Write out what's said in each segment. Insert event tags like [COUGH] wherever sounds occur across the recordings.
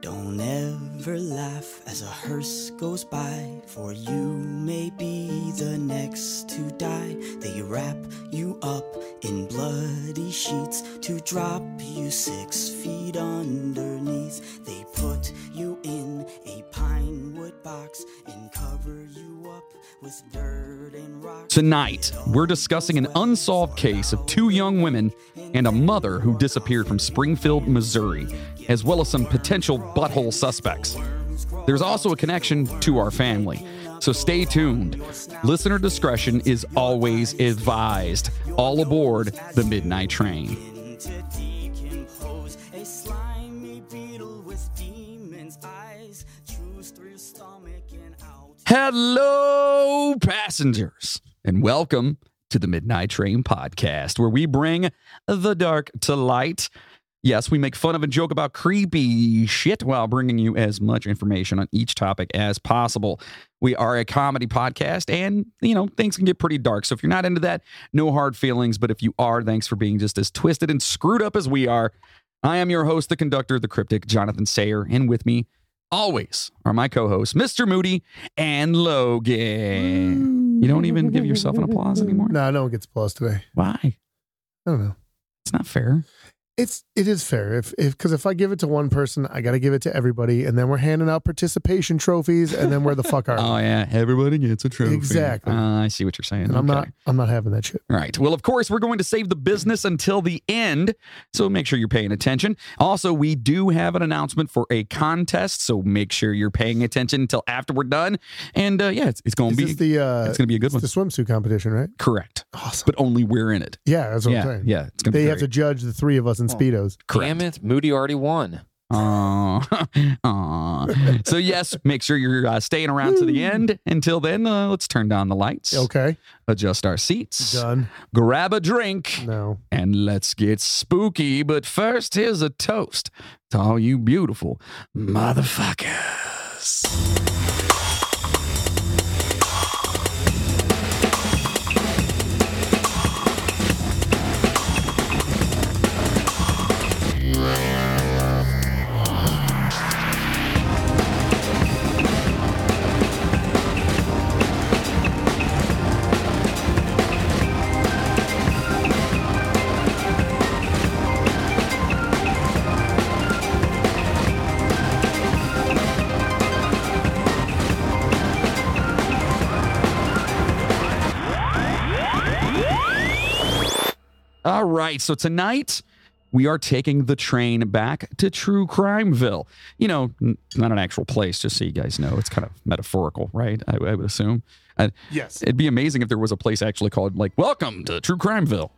Don't ever laugh as a hearse goes by, for you may be the next to die. They wrap you up in bloody sheets to drop you six feet underneath. They put you in a pine wood box and cover you up with dirt and rocks. Tonight, we're discussing an unsolved case of two young women and a mother who disappeared from Springfield, Missouri, as well as some potential butthole suspects. There's also a connection to our family, so stay tuned. Listener discretion is always advised. All aboard the Midnight Train. to decompose. A slimy beetle with demon's eyes chews through your stomach and out. Hello, passengers, and welcome to the Midnight Train podcast, where we bring the dark to light. Yes, we make fun of and joke about creepy shit while bringing you as much information on each topic as possible. We are a comedy podcast, and you know things can get pretty dark. So if you're not into that, no hard feelings. But if you are, thanks for being just as twisted and screwed up as we are. I am your host, the conductor of the cryptic, Jonathan Sayer, and with me, always, are my co-hosts, Mr. Moody and Logan. You don't even give yourself an applause anymore. No, no one gets applause today. Why? I don't know. It's not fair. It's it is fair if if because if I give it to one person, I got to give it to everybody, and then we're handing out participation trophies, and then where [LAUGHS] the fuck are we? Oh yeah, everybody gets a trophy. Exactly. Uh, I see what you're saying. And I'm Okay. not I'm not having that shit. All right. Well, of course, we're going to save the business until the end. So make sure you're paying attention. Also, we do have an announcement for a contest. So make sure you're paying attention until after we're done. And uh, yeah, it's, it's going Is to be this the uh, it's going to be a good one. the swimsuit competition, right? Correct. Awesome. But only we're in it. yeah, that's what I'm yeah. saying. Yeah. It's going to They be have to great. judge the three of us in [LAUGHS] speedos. Correct. Damn it, Moody already won. Aw. [LAUGHS] Aw. so yes, make sure you're uh, staying around to the end. Until then, uh, let's turn down the lights, Okay, adjust our seats, done. grab a drink, No, and let's get spooky. But first, here's a toast to all you beautiful motherfuckers. All right, so tonight we are taking the train back to True Crimeville. You know, n- not an actual place, just so you guys know. It's kind of metaphorical, right? I, I would assume. I, yes, It'd be amazing if there was a place actually called like "Welcome to True Crimeville."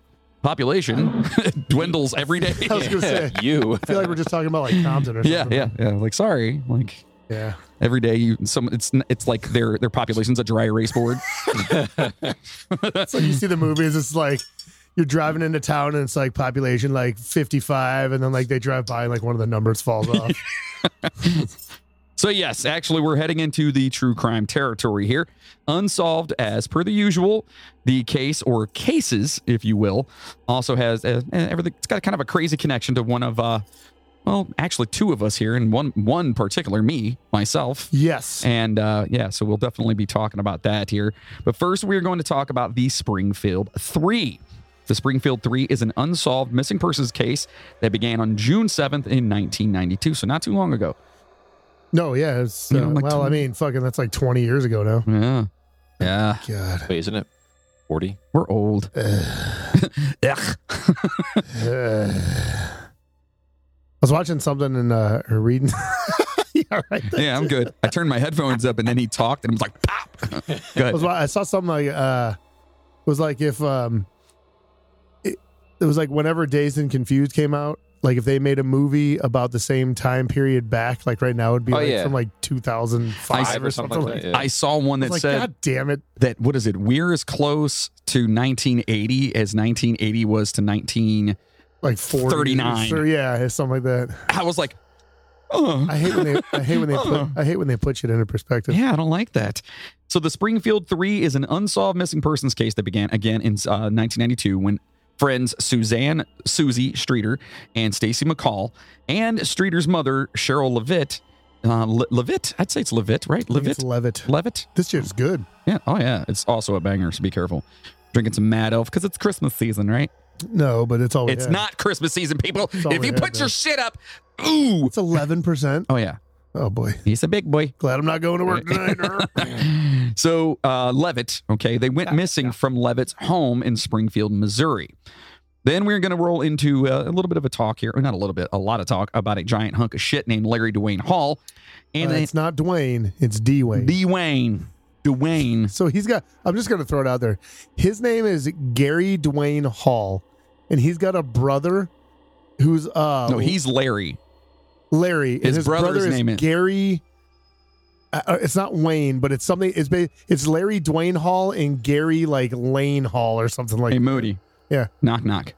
Population [LAUGHS] dwindles every day. [LAUGHS] I was gonna say. you. I feel like we're just talking about like Compton or [LAUGHS] something. yeah, yeah, yeah. Like, sorry, like yeah. every day you some it's it's like their their population's a dry erase board. It's like you see the movies. It's like you're driving into town, and it's like population like 55, and then like they drive by, and like one of the numbers falls off. So yes, actually we're heading into the true crime territory here. Unsolved as per the usual, the case or cases, if you will, also has uh, everything. It's got kind of a crazy connection to one of uh, well, actually two of us here, and one one particular me myself. Yes. And uh, yeah, so we'll definitely be talking about that here. But first, we're going to talk about the Springfield Three. The Springfield Three is an unsolved missing persons case that began on June 7th in 1992, so not too long ago. No, yeah. It's, uh, You know, like well, I 20 mean, fucking, that's like 20 years ago now. Yeah. Yeah. [SIGHS] [LAUGHS] God. Wait, isn't it 40? We're old. Ugh. I was watching something and uh, or reading. [LAUGHS] yeah, all right. Yeah, I'm good. I turned my headphones up and then he talked and it was like, pop. I, was, Good. wa- I saw something like, uh, it was like if, um, it, it was like whenever Dazed and Confused came out, like if they made a movie about the same time period back, like right now, it'd be Oh, like yeah. from like 2005 I- or something, like that. yeah. I saw one that Like, said God damn it. that, what is it? We're as close to 1980 as 1980 was to 19. Like 40. 39. So, yeah, something like that. I was like, oh. I hate when they I hate when [LAUGHS] they put I hate when they put shit into perspective. Yeah, I don't like that. So the Springfield Three is an unsolved missing persons case that began again in uh, 1992 when friends Suzanne Susie Streeter and Stacy McCall and Streeter's mother Cheryl Levitt Uh, Le- Levitt. I'd say it's Levitt, right? I think Levitt. It's Levitt. Levitt. This shit's good. Yeah. Oh yeah. It's also a banger. So be careful. Drinking some Mad Elf because it's Christmas season, right? No, but it's all. It's not Christmas season, people. Oh, all If we you had, put though. your shit up, ooh. It's eleven percent. Oh yeah. Oh boy, He's a big boy. glad I'm not going [LAUGHS] to work tonight. [GASPS] so uh, Levitt, okay, they went missing from Levitt's home in Springfield, Missouri. Then we're going to roll into uh, a little bit of a talk here, or not a little bit, a lot of talk about a giant hunk of shit named Larry Dwayne Hall, and Uh, a- it's not Dwayne. It's D Wayne. Dwayne, Dwayne. So he's got. I'm just gonna throw it out there. His name is Gary Dwayne Hall, and he's got a brother who's uh No, he's Larry. Larry. and his brother's brother name is- Gary. uh, Uh, it's not Wayne, but it's something. It's ba- it's Larry Dwayne Hall and Gary like Lane Hall or something like. Hey Moody. Yeah. Knock knock.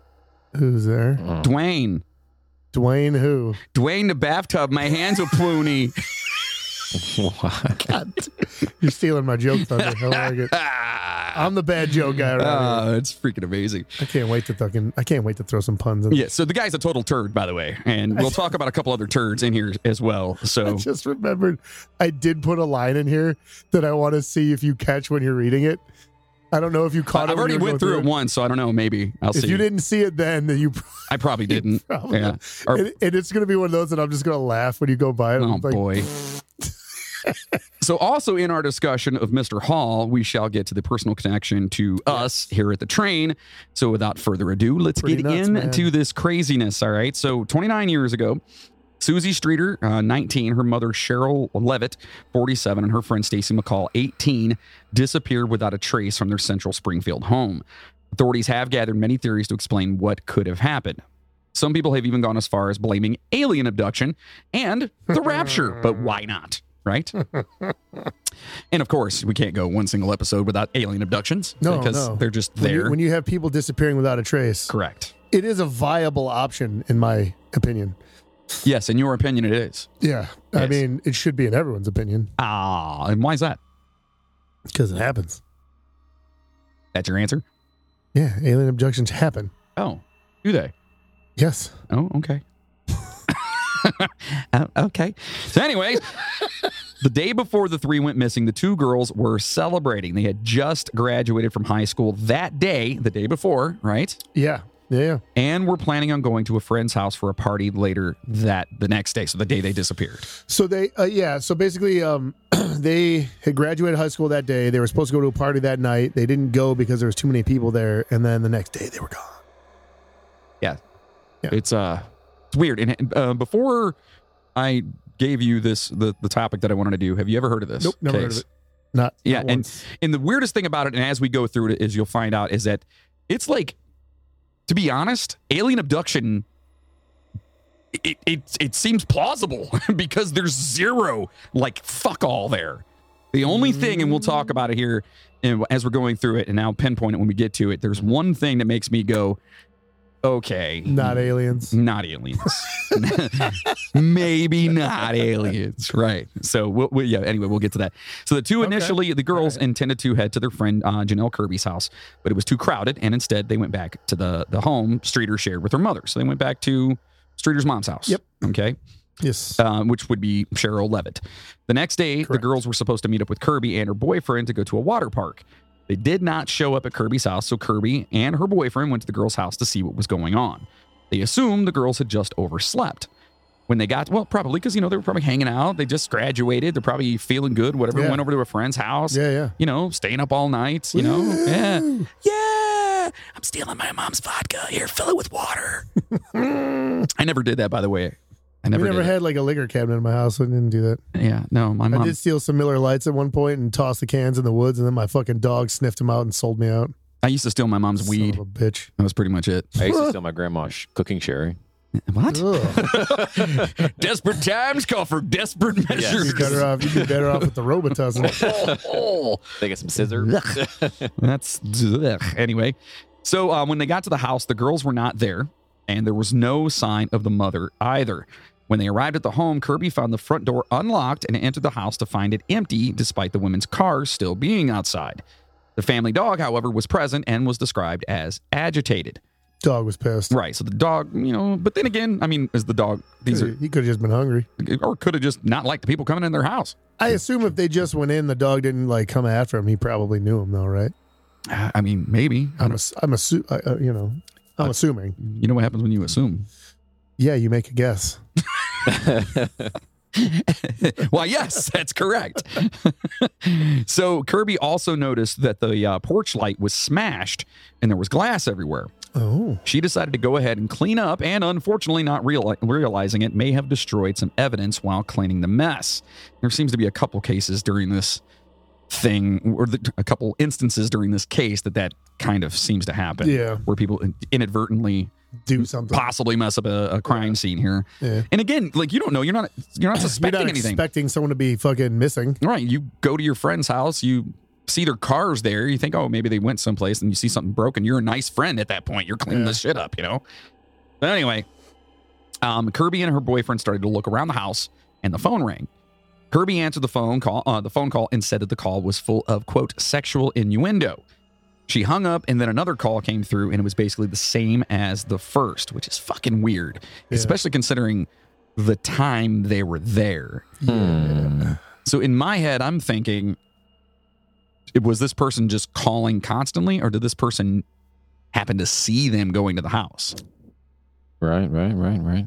Who's there? [LAUGHS] Mm. Dwayne. Dwayne who? Dwayne the bathtub. My hands are ploony. What? [LAUGHS] You're stealing my joke thunder. [LAUGHS] I like it. Ah. I'm the bad joke guy. [LAUGHS] Right Ah, it's freaking amazing. here. I can't wait to fucking. I can't wait to throw some puns in. Yeah, so the guy's a total turd, by the way, and we'll talk about a couple other turds in here as well. [LAUGHS] I So just remembered I did put a line in here that I want to see if you catch when you're reading it. I don't know if you caught it. I've when already you were went going through it once, so I don't know. Maybe I'll If see. you didn't see it then, then you [LAUGHS] I probably didn't. probably. Yeah. Or- [LAUGHS] and, and it's going to be one of those that I'm just going to laugh when you go by it. Oh I'm like, [LAUGHS] boy. so also in our discussion of Mr. Hall, we shall get to the personal connection to us here at the train. So without further ado, let's Pretty get nuts, man. into this craziness. All right. So 29 years ago, Susie Streeter, uh, 19, her mother Cheryl Levitt, 47, and her friend Stacy McCall, 18, disappeared without a trace from their central Springfield home. Authorities have gathered many theories to explain what could have happened. Some people have even gone as far as blaming alien abduction and [LAUGHS] the rapture, but why not? Right? and of course, we can't go one single episode without alien abductions No, because no. they're just When there. you, when you have people disappearing without a trace, Correct. it is a viable option, in my opinion. Yes, in your opinion, it is. Yeah. I Yes. mean, it should be in everyone's opinion Ah, and why is that? because it happens. That's your answer? Yeah. Alien abductions happen. Oh, do they? Yes. Oh, okay. [LAUGHS] Oh, okay. So, [LAUGHS] anyways, the day before the three went missing, the two girls were celebrating. They had just graduated from high school that day, the day before, right? Yeah. Yeah. And were planning on going to a friend's house for a party later that the next day. So, the day they disappeared. So they, uh, yeah. So basically, um, [CLEARS THROAT] they had graduated high school that day. They were supposed to go to a party that night. They didn't go because there was too many people there. And then the next day, they were gone. Yeah. It's uh, it's weird. And uh, before I gave you this, the the topic that I wanted to do, have you ever heard of this? Nope, never heard of case? it. Not Yeah, not and- once. And the weirdest thing about it, and as we go through it, is you'll find out is that it's like, to be honest, alien abduction. It it, it seems plausible [LAUGHS] because there's zero like fuck all there. The only thing, and we'll talk about it here, and as we're going through it, and I'll pinpoint it when we get to it. There's one thing that makes me go, okay, not aliens. not aliens. [LAUGHS] Maybe not aliens. Right. So, we'll, we yeah, anyway, we'll get to that. So, the two Okay. initially, the girls All right. intended to head to their friend uh, Janelle Kirby's house, but it was too crowded. And instead, they went back to the, the home Streeter shared with her mother. So, they went back to Streeter's mom's house. Yep. Okay Yes. uh, which would be Cheryl Levitt. The next day, the Correct. girls were supposed to meet up with Kirby and her boyfriend to go to a water park. They did not show up at Kirby's house, so Kirby and her boyfriend went to the girls' house to see what was going on. They assumed the girls had just overslept. When they got, well, probably because, you know, they were probably hanging out. They just graduated. They're probably feeling good, whatever. Yeah. Went over to a friend's house, yeah. Yeah. you know, staying up all night, you [GASPS] know? Yeah. [LAUGHS] Woo! Yeah, I'm stealing my mom's vodka. Here, fill it with water. [LAUGHS] I never did that, by the way. I never, we never did had like a liquor cabinet in my house. I didn't do that. it. Yeah, no, my I mom. did steal some Miller Lights at one point and toss the cans in the woods, and then my fucking dog sniffed them out and sold me out. I used to steal my mom's Son weed. of a bitch. That was pretty much it. I used to steal my grandma's sh- cooking sherry. What? Ugh. [LAUGHS] desperate times call for desperate You'd be better off. You'd be better off with [LAUGHS] the Robitussin. They got some scissors. That's ugh. anyway. So uh, when they got to the house, the girls were not there, and there was no sign of the mother either. When they arrived at the home, Kirby found the front door unlocked and entered the house to find it empty, despite the women's car still being outside. The family dog, however, was present and was described as agitated. dog was pissed. Right. So the dog, you know, but then again, I mean, is the dog, these are, He could have just been hungry. or could have just not liked the people coming in their house. I assume if they just went in, the dog didn't like come after him. He probably knew him though, right? I I mean, maybe. I I'm don't- ass- I'm assu- I, uh, you know, I'm Uh, assuming. you know what happens when you assume? [LAUGHS] Yeah, you make a guess. Why, yes, that's correct. [LAUGHS] so Kirby also noticed that the uh, porch light was smashed and there was glass everywhere. Oh, She decided to go ahead and clean up, and unfortunately, not reali- realizing it, may have destroyed some evidence while cleaning the mess. There seems to be a couple cases during this thing, or the, a couple instances during this case that that kind of seems to happen. Yeah. Where people inadvertently do something. possibly mess up a, a crime scene here. Yeah. And again, like you don't know, you're not [CLEARS THROAT] you're not You're suspecting not anything. expecting someone to be fucking missing. Right. You go to your friend's house, you see their cars there, you think, oh, maybe they went someplace and you see something broken. You're a nice friend at that point. You're cleaning Yeah. the shit up, you know? But anyway, um, Kirby and her boyfriend started to look around the house and the phone rang. Kirby answered the phone call, uh, the phone call and said that the call was full of quote sexual innuendo. She hung up and then another call came through and it was basically the same as the first, which is fucking weird, Yeah. especially considering the time they were there. Hmm. So in my head, I'm thinking, was this person just calling constantly, or did this person happen to see them going to the house? Right, right, right, right.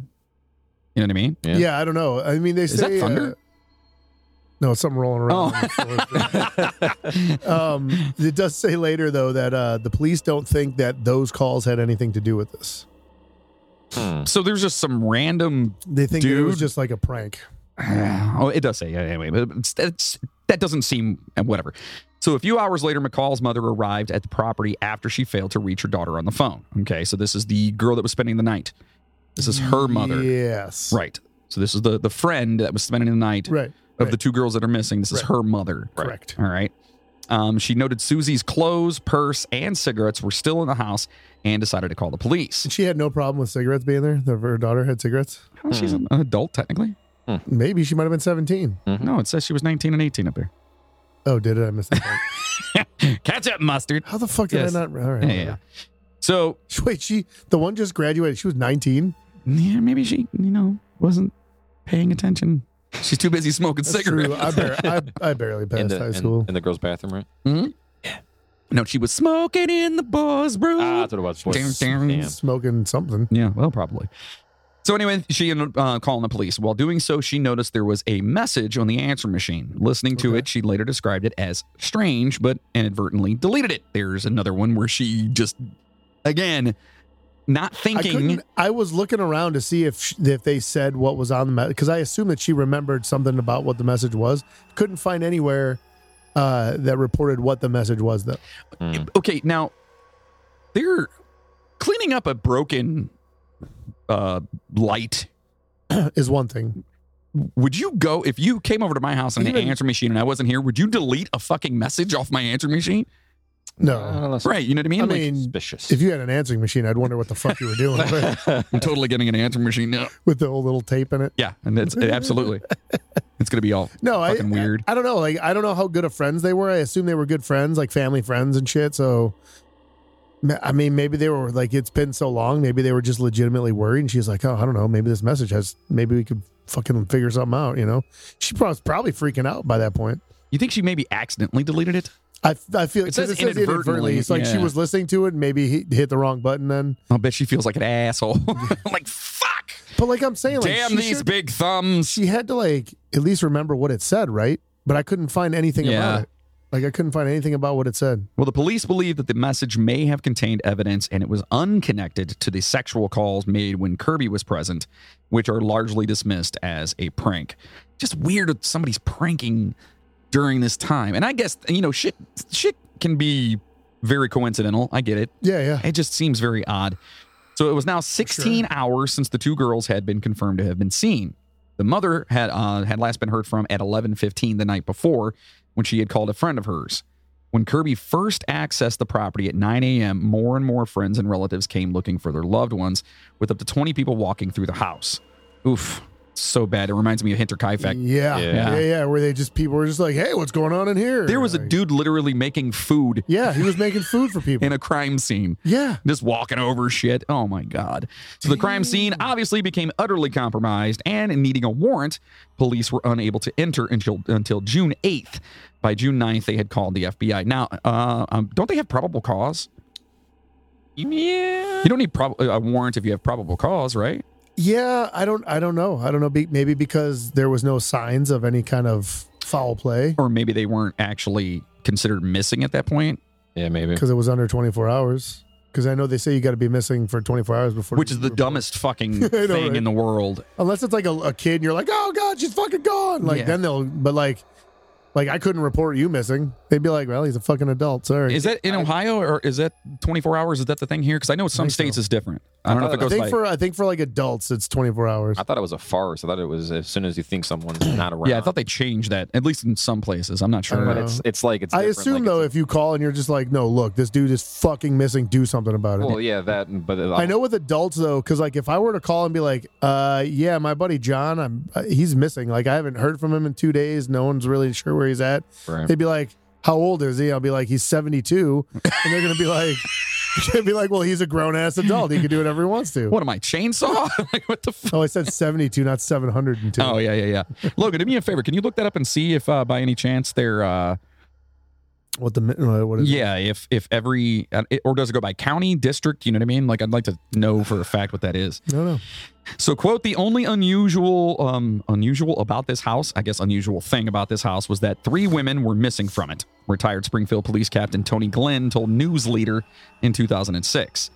You know what I mean? Yeah. Yeah. I don't know. I mean, they Is say uh, that thunder? no, it's something rolling around. Oh. on the floor. [LAUGHS] um, it does say later though that uh, the police don't think that those calls had anything to do with this. Hmm. so there's just some random. [SIGHS] They think that it was Dude. just like a prank. oh, it does say yeah, anyway, but it's, that's that doesn't seem uh, whatever. So a few hours later, McCall's mother arrived at the property after she failed to reach her daughter on the phone. Okay, so this is the girl that was spending the night. This is her mother, Yes. right? So this is the the friend that was spending the night Right. of right. the two girls that are missing. This is Right. her mother. Correct. All right. Um, she noted Susie's clothes, purse, and cigarettes were still in the house and decided to call the police. And she had no problem with cigarettes being there. The- Her daughter had cigarettes. Well, she's Hmm. an adult, technically. Maybe she might have been 17. No, it says she was 19 and 18 up there. [LAUGHS] Oh, did it? I missed that. part. Ketchup mustard. How the fuck did Yes. I not? All right. Yeah, yeah. whatever. So, [LAUGHS] Wait, she the one just graduated. She was 19. yeah, maybe she, you know, wasn't paying attention. She's too busy smoking That's cigarettes. true. I, bar- I, I barely In passed the, high in- school. In, the girls' bathroom, right? No, she was smoking in the boys' room. Ah, that's what it was. Damn, was. damn. Damn. Smoking something. Yeah, well, probably. So anyway, she ended up uh, calling the police. While doing so, she noticed there was a message on the answer machine. Listening to Okay. it, she later described it as strange, but inadvertently deleted it. There's another one where she just, again, not I thinking. couldn't. I was looking around to see if sh- if they said what was on the message because I assumed that she remembered something about what the message was. Couldn't find anywhere uh, that reported what the message was though. Hmm. Okay, now they're cleaning up a broken uh, light. Is one thing. Would you go if you came over to my house on an Even- answer machine and I wasn't here? Would you delete a fucking message off my answer machine? No, Uh, Ah, that's Right, you know what I mean? I Like- mean, Suspicious. Oh. if you had an answering machine, I'd wonder what the fuck you were doing with, I'm totally getting an answer machine now. with the old little tape in it. Yeah, and that's [LAUGHS] absolutely. It's gonna be all No, I, Fucking weird. I, I don't know. Like, I don't know how good of friends they were. I assume they were good friends, like family friends and shit. So, ma- I mean, maybe they were like, it's been so long. Maybe they were just legitimately worried. And she's like, oh, I don't know. Maybe this message has, maybe we could fucking figure something out, you know? She prob- was probably freaking out by that point. You think she maybe accidentally deleted it? I, I feel 'cause says inadvertently, It's like she yeah. was listening to it and maybe he hit the wrong button then. I'll bet she feels like an asshole. [LAUGHS] like fuck! But like I'm saying, like, Damn she, these should- big thumbs. she had to like at least remember what it said, right? But I couldn't find anything Yeah. about it. Like I couldn't find anything about what it said. Well, the police believe that the message may have contained evidence and it was unconnected to the sexual calls made when Kirby was present, which are largely dismissed as a prank. Just weird that somebody's pranking during this time. And I guess, you know, shit shit can be very coincidental. I get it. Yeah, yeah. It just seems very odd. So it was now 16 hours since the two girls had been confirmed to have been seen. The mother had uh, had last been heard from at 11:15 the night before, when she had called a friend of hers. When Kirby first accessed the property at 9 a.m., more and more friends and relatives came looking for their loved ones, with up to 20 people walking through the house. Oof, so bad. It reminds me of Hinter Kaifek. yeah, Yeah. yeah, yeah, Where they just people were just like, "Hey, what's going on in here?" There was a Like, dude literally making food Yeah, he was making food for [LAUGHS] people. in a crime scene. yeah, [LAUGHS] just walking over shit. Oh my God. So the crime scene obviously became utterly compromised and needing a warrant, police were unable to enter until, until June 8th. By June 9th, they had called the FBI. Now, uh, um, don't they have probable cause? Yeah. You don't need prob- uh, a warrant if you have probable cause, right? yeah. I don't, I don't know. I don't know. Be, maybe because there was no signs of any kind of foul play Or maybe they weren't actually considered missing at that point, Yeah, maybe. because it was under 24 hours. Because I know they say you got to be missing for 24 hours before, which is the dumbest [LAUGHS] fucking know, thing right? in the world. Unless it's like a, a kid, and you're like, "Oh God, she's fucking gone." Like Yeah. then they'll, but like, like I couldn't report you missing. They'd be like, "Well, he's a fucking adult." Sorry. Is that in Ohio or is that 24 hours? Is that the thing here? Because I know some think states so. is different. I don't know if it I I goes think like. for I think for like adults, it's 24 hours. I thought it was a farce. I thought it was as soon as you think [CLEARS THROAT] someone's not around. yeah, I thought they changed that, at least in some places. I'm not sure. don't But know. it's it's like it's. I different, assume like, though, it's if you call and you're just like, "No, look, this dude is fucking missing. Do something about a- it." well, yeah, that. But I know with adults though, because like if I were to call and be like, uh, yeah, my buddy John, I'm uh, he's missing. Like I haven't heard from him in two days. No one's really sure where he's at. Right. They'd be like, how old is he? I'll be like, he's 72, and they're gonna be like, [LAUGHS] they'd be like, well, he's a grown ass adult. He can do whatever he wants to. What am I, chainsaw? [LAUGHS] like, what the fuck? Oh, I said 72, not 702. Oh, yeah, yeah, yeah. Logan, do me a favor. Can you look that up and see if, uh, by any chance, they're, uh, What the? mi- uh, What is it? yeah, if, if every, uh, it, or does it go by county, district? You know what I mean? Like, I'd like to know for a fact what that is. No, no. So, quote, the only unusual, um, unusual about this house, I guess, unusual thing about this house was that three women were missing from it. Retired Springfield Police Captain Tony Glenn told News Leader in 2006.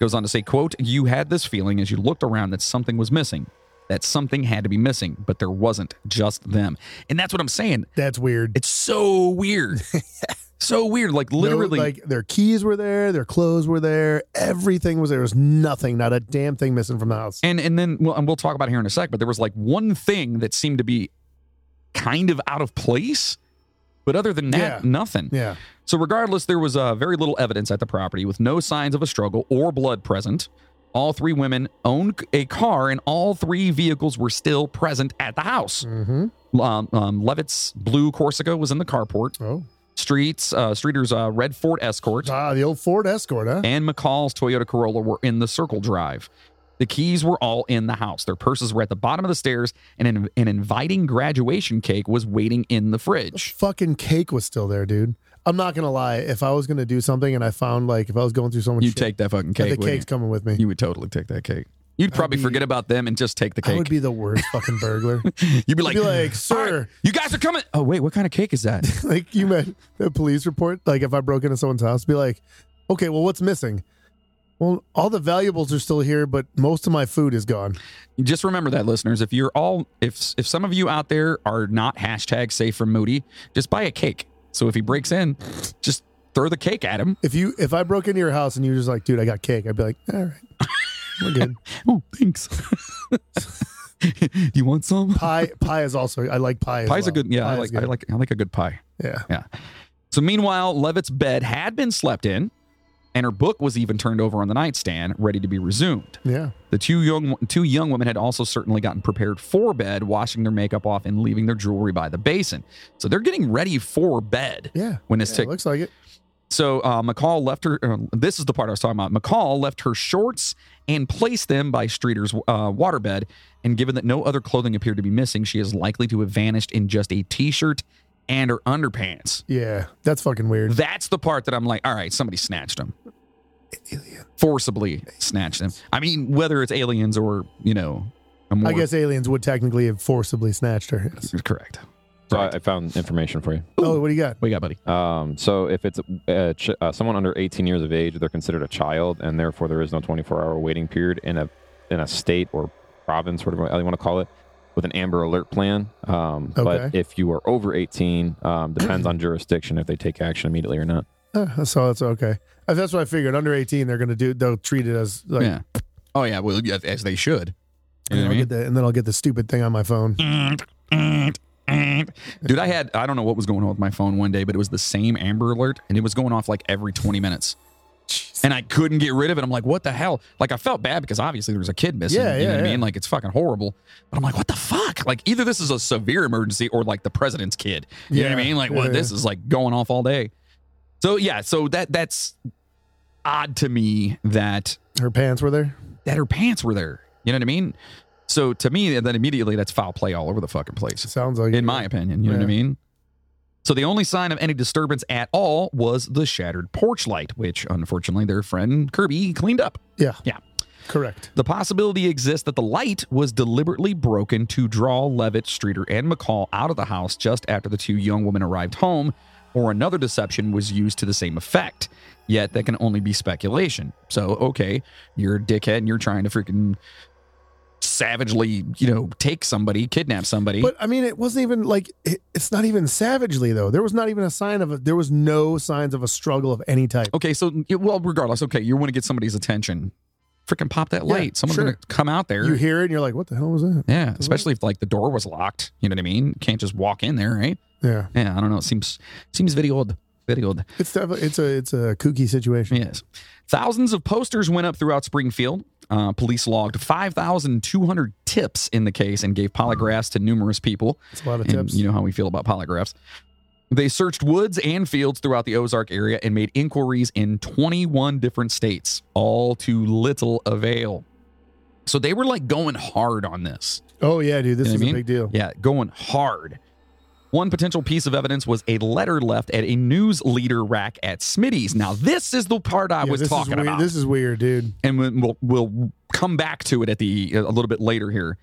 Goes on to say, quote, you had this feeling as you looked around that something was missing, that something had to be missing, but there wasn't just them. And that's what I'm saying. That's weird. It's so weird. so weird. Like, No, literally. like their keys were there, their clothes were there, everything was there. There was nothing, not a damn thing missing from the house. And and then well, and we'll talk about it here in a sec. But there was like one thing that seemed to be kind of out of place, but other than that, Yeah. nothing. Yeah. So regardless, there was uh, very little evidence at the property, with no signs of a struggle or blood present. All three women owned c- a car, and all three vehicles were still present at the house. Mm-hmm. Um, um, Levitt's blue Corsica was in the carport. Oh. Streets uh, Streeter's uh, red Ford Escort Ah, the old Ford Escort, huh? and McCall's Toyota Corolla were in the circle drive. The keys were all in the house. Their purses were at the bottom of the stairs, and an, an inviting graduation cake was waiting in the fridge. Fucking cake was still there, dude. I'm not gonna lie. If I was gonna do something and I found like if I was going through someone's You Oh, shit, take that fucking that cake. the wouldn't cake's coming with me. you? you would totally take that cake. You'd probably be- forget about them and just take the I cake. would be [LAUGHS] the worst fucking burglar. [LAUGHS] You'd be I'd like, be like, "All right, sir, you guys are coming. Oh wait, what kind of cake is [LAUGHS] that? like you met the police report. Like if I broke into someone's house, be like, okay, well, what's missing? Well, all the valuables are still here, but most of my food is gone. just remember that, listeners. If you're all, if if some of you out there are not hashtag safe from Moody, just buy a cake. So if he breaks in, just throw the cake at him. If you if I broke into your house and you were just like, dude, I got cake, I'd be like, all right, we're [LAUGHS] good. Oh, thanks. you want some? Pie pie is also I like pie. as Pie's a well. good yeah. I Pie like is I good. like I like a good pie. yeah. So meanwhile, Levitt's bed had been slept in, and her book was even turned over on the nightstand, ready to be resumed. Yeah. The two young two young women had also certainly gotten prepared for bed, washing their makeup off and leaving their jewelry by the basin. So they're getting ready for bed Yeah. when this Yeah, tick. looks like it. So uh, McCall left her. Uh, this is the part I was talking about. McCall left her shorts and placed them by Streeter's uh, waterbed. And given that no other clothing appeared to be missing, she is likely to have vanished in just a t-shirt and her underpants. Yeah. That's fucking weird. That's the part that I'm like, all right, somebody snatched them, forcibly snatched them. I mean, whether it's aliens or you know, a more, I guess aliens would technically have forcibly snatched her. Yes. correct. So I, I found information for you. Oh, what do you got? What you got, buddy? Um, so if it's uh, ch- uh, someone under 18 years of age, they're considered a child, and therefore there is no 24-hour waiting period in a in a state or province, whatever you want to call it, with an Amber Alert plan. Um, But Okay. if you are over 18, um, depends on jurisdiction if they take action immediately or not. Uh, so that's okay. Uh, That's what I figured. Under eighteen, they're gonna do. They'll treat it as like. yeah. Oh yeah. Well, yeah, as they should. You And, know what I'll I mean? Mm. get the, and then I'll get the stupid thing on my phone. Dude, I had I don't know what was going on with my phone one day, but it was the same Amber Alert, and it was going off like every 20 minutes. and I couldn't get rid of it. I'm like, what the hell? Like, I felt bad because obviously there was a kid missing. Yeah, you know yeah, what I yeah. mean? Like, it's fucking horrible. But I'm like, what the fuck? Like, either this is a severe emergency or like the president's kid. You know what I Yeah, mean? Like, what? yeah. This is like going off all day. So yeah, so that that's odd to me that Her pants were there. that her pants were there. You know what I mean? So to me, then immediately that's foul play all over the fucking place Sounds like in my opinion. You know what I mean? So the only sign of any disturbance at all was the shattered porch light, which unfortunately their friend Kirby cleaned up. Yeah. Yeah. Correct. The possibility exists that the light was deliberately broken to draw Levitt, Streeter, and McCall out of the house just after the two young women arrived home, or another deception was used to the same effect. Yet that can only be speculation. So, okay, you're a dickhead and you're trying to freaking savagely, you know, take somebody, kidnap somebody. But I mean, it wasn't even like it, it's not even savagely though. There was not even a sign of a, there was no signs of a struggle of any type. Okay, so yeah, well, regardless, okay, you want to get somebody's attention. Freaking pop that Yeah, light. Someone's sure. gonna come out there. You Mhm. hear it and you're like, what the hell was that? yeah, especially if like the door was locked. You know what I mean? Can't just walk in there, right? Yeah, Yeah, I don't know. It seems seems very odd. Very odd. it's definitely it's a it's a kooky situation. Yes. Thousands of posters went up throughout Springfield. Uh, police logged 5,200 tips in the case and gave polygraphs to numerous people. It's a lot of And tips. you know how we feel about polygraphs. They searched woods and fields throughout the Ozark area and made inquiries in 21 different states, all to little avail. So they were like going hard on this. oh yeah, dude, this You know what is I a mean? big deal. Yeah, going hard. One potential piece of evidence was a letter left at a news leader rack at Smitty's. Now, this is the part I Yeah, was this is talking weird. about This is weird, dude. and we- we'll we'll come back to it at the a little bit later here.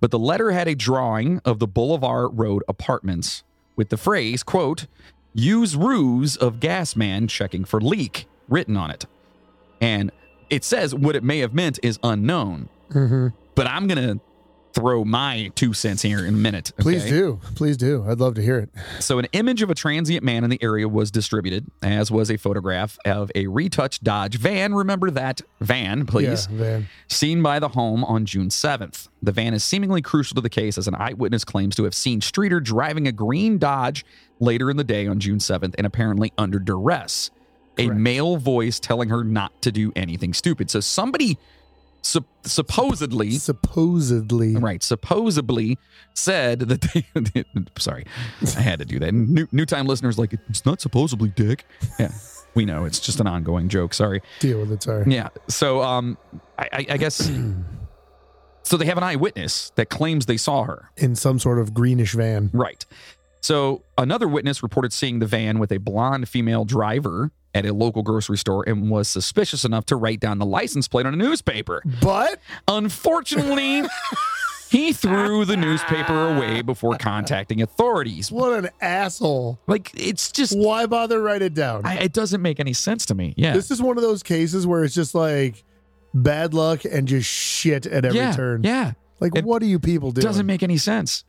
But the letter had a drawing of the Boulevard Road apartments with the phrase "quote Use ruse of gas man checking for leak" written on it, and it says what it may have meant is unknown. hmm But I'm gonna throw my two cents here in a minute. Please okay? do, please do. I'd love to hear it. So, an image of a transient man in the area was distributed, as was a photograph of a retouched Dodge van. Remember that van, please Yeah, man. seen by the home on June 7th. The van is seemingly crucial to the case as an eyewitness claims to have seen Streeter driving a green Dodge later in the day on June 7th and apparently under duress. A Correct. male voice telling her not to do anything stupid. So somebody sup- supposedly Supposedly, Right, supposedly said that they. [LAUGHS] sorry, I had to do that. New, new time listeners like it's not supposedly, Dick. Yeah, we know it's just an ongoing joke. Sorry. deal with it. Sorry. Yeah. So um, I, I, I guess. [CLEARS THROAT] so they have an eyewitness that claims they saw her. In some sort of greenish van. Right. So another witness reported seeing the van with a blonde female driver at a local grocery store and was suspicious enough to write down the license plate on a newspaper. But [LAUGHS] Unfortunately. He threw the newspaper away before contacting authorities. what an asshole! Like it's just, Why bother write it down? I, it doesn't make any sense to me. Yeah, This is one of those cases where it's just like bad luck and just shit at every yeah, turn. yeah. Like, It what do you people do? Doesn't make any sense.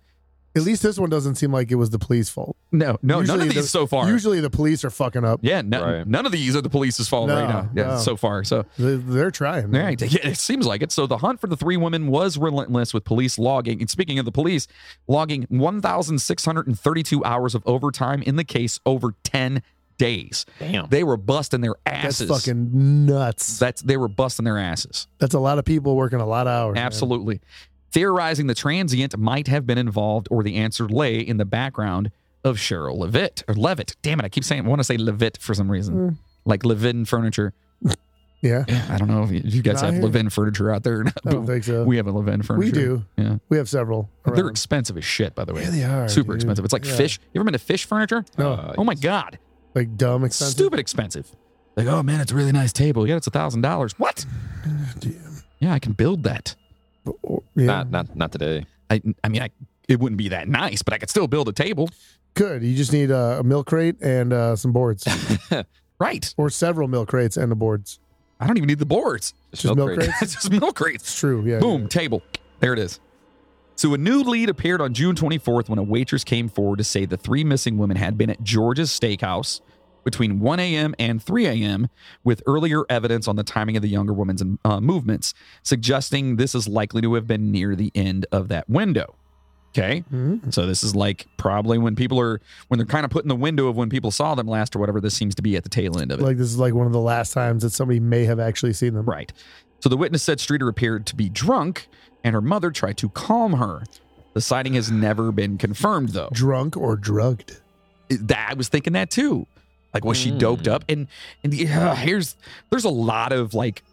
At least this one doesn't seem like it was the police' fault. No, no, none Usually of these the- so far. Usually, the police are fucking up. Yeah, no, Right. none of these are the police's fault No, right now. Yeah, no. so far. So, They- They're trying. all man. right. Yeah, it seems like it. So, the hunt for the three women was relentless with police logging. And speaking of the police, logging 1,632 hours of overtime in the case over 10 days. Damn. They were busting their That's asses. fucking nuts. That's they were busting their asses. That's a lot of people working a lot of hours. man. Absolutely. Theorizing the transient might have been involved or the answer lay in the background of Cheryl Levitt or Levitt. Damn it, I keep saying I want to say Levitt for some reason. Mm. Like Levin furniture. Yeah. I don't know if you, you guys Not have here. Levin furniture out there. or not, I don't think so. but Oh, We, we have a Levin furniture. do. Yeah. We have several. They're around. expensive as shit, by the way. Yeah, they are. Super dude. expensive. It's like Yeah. fish. You ever been to fish furniture? No. Uh, oh my God. Like dumb expensive. Stupid expensive. Like, oh man, it's a really nice table. Yeah, it's a thousand dollars. What? Damn. Yeah, I can build that. Or- Yeah. Not not not today. I I mean I it wouldn't be that nice, but I could still build a table. Good. You just need uh, a milk crate and uh, some [LAUGHS] boards, Right. or several milk crates and the boards. I don't even need the boards. [LAUGHS] Just milk crate. crate. It's just milk crates. It's true. Yeah. Boom, table. There it is. So a new lead appeared on June 24th when a waitress came forward to say the three missing women had been at George's Steakhouse between 1 a.m. and 3 a.m. with earlier evidence on the timing of the younger woman's uh, movements, suggesting this is likely to have been near the end of that window. Okay. Mhm. So this is like probably when people are when they're kind of put in the window of when people saw them last or whatever. This seems to be at the tail end of it. Like this is like one of the last times that somebody may have actually seen them. Right. So the witness said Streeter appeared to be drunk and her mother tried to calm her. The sighting has never been confirmed though. Drunk or drugged. That I was thinking that too. Like was she doped up? And and yeah, here's there's a lot of like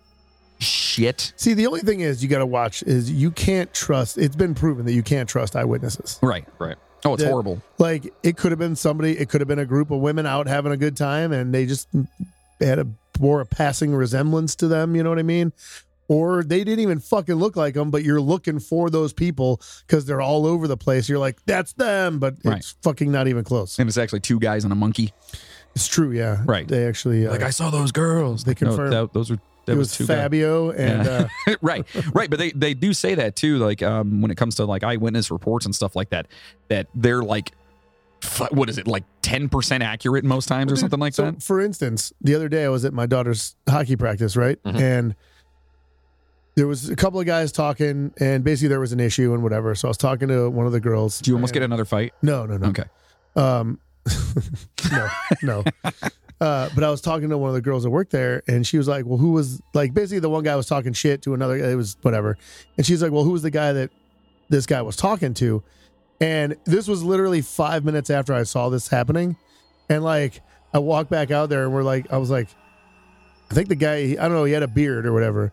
shit. See, the only thing is you got to watch is you can't trust. It's been proven that you can't trust eyewitnesses. Right. Right. Oh, it's That- horrible. Like it could have been somebody. It could have been a group of women out having a good time, and they just had a bore a passing resemblance to them. You know what I mean? Or they didn't even fucking look like them, but you're looking for those people because they're all over the place. You're like, that's them, but Right. it's fucking not even close. And it's actually two guys and a monkey. It's true, yeah. Right. They actually uh, Like I saw those girls. They No, confirmed- that- those were that it was, was two guys. Fabio and Yeah. uh, right right but they they do say that too like um when it comes to like eyewitness reports and stuff like that that they're like f- what is it like 10% accurate most times or Well, dude, something like so, that For instance, the other day I was at my daughter's hockey practice, right? Mm-hmm. And there was a couple of guys talking, and basically there was an issue and whatever. So I was talking to one of the girls. do you almost get another fight No, no, no. okay Um, [LAUGHS] no, no. Uh, but I was talking to one of the girls that worked there, and she was like, "Well, who was like basically the one guy was talking shit to another? It was whatever." And she's like, "Well, who was the guy that this guy was talking to?" And this was literally five minutes after I saw this happening, and like I walked back out there, and we're like, I was like, I think the guy, I don't know, he had a beard or whatever,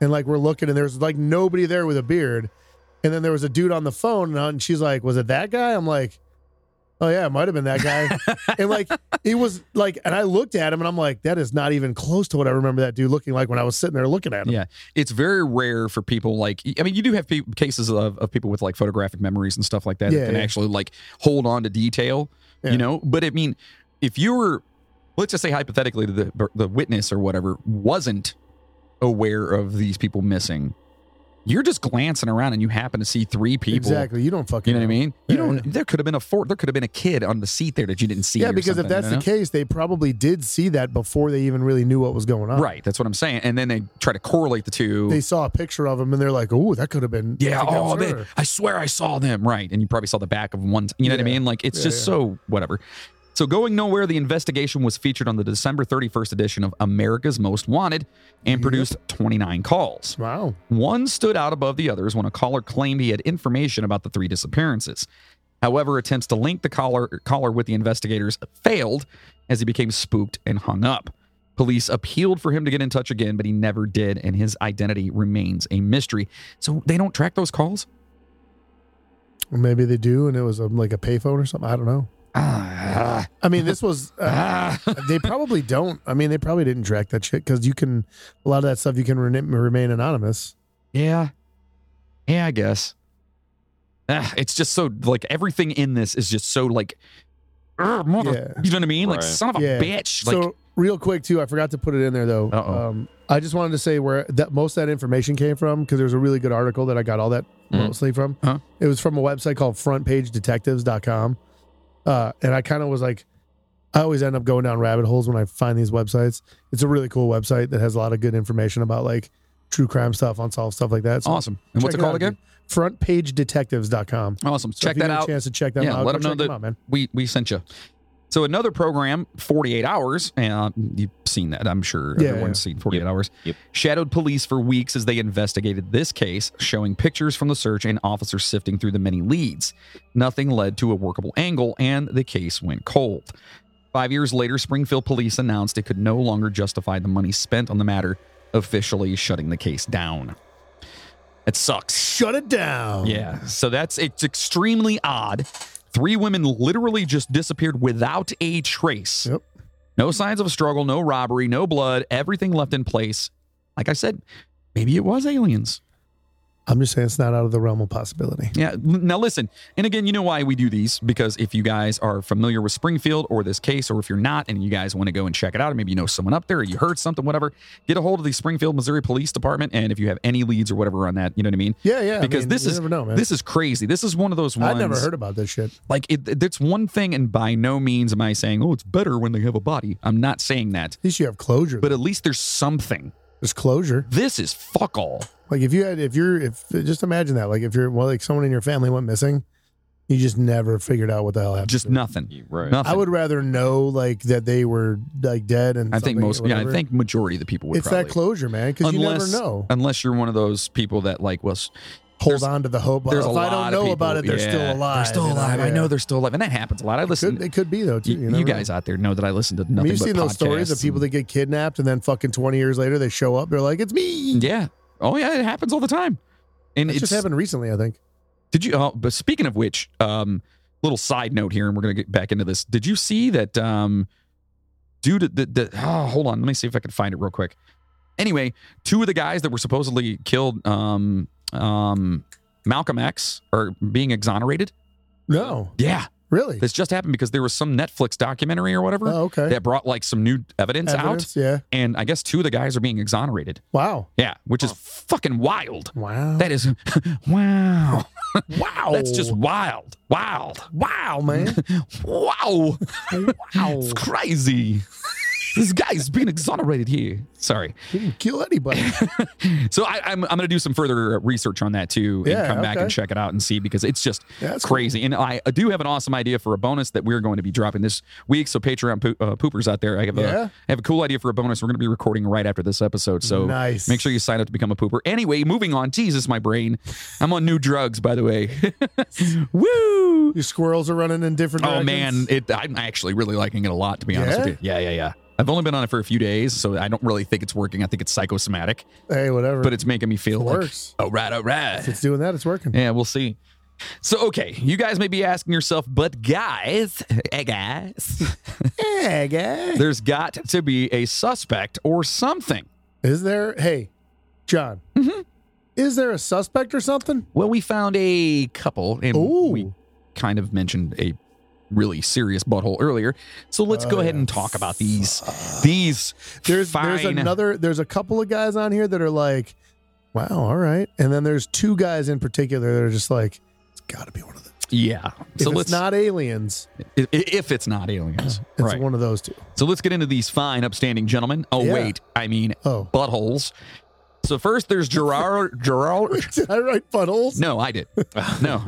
and like we're looking, and there's like nobody there with a beard, and then there was a dude on the phone, and I- and she's like, "Was it that guy?" I'm like. Oh yeah, it might have been that guy. [LAUGHS] and like he was like, and I looked at him and I'm like, that is not even close to what I remember that dude looking like when I was sitting there looking at him. Yeah. it's very rare for people like i mean you do have pe- cases of, of people with like photographic memories and stuff like that Yeah, that can yeah. actually like hold on to detail Yeah. you know but i mean if you were let's just say hypothetically that the the witness or whatever wasn't aware of these people missing you're just glancing around and you happen to see three people exactly. You don't fucking. you know what i mean you Yeah, don't there could have been a four there could have been a kid on the seat there that you didn't see Yeah, or because something, if that's you the know? case, they probably did see that before they even really knew what was going on. right that's what i'm saying and then they try to correlate the two uh, They saw a picture of him and they're like, "Oh, that could have been." Yeah. I think Oh, I'm they- sure." I swear I saw them. Right. And you probably saw the back of one. You know what I Yeah. mean? Like it's Yeah, just yeah. so whatever. So going nowhere, the investigation was featured on the December 31st edition of America's Most Wanted and Yep. produced 29 calls. Wow. One stood out above the others when a caller claimed he had information about the three disappearances. However, attempts to link the caller, caller with the investigators failed as he became spooked and hung up. Police appealed for him to get in touch again, but he never did, and his identity remains a mystery. So they don't track those calls? Or maybe they do, and it was um, like a payphone or something. I don't know. Ah, [LAUGHS] I mean, this was. Uh, ah. they probably don't. I mean, they probably didn't track that shit because you can a lot of that stuff you can rene- remain anonymous. Yeah. Yeah, I guess. Ah, it's just so like everything in this is just so like "Ugh, mother, Yeah. you know what I mean? Like Right. son of a Yeah. bitch. Like so real quick too, I forgot to put it in there though. Uh-oh. Um, I just wanted to say where that most of that information came from because there's a really good article that I got all that Mhm. mostly from. Mm. Huh? It was from a website called FrontPageDetectives.com, uh, and I kind of was like, I always end up going down rabbit holes when I find these websites. It's a really cool website that has a lot of good information about like true crime stuff, unsolved stuff like that. So awesome. And Oh, what's it check called out, dude. again? FrontPageDetectives.com. Awesome. So check if you that get out. A chance to check them Yeah, out. let go 'em know check that- out, man. we we sent you. So another program, 48 hours, and uh, you've seen that, I'm sure. Yeah, Everyone's seen 48 Yep. hours. Yep. Shadowed police for weeks as they investigated this case, showing pictures from the search and officers sifting through the many leads. Nothing led to a workable angle, and the case went cold. Five years later, Springfield police announced it could no longer justify the money spent on the matter, officially shutting the case down. It sucks. Shut it down. Yeah. So that's it's extremely odd. Three women literally just disappeared without a trace. Yep. No signs of a struggle, no robbery, no blood, everything left in place. Like I said, maybe it was aliens. I'm just saying it's not out of the realm of possibility. Yeah. l- Now listen, and again, you know why we do these because if you guys are familiar with Springfield or this case, or if you're not, and you guys want to go and check it out, or maybe you know someone up there, or you heard something, whatever, get a hold of the Springfield, Missouri Police Department, and if you have any leads or whatever on that, you know what I mean. Yeah, yeah. I Because mean, this you is- never know, man. This is crazy. This is one of those ones. I'd never heard about this shit. Like it, that's one thing, and by no means am I saying, oh, it's better when they have a body. I'm not saying that, At least you have closure. but But at least there's something. there's closure. This is fuck all. Like if you had, if you're, if just imagine that. Like if you're, well, like someone in your family went missing, You just never figured out what the hell happened. Just to them. nothing. Right. Nothing. I would rather know like that they were like dead and I think something or most. Yeah, I whatever. think majority of the people would. it's probably, that closure, man, because you never Unless- know. Unless you're one of those people that like, well, s- Hold there's- on to the hope. there's if a lot I of don't know people- about it, they're yeah, still alive. They're still you alive. I Yeah. know they're still alive, and that happens a lot. I It could, listen. it could be though too. you, You, never you know. guys out there know that I listen to I mean, nothing you've but seen those stories podcasts of people that get kidnapped and then fucking twenty years later they show up. They're like, "It's me." and- yeah. Oh yeah, it happens all the time. And It it's just happened recently, I think. Did you? Oh, but speaking of which, um, little side note here, and we're gonna get back into this. Did you see that? Um, due to the, the oh, hold on, let me see if I can find it real quick. Anyway, two of the guys that were supposedly killed, um, um, Malcolm X, are being exonerated. No, Yeah, really. this just happened because there was some Netflix documentary or whatever Oh, okay. that brought like some new evidence, out, Evidence, Yeah. and I guess two of the guys are being exonerated. Wow. Yeah, which is fucking wild. Wow. That is [LAUGHS] wow. wow. That's just wild, wild. wow, man. [LAUGHS] Wow, wow. it's crazy. this guy's being exonerated here. Sorry. He didn't kill anybody. [LAUGHS] So I, I'm I'm gonna do some further research on that too, and Yeah, come back okay. and check it out and see because it's just That's cool. crazy. And I do have an awesome idea for a bonus that we're going to be dropping this week. So Patreon poo- uh, poopers out there, I have a Yeah. I have a cool idea for a bonus. We're gonna be recording right after this episode. So Nice. make sure you sign up to become a pooper. Anyway, moving on. Jesus, my brain. I'm on new drugs, by the way. [LAUGHS] Woo. Your squirrels are running in different. Oh directions. man, it, I'm actually really liking it a lot, to be honest Yeah? with you. Yeah, yeah, yeah. I've only been on it for a few days, so I don't really think it's working. I think it's psychosomatic, Hey, whatever. but it's making me feel It like, works. all right, all right. if it's doing that, it's working. Yeah, we'll see. So, okay, you guys may be asking yourself, but guys, hey [LAUGHS] guys, Yeah, guy. there's got to be a suspect or something. Is there? Hey, John. Mm-hmm. Is there a suspect or something? Well, we found a couple, and Ooh. we kind of mentioned a really serious butthole earlier. So let's go Oh, ahead yeah. and talk about these. These There's there's fine- another there's a couple of guys on here that are like, wow, all right, and then there's two guys in particular that are just like, it's got to be one of them. Yeah. If it's not aliens, i- if it's not [CLEARS THROAT] aliens, it's right? one of those two. So let's get into these fine, upstanding gentlemen. Oh Yeah. wait, I mean Oh, [LAUGHS] buttholes. So first, there's Gerard. Gerard. did I write [LAUGHS] buttholes? No, I did. [LAUGHS] No,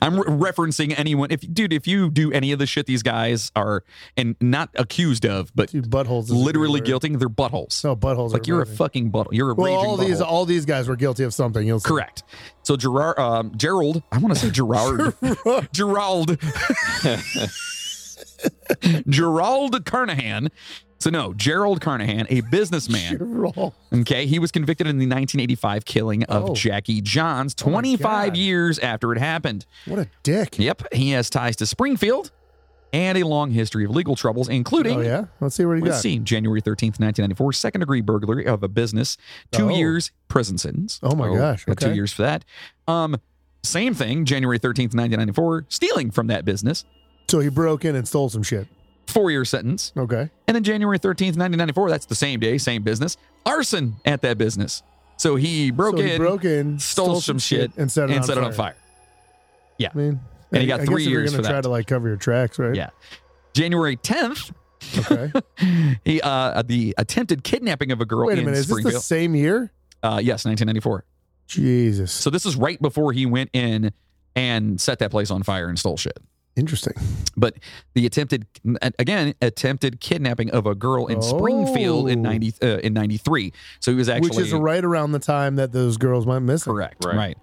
I'm re- referencing anyone. If dude, if you do any of the shit these guys are and not accused of, but Dude, buttholes. is a good literally word. guilting, they're buttholes. No, buttholes. like are you're a amazing. fucking butthole. You're a well, raging all these butthole. all these guys were guilty of something. You'll see. [LAUGHS] Correct. So Gerard, um, Gerald, I want to say [LAUGHS] Gerard, Gerald, Gerald Carnahan. So no, Gerald Carnahan, a businessman. Roll. Okay, he was convicted in the 1985 killing of Oh. Jackie Johns, Oh my 25 God. years after it happened. What a dick. Yep, he has ties to Springfield and a long history of legal troubles, including Oh yeah. Let's see what he Let's got. see. January 13th, 1994, second degree burglary of a business, Two Oh. years prison sentence. Oh my gosh, got Two okay. years for that. Um, same thing, January 13th, 1994, stealing from that business, So he broke in and stole some shit. four year sentence. Okay. And then January 13th, 1994, that's the same day, same business, arson at that business. So he broke so in He broke in. stole some shit, and set it, and on, set fire. it on fire. I mean, And he I- got I guess three if years You're for gonna try that. to like cover your tracks, right? Yeah. January 10th, Okay. [LAUGHS] he, uh, the attempted kidnapping of a girl Wait a in minute. Is this Springfield. the same year? uh, yes, 1994. Jesus. So this is right before he went in and set that place on fire and stole shit. Interesting. But the attempted, again, attempted kidnapping of a girl in Springfield in Oh. ninety uh, in ninety three. So he was actually Which is right around the time that those girls went missing. correct, right? Right.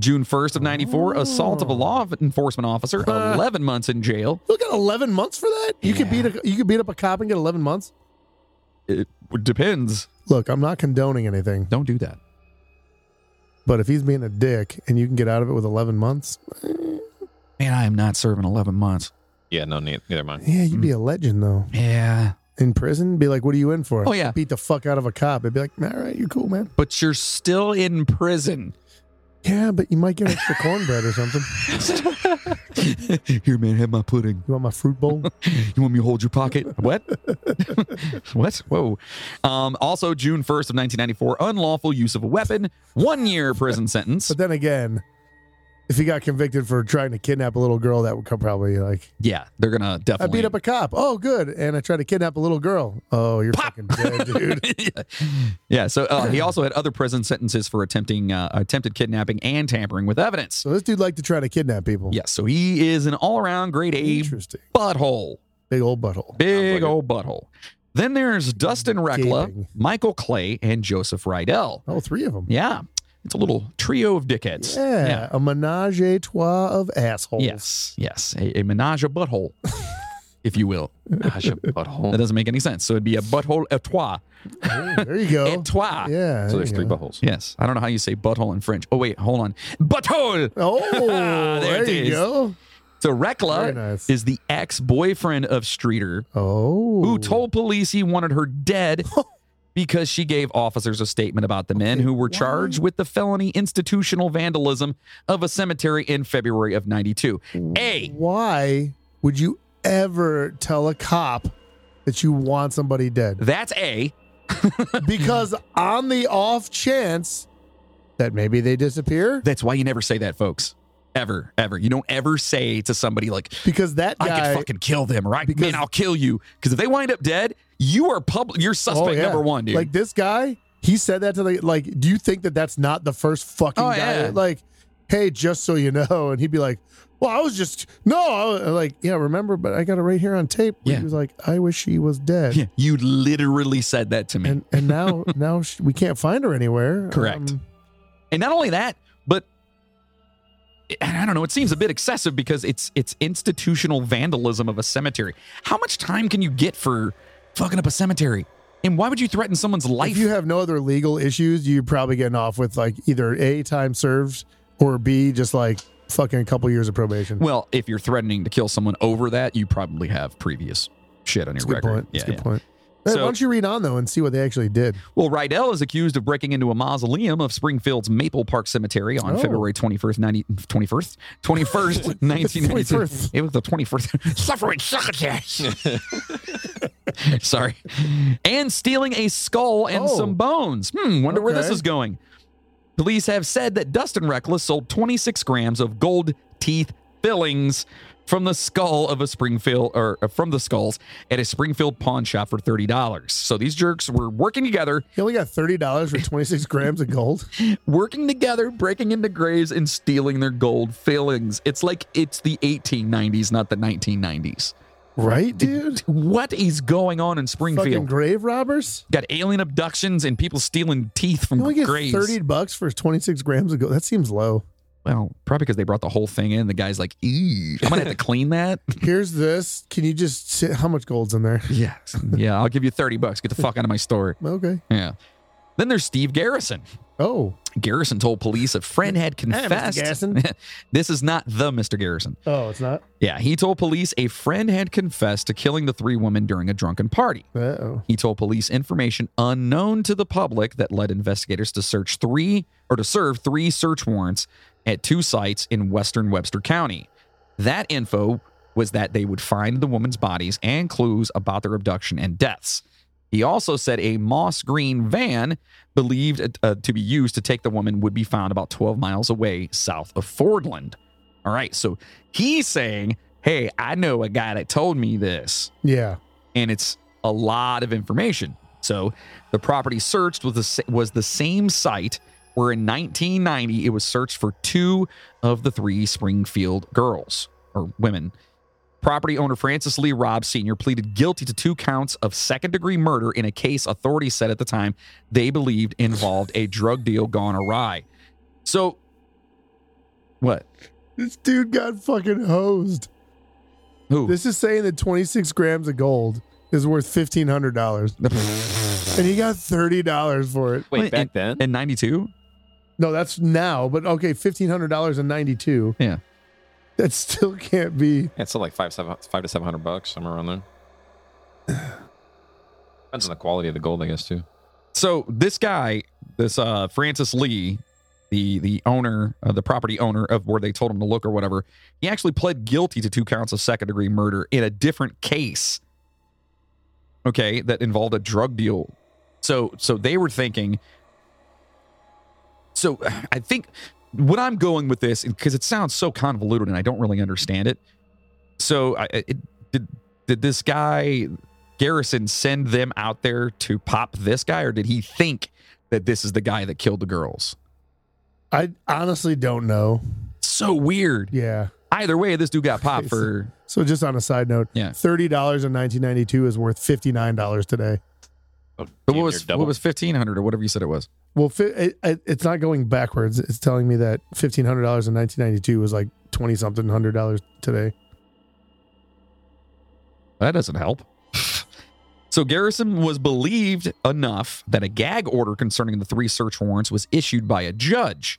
June first of ninety four, assault of a law Oh. enforcement [LAUGHS] officer, Huh. eleven months in jail. You got 11 months for that? You could Yeah. beat a, you could beat up a cop and get 11 months? Depends. Look, I'm not condoning anything, Don't do that. but if he's being a dick and you can get out of it with 11 months, Man, I am not serving eleven months. Yeah, no, neither, neither mind. yeah, you'd Mm. be a legend though. Yeah, In prison, be like, what are you in for? Oh, yeah. beat the fuck out of a cop. It'd be like, all right, you're cool, man. but you're still in [LAUGHS] prison. [LAUGHS] Yeah, but you might get extra cornbread or something. Here, man, have my pudding. You want my fruit bowl? You want me to hold your pocket? What? [LAUGHS] what? Whoa. Um, also, June 1st of 1994, unlawful use of a weapon, one year prison sentence. But then again, if he got convicted for trying to kidnap a little girl, that would come probably like Yeah, they're gonna I definitely beat up a [LAUGHS] cop. Oh, good. And I tried to kidnap a little girl. Oh, you're Pop! [LAUGHS] fucking dead, dude. yeah. yeah. So uh, he also had other prison sentences for attempting uh, attempted kidnapping and tampering with evidence. So this dude liked to try to kidnap people. Yes. So he is an all-around grade A Interesting. butthole. Big old butthole. Big Sounds like it. old butthole. Then there's Dustin Reckla, Gaping. Michael Clay, and Joseph Rydell. Oh, three of them. Yeah. It's a little trio of dickheads. Yeah, a menage a trois of assholes. Yes. Yes. A, a menage a butthole, if you [LAUGHS] will. Gosh, a butthole. That doesn't make any sense. So it'd be a butthole et toi. Ooh, [LAUGHS] there you go. Et toi. Oh, Yeah. so there there's you three go. buttholes. Yes. I don't know how you say butthole in French. Oh, wait. Hold on. Butthole. Oh, [LAUGHS] There there, it you is. go. So Very Rekla nice. is the ex boyfriend of Streeter, Oh. who told police he wanted her [LAUGHS] dead because she gave officers a statement about the men Okay, who were why? charged with the felony institutional vandalism of a cemetery in February of 92. A. Why would you ever tell a cop that you want [LAUGHS] somebody dead? That's A. Because on the off chance that maybe they disappear, That's why you never say that, folks. Ever, ever. You don't ever say to somebody like, because that I guy. can fucking kill them, or I Because- Oh, man, I'll kill you. Because if they wind up dead, you are public. You're suspect yeah. number one, dude. Like this guy, he said that to the like. Do you think that that's not the first fucking Oh, guy? yeah. Like, hey, just so you know, and he'd be like, "Well, I was just no." I was, like, yeah, remember, but I got it right here on tape. Yeah. He was like, "I wish she was dead," Yeah, you literally said that to me. and and [LAUGHS] now now she, we can't find her anywhere. Correct. Um, And not only that, but and I don't know, it seems a bit excessive because it's it's institutional vandalism of a cemetery. How much time can you get for fucking up a cemetery? And why would you threaten someone's life? if you have no other legal issues, you're probably getting off with like either a time served or b just like fucking a couple years of probation. well, if you're threatening to kill someone over that, you probably have previous shit on That's a your good record. point. That's Yeah, a good yeah. point. Hey, So- why don't you read on though and see what they actually did? Well, Rydell is accused of breaking into a mausoleum of Springfield's Maple Park Cemetery on Oh. February 21st, 90, 21st, 21st, [LAUGHS] 1992. 21st. It was the 21st. [LAUGHS] Suffering [LAUGHS] succotash. Sorry. And stealing a skull and Oh. some bones. Hmm, wonder where this Okay. is going. Police have said that Dustin Reckless sold 26 grams of gold teeth fillings from the skull of a Springfield or uh, from the skulls at a Springfield pawn shop for $30. So these jerks were working together, He only got thirty dollars for twenty [LAUGHS] six grams of gold. working together, breaking into graves and stealing their gold fillings. It's like it's the 1890s, not the 1990s. Right, dude? What is going on in Fucking Springfield? grave robbers? Got alien abductions and people stealing teeth from You only get graves. thirty bucks for twenty six grams of gold. That seems [LAUGHS] low. Well, probably because they brought the whole thing in. The guy's like, "Ew, I'm gonna have to clean that." Here's this. Can you just sit how much gold's in there? yeah, yeah. I'll give you thirty bucks. Get the fuck out of my store. Okay. Yeah. Then there's Steve Garrison. Oh. Garrison told police a friend had confessed. Garrison. [LAUGHS] this is not the Mr. Garrison. Oh, it's not? Yeah, he told police a friend had confessed to killing the three women during a drunken party. Uh oh. He told police information unknown to the public that led investigators to search three or to serve three search warrants at two sites in western Webster County. That info was that they would find the woman's bodies and clues about their abduction and deaths. He also said a moss green van believed uh, to be used to take the woman would be found about 12 miles away south of Fordland. All right, so he's saying, Hey, I know a guy that told me this Yeah. and it's a lot of information. So the property searched was the, sa- was the same site where in 1990 it was searched for two of the three Springfield girls or women. Property owner Francis Lee Robb Sr. pleaded guilty to two counts of second degree murder in a case authorities said at the time they believed involved a drug deal gone awry. So, what? This dude got fucking hosed. Who? This is saying that twenty six grams of gold is worth fifteen hundred [LAUGHS] dollars. and he got thirty dollars for it. Wait, back then? in 92? No, that's now, but okay, fifteen hundred dollars and ninety two. Yeah. That still can't be Yeah, it's still like five, seven, five to seven hundred bucks, somewhere around there. Depends on the quality of the gold, I guess, too. so this guy, this uh Francis Lee, the the owner, uh, the property owner of where they told him to look or whatever, he actually pled guilty to two counts of second degree murder in a different case. Okay, that involved a drug deal. So so they were thinking. So [SIGHS] I think what I'm going with this because it sounds so convoluted and I don't really understand it. So, I, I- it, did did this guy Garrison send them out there to pop this guy, or did he think that this is the guy that killed the girls? I honestly don't know. So weird. Yeah. Either way, this dude got popped for So just on a side note, Yeah. thirty dollars in nineteen ninety two is worth fifty nine dollars today. but what was what was fifteen hundred or whatever you said it was. Well, fi- it, it, it's not going backwards. It's telling me that fifteen hundred dollars in nineteen ninety two was like twenty something hundred dollars today. That doesn't help. [LAUGHS] so Garrison was believed enough that a gag order concerning the three search warrants was issued by a judge.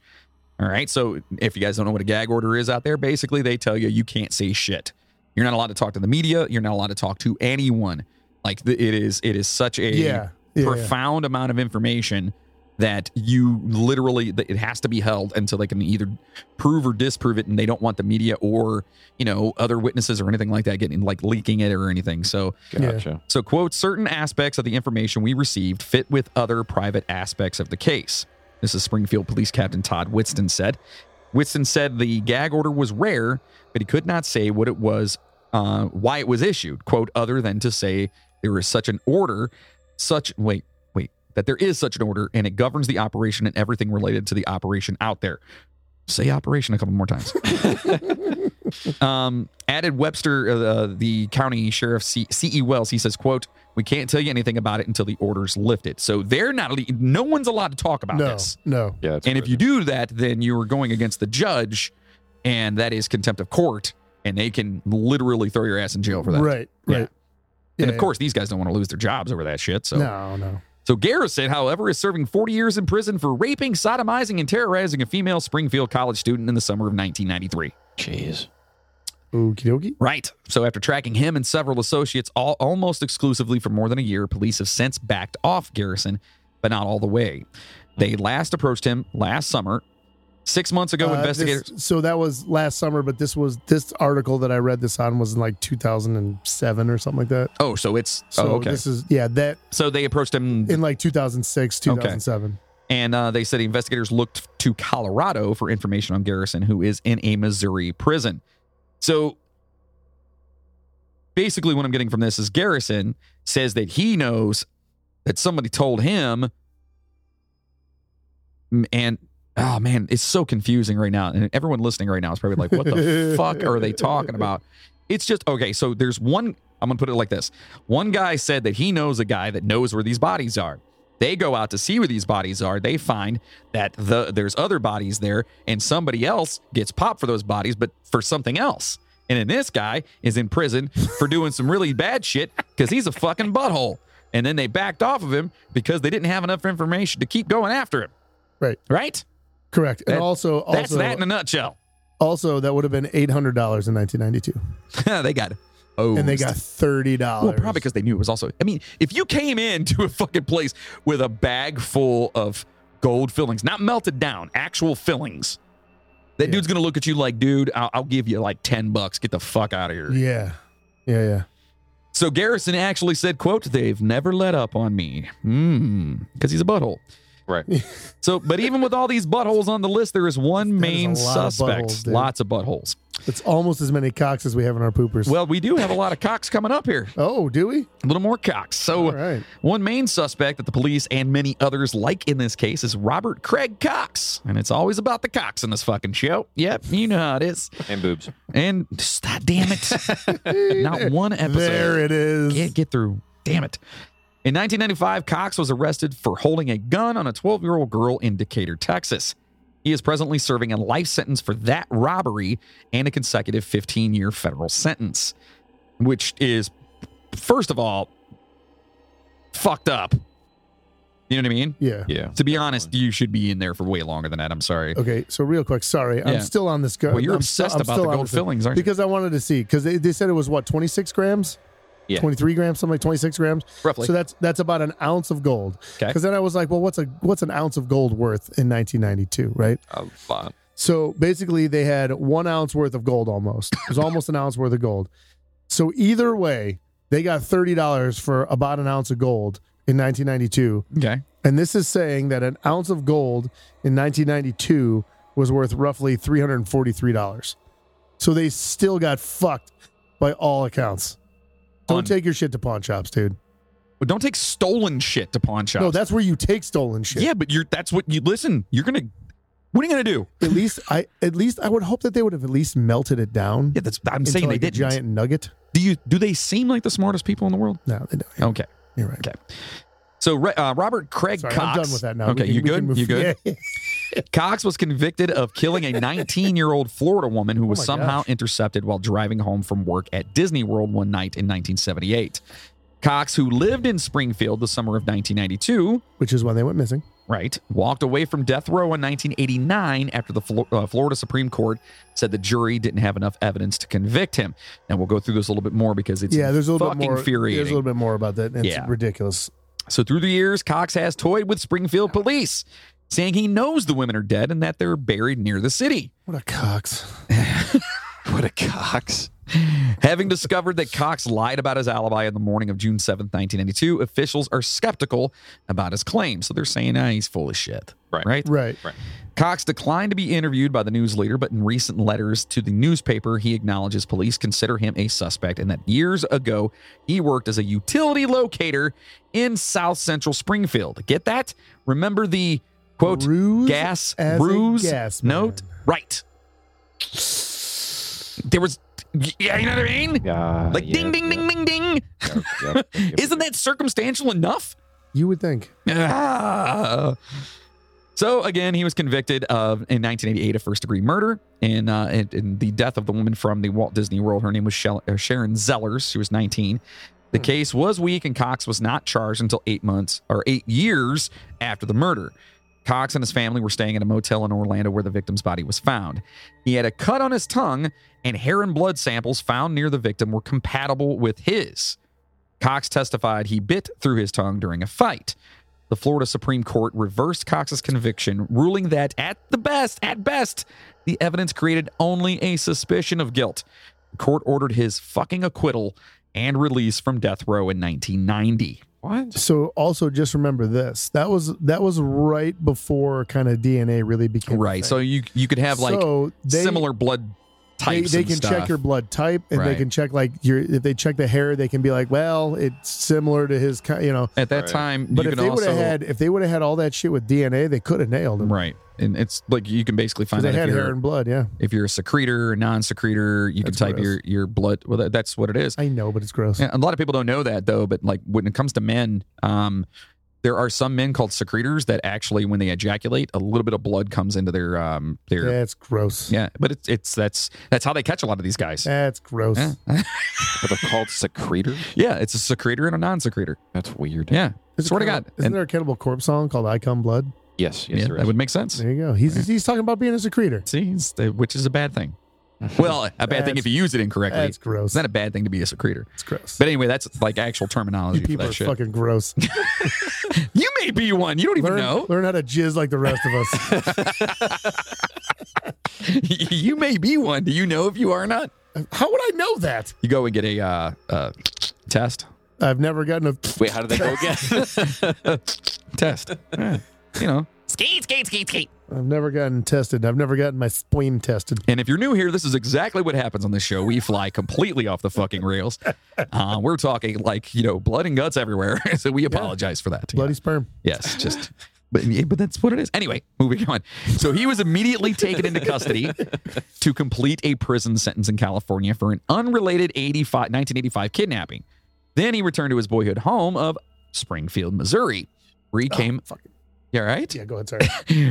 All right. So if you guys don't know what a gag order is out there, basically they tell you you can't say shit. You're not allowed to talk to the media. You're not allowed to talk to anyone. Like the, it is, it is such a Yeah. Yeah. profound amount of information that you literally that it has to be held until they can either prove or disprove it and they don't want the media or you know other witnesses or anything like that getting like leaking it or anything so Gotcha. so quote certain aspects of the information we received fit with other private aspects of the case this is springfield police captain todd whitston said whitston said the gag order was rare but he could not say what it was uh, why it was issued quote other than to say there is such an order such wait wait that there is such an order and it governs the operation and everything related to the operation out there say operation a couple more times um, added Webster, uh, the county sheriff C. C. E. Wells. He says, "quote We can't tell you anything about it until the order's lifted. So they're not. alle- No one's allowed to talk about No. this. No. Yeah. it's And if crazy. you do that, then you are going against the judge, and that is contempt of court, and they can literally throw your ass in jail for that. Right. Yeah. Right. And Yeah, of course, these guys don't want to lose their jobs over that shit. So, No. No. so Garrison, however, is serving 40 years in prison for raping, sodomizing, and terrorizing a female Springfield college student in the summer of 1993. Jeez. Okie dokie. Right. So after tracking him and several associates all, almost exclusively for more than a year, police have since backed off Garrison, but not all the way. They last approached him last summer. Six months ago, Uh, investigators. this- so that was last summer, but this was this article that I read this on was in like 2007 or something like that. oh, so it's So oh, okay. this is yeah that so they approached him, in like 2006, Okay. 2007. and uh, they said investigators looked to Colorado for information on Garrison, who is in a Missouri prison. So basically, what I'm getting from this is Garrison says that he knows that somebody told him. M- And oh man, it's so confusing right now. And everyone listening right now is probably like, what the fuck are they talking about? It's just okay. So there's one, I'm going to put it like this one guy said that he knows a guy that knows where these bodies are. They go out to see where these bodies are. They find that the there's other bodies there, and somebody else gets popped for those bodies, but for something else. And then this guy is in prison for doing some really bad shit because he's a fucking butthole. And then they backed off of him because they didn't have enough information to keep going after him. Right. Right? Correct. That- and also, also, That's that in a nutshell. [LAUGHS] also that would have been $800 in 1992, they got oh and they got $30. Well, probably because they knew it was also. I mean, if you came into a fucking place with a bag full of gold fillings, not melted down, actual fillings, that Yeah. dude's gonna look at you like, dude, I'll, I'll give you like ten bucks. Get the fuck out of here. Yeah. Yeah. Yeah. So Garrison actually said, "quote They've never let up on me, because he's a butthole." Right. So, but even with all these buttholes on the list, there is one That is main a lot of suspect. buttholes, dude. Lots of buttholes. It's almost as many cocks as we have in our poopers. Well, we do have a lot of cocks coming up here. oh, do we? A little more cocks. So. All right. One main suspect that the police and many others like in this case is Robert Craig Cox. And it's always about the Cox in this fucking show. Yep, you know how it is. [LAUGHS] and boobs. And stop, damn it. [LAUGHS] Not one episode. There it is. Can't get through. Damn it. In 1995, Cox was arrested for holding a gun on a 12 year old girl in Decatur, Texas. He is presently serving a life sentence for that robbery and a consecutive 15 year federal sentence, which is, first of all, fucked up. You know what I mean? Yeah. Yeah. To be honest, you should be in there for way longer than that. I'm sorry. Okay, so real quick, sorry, Yeah. I'm still on this. Go- Well, you're I'm still- obsessed I'm about still the on gold this thing. fillings, aren't because I wanted to see because they, they said it was what 26 grams, Yeah. 23 grams, something like 26 grams. you? Roughly. So that's that's about an ounce of gold. 'Kay. Because then I was like, well, what's a what's an ounce of gold worth in 1992, right? A lot. So basically, they had one ounce worth of gold almost. It was almost an ounce worth of gold. So either way, they got thirty dollars for about an ounce of gold in 1992. okay. And this is saying that an ounce of gold in 1992 was worth roughly $343. So they still got fucked by all accounts. Don't Un- take your shit to pawn shops, dude. But don't take stolen shit to pawn shops. No, that's where you take stolen shit. yeah, but you're that's what you listen. You're gonna. What are you gonna do? At least I at least I would hope that they would have at least melted it down. Yeah, that's. I'm into, saying they like, a didn't. giant nugget. Do you? Do they seem like the smartest people in the world? No, they don't. Okay. You're right. So Re- uh, Robert Craig Sorry, Cox. I'm done with that now. We Okay, can- you we can good? move- You good? [LAUGHS] Yeah. Cox was convicted of killing [LAUGHS] a 19 year old Florida woman who was Oh my somehow gosh. intercepted while driving home from work at Disney World one night in 1978. Cox, who lived in Springfield the summer of 1992, Which is when they went missing. right, walked away from death row in 1989 after the Flo- uh, Florida Supreme Court said the jury didn't have enough evidence to convict him. And we'll go through this a little bit more because it's yeah, there's a little bit fucking more. infuriating. There's a little bit more about that. It's Yeah. ridiculous. So through the years, Cox has toyed with Springfield police, saying he knows the women are dead and that they're buried near the city. What a cox. What a Cox. Having discovered that Cox lied about his alibi in the morning of June 7th, 1992, officials are skeptical about his claim. So they're saying, ah, he's full of shit. Right. Right. Right. Cox declined to be interviewed by the news leader, but in recent letters to the newspaper, he acknowledges police consider him a suspect and that years ago he worked as a utility locator in South Central Springfield. Get that? Remember the quote Ruse gas as a ruse gas man. note? Right. There was yeah, you know what I mean? Yeah. Like ding ding ding ding ding. [LAUGHS] Isn't that circumstantial enough? You would think. Ah. So again, he was convicted of in 1988 of first degree murder and uh, in, in the death of the woman from the Walt Disney World. Her name was Shel- uh, Sharon Zellers. She was 19. The case was weak, and Cox was not charged until eight months or eight years after the murder. Cox and his family were staying at a motel in Orlando where the victim's body was found. He had a cut on his tongue, and hair and blood samples found near the victim were compatible with his. Cox testified he bit through his tongue during a fight. The Florida Supreme Court reversed Cox's conviction, ruling that at the best, at best, the evidence created only a suspicion of guilt. The court ordered his fucking acquittal and release from death row in 1990. What? So also just remember this. That was that was right before kind of DNA really became a Right. thing. So you you could have like So they- similar blood They, types. they and can stuff. check your blood type, and they Right. can check like your. If they check the hair, they can be like, "Well, it's similar to his." ki- You know, at that Right. time. but you if can they would also have had, if they would have had all that shit with DNA, they could have nailed him. right, and it's like you can basically find Because they out if had you're, hair and blood. Yeah, if you're a secretor, or non-secretor. You That's can type gross. your your blood. Well, that, that's what it is. I know, but it's gross. Yeah, a lot of people don't know that though, but like when it comes to men, um, there are some men called secretors that actually, when they ejaculate, a little bit of blood comes into their um their yeah. That's gross. but it's it's that's that's how they catch a lot of these guys. That's gross. Yeah, But they're called secretors? yeah it's a secretor and a non-secretor. That's weird. Yeah, There's a swear to Cannibal- God. Isn't And- there a Cannibal Corpse song called "I Come Blood"? Yes. Yes. yeah, there that is. would make sense. There you go. He's he's talking about being a secretor. See, it's the- which is a bad [LAUGHS] thing. Well, a bad thing if That's- you use it incorrectly. That's gross. It's not a bad thing to be a secretor. That's gross. But anyway, that's like actual you terminology for people that are shit. [LAUGHS] fucking gross. you may be one. You don't even learn, know. [LAUGHS] learn how to jizz like the rest of us. you may be one. Do you know if you are or not? how would I know that? You go and get a uh, uh, test. I've never gotten a. Wait, how did they go [LAUGHS] again? test. You know. I've never gotten tested. I've never gotten my spleen tested. And if you're new here, this is exactly what happens on this show. We fly completely off the fucking rails. Uh, we're talking like, you know, blood and guts everywhere. [LAUGHS] so we apologize for that. Bloody sperm. Yes, just. But, but that's what it is. Anyway, moving on. So he was immediately taken into custody to complete a prison sentence in California for an unrelated 85, 1985 kidnapping. Then he returned to his boyhood home of Springfield, Missouri, where he came. Oh, fuck it. Yeah, right? Yeah, go [LAUGHS] ahead. Sorry.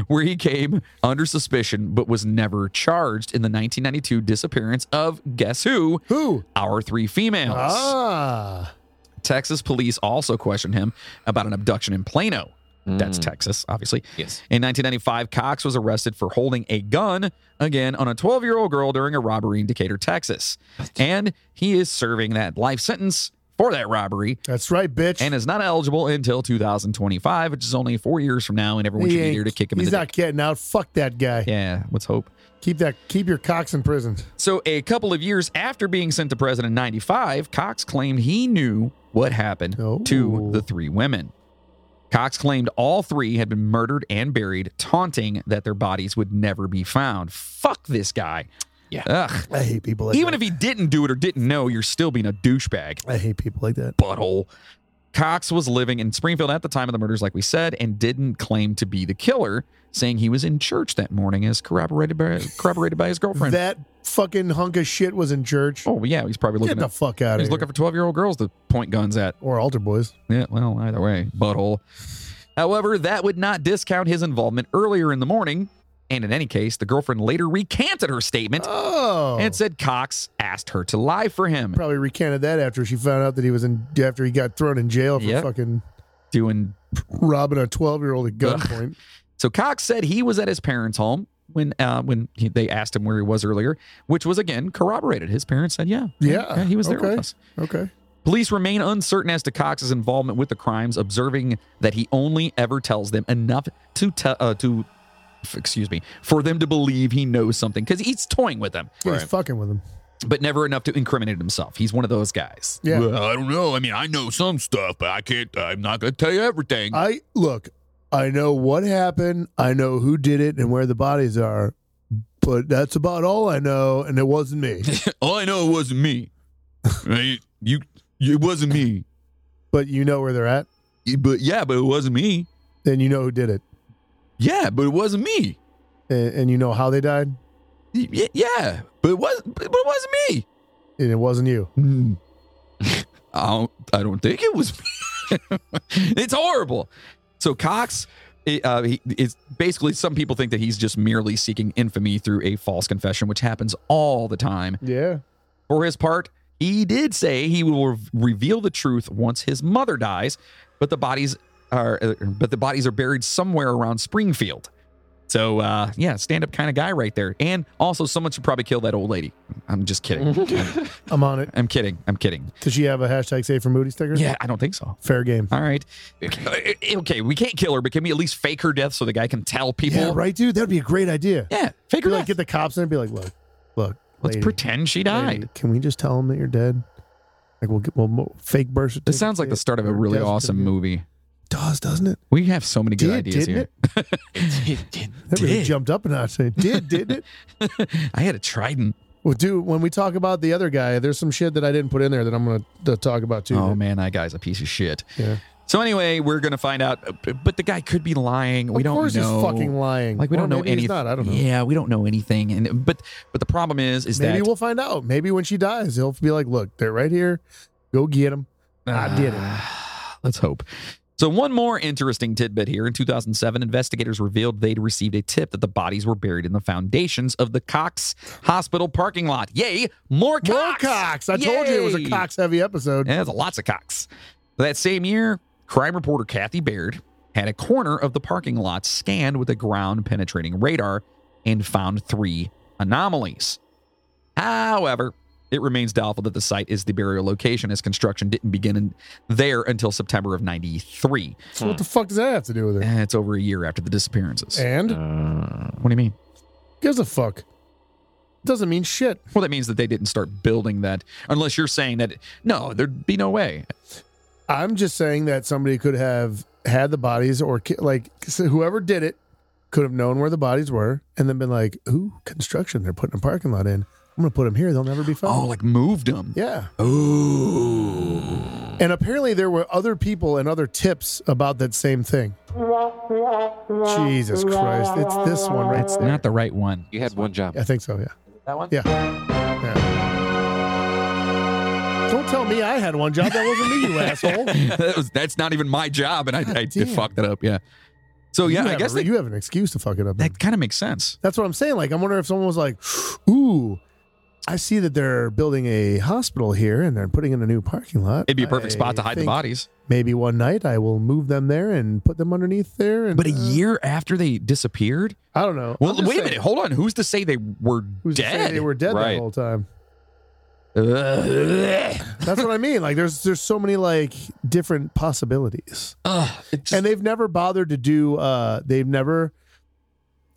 where he came under suspicion but was never charged in the 1992 disappearance of guess who? Who? Our three females. Ah. Texas police also questioned him about an abduction in Plano. That's Hmm. Mm, Texas, obviously. Yes. In 1995, Cox was arrested for holding a gun again on a 12 year old girl during a robbery in Decatur, Texas. And he is serving that life sentence for that robbery That's right, bitch. and is not eligible until 2025, which is only four years from now. And everyone He should be ain't- here to kick him in He's the not getting out. Fuck that guy. dick. Yeah, let's hope. Keep that. Keep your cocks in prison. So, a couple of years after being sent to prison in 95, Cox claimed he knew what happened Oh. to the three women. Cox claimed all three had been murdered and buried, taunting that their bodies would never be found. Fuck this guy. Yeah. Ugh. I hate people like Even that. if he didn't do it or didn't know, you're still being a douchebag I hate people like that. butthole. Cox was living in Springfield at the time of the murders, like we said, and didn't claim to be the killer, saying he was in church that morning, as corroborated by corroborated by his girlfriend. That fucking hunk of shit was in church. oh yeah, he's probably Get looking. the At, fuck out of he's here. looking for twelve year old girls to point guns at. or altar boys. Yeah, well, either way, butthole. However, that would not discount his involvement earlier in the morning. And in any case, the girlfriend later recanted her statement Oh, and said Cox asked her to lie for him, probably recanted that after she found out that he was in after he got thrown in jail for Yep. fucking doing robbing a twelve year old at Ugh. gunpoint. So Cox said he was at his parents' home when uh, when he, they asked him where he was earlier, which was again corroborated. His parents said, "Yeah, Yeah, he was there with okay. us." okay, Police remain uncertain as to Cox's involvement with the crimes, observing that he only ever tells them enough to tell uh, to f- excuse me for them to believe he knows something because he's toying with them, he's Right. fucking with him. but never enough to incriminate himself. He's one of those guys. Yeah. Well, I don't know. I mean, I know some stuff, but I can't. I'm not going to tell you everything. I look. I know what happened. I know who did it and where the bodies are. But that's about all I know, and it wasn't me. [LAUGHS] All I know it wasn't me. I- you, you- it wasn't me. but you know where they're at, But yeah, but it wasn't me. and you know who did it, Yeah, but it wasn't me. and, and you know how they died, Y- Yeah, but it was. But it wasn't me. and it wasn't you. Mm. Hmm. I don't, I don't think it was. [LAUGHS] it's horrible. So Cox, eh, uh, he is basically some people think that he's just merely seeking infamy through a false confession, which happens all the time. Yeah. For his part, he did say he will re- reveal the truth once his mother dies, but the bodies are uh, but the bodies are buried somewhere around Springfield. So uh, yeah, stand up kind of guy right there, and also someone should probably kill that old lady. I'm just kidding. I'm on it. I'm kidding. I'm kidding. Does she have a hashtag save for Moody sticker? Yeah, I don't think so. Fair game. All right. [LAUGHS] Okay. [LAUGHS] okay, we can't kill her, but can we at least fake her death so the guy can tell people? Yeah, right, dude. That'd be a great idea. Yeah, fake her Be like, death. get the cops in and be like, look, look. Let's lady, pretend she died. lady, can we just tell them that you're dead? Like, we'll get we'll, mo- fake birth certificate. This sounds like the start of a really Death awesome certificate. movie. Does doesn't it? We have so many good Did, ideas didn't here. That really Did. jumped up a notch. It [LAUGHS] Did didn't it? I had a trident. Well, dude, when we talk about the other guy, there's some shit that I didn't put in there that I'm gonna to talk about too. oh man, that guy's a piece of shit. Yeah. So anyway, we're gonna find out. uh, But the guy could be lying. we of don't course know. he's fucking lying. Like we Or don't know maybe he's anything. Not, I don't know. Yeah, we don't know anything. And but but the problem is is Maybe that we'll find out. Maybe when she dies, he'll be like, "Look, they're right here. Go get them." I did it. Uh, Let's hope. So, one more interesting tidbit here. In 2007, investigators revealed they'd received a tip that the bodies were buried in the foundations of the Cox Hospital parking lot. Yay, more Cox! More Cox. I told you it was a Yay! Cox heavy episode. Yeah, there's lots of Cox. That same year, crime reporter Kathy Baird had a corner of the parking lot scanned with a ground penetrating radar and found three anomalies. However, it remains doubtful that the site is the burial location as construction didn't begin in there until September of 93. So what the fuck does that have to do with it? Eh, It's over a year after the disappearances. And Uh, What do you mean? gives a fuck. Doesn't mean shit. Well, that means that they didn't start building that, unless you're saying that, no, there'd be no way. I'm just saying that somebody could have had the bodies, or ki- like so whoever did it could have known where the bodies were, and then been like, "Ooh, construction. They're putting a parking lot in. I'm gonna put them here. They'll never be Oh, found." like moved them. Yeah. Ooh. And apparently there were other people and other tips about that same thing. Jesus Christ. It's this one right It's there. not the right one. you had one job. I think so, yeah. That one? Yeah. yeah. Don't tell me I had one job. That wasn't [LAUGHS] me, you asshole. that was, that's not even my job, and I, I damn. fucked that up. Yeah. So You Oh, yeah, I have guess a- that, you have an excuse to fuck it up. then. that kind of makes sense. That's what I'm saying. Like, I'm wondering if someone was like, ooh, I see that they're building a hospital here and they're putting in a new parking lot. It'd be a perfect I spot to hide the think bodies. Maybe one night I will move them there and put them underneath there. And, But a uh, year after they disappeared. I don't know. Well, I'm wait just a saying, minute. Hold on. Who's to say they were Who's to say dead? They were dead Right. the whole time. Ugh. That's what I mean. Like there's there's so many like different possibilities. Ugh. It's- And they've never bothered to do uh they've never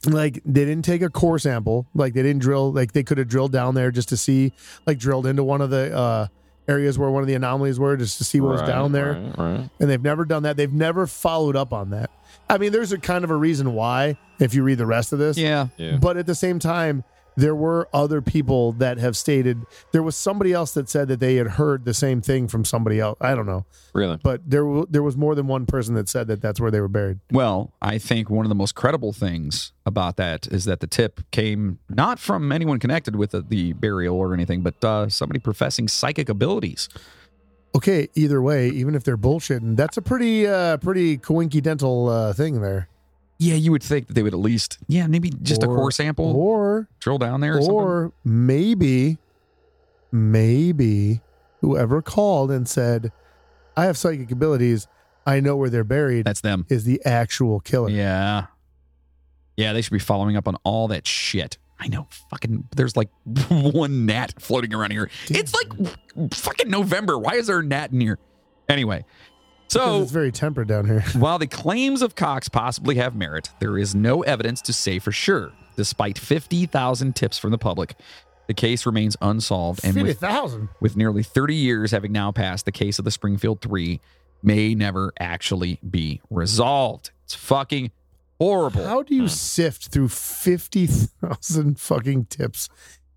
like they didn't take a core sample. Like they didn't drill like they could have drilled down there just to see like drilled into one of the uh areas where one of the anomalies were just to see what was Right, down there. right, right. And they've never done that. They've never followed up on that. I mean, there's a kind of a reason why if you read the rest of this. Yeah. Yeah. But at the same time, there were other people that have stated there was somebody else that said that they had heard the same thing from somebody else. I don't know, Really? but there w- there was more than one person that said that that's where they were buried. Well, I think one of the most credible things about that is that the tip came not from anyone connected with the, the burial or anything, but uh, somebody professing psychic abilities. Okay, either way, even if they're bullshitting, that's a pretty uh pretty coincidental uh thing there. Yeah, you would think that they would at least, yeah, maybe just a Or- core sample, Or drill down there, or, something. or maybe maybe whoever called and said, "I have psychic abilities. I know where they're buried." That's them. is the actual killer. Yeah, yeah, they should be following up on all that shit. I know, fucking. There's like [LAUGHS] one gnat floating around here. It's like fucking November. Why is there a gnat in here? Anyway, Because so it's very temperate down here. While the claims of Cox possibly have merit, there is no evidence to say for sure, despite 50,000 tips from the public. The case remains unsolved, and with, thousand. with nearly 30 years having now passed, the case of the Springfield Three may never actually be resolved. It's fucking horrible. How do you sift through fifty thousand [LAUGHS] fucking tips?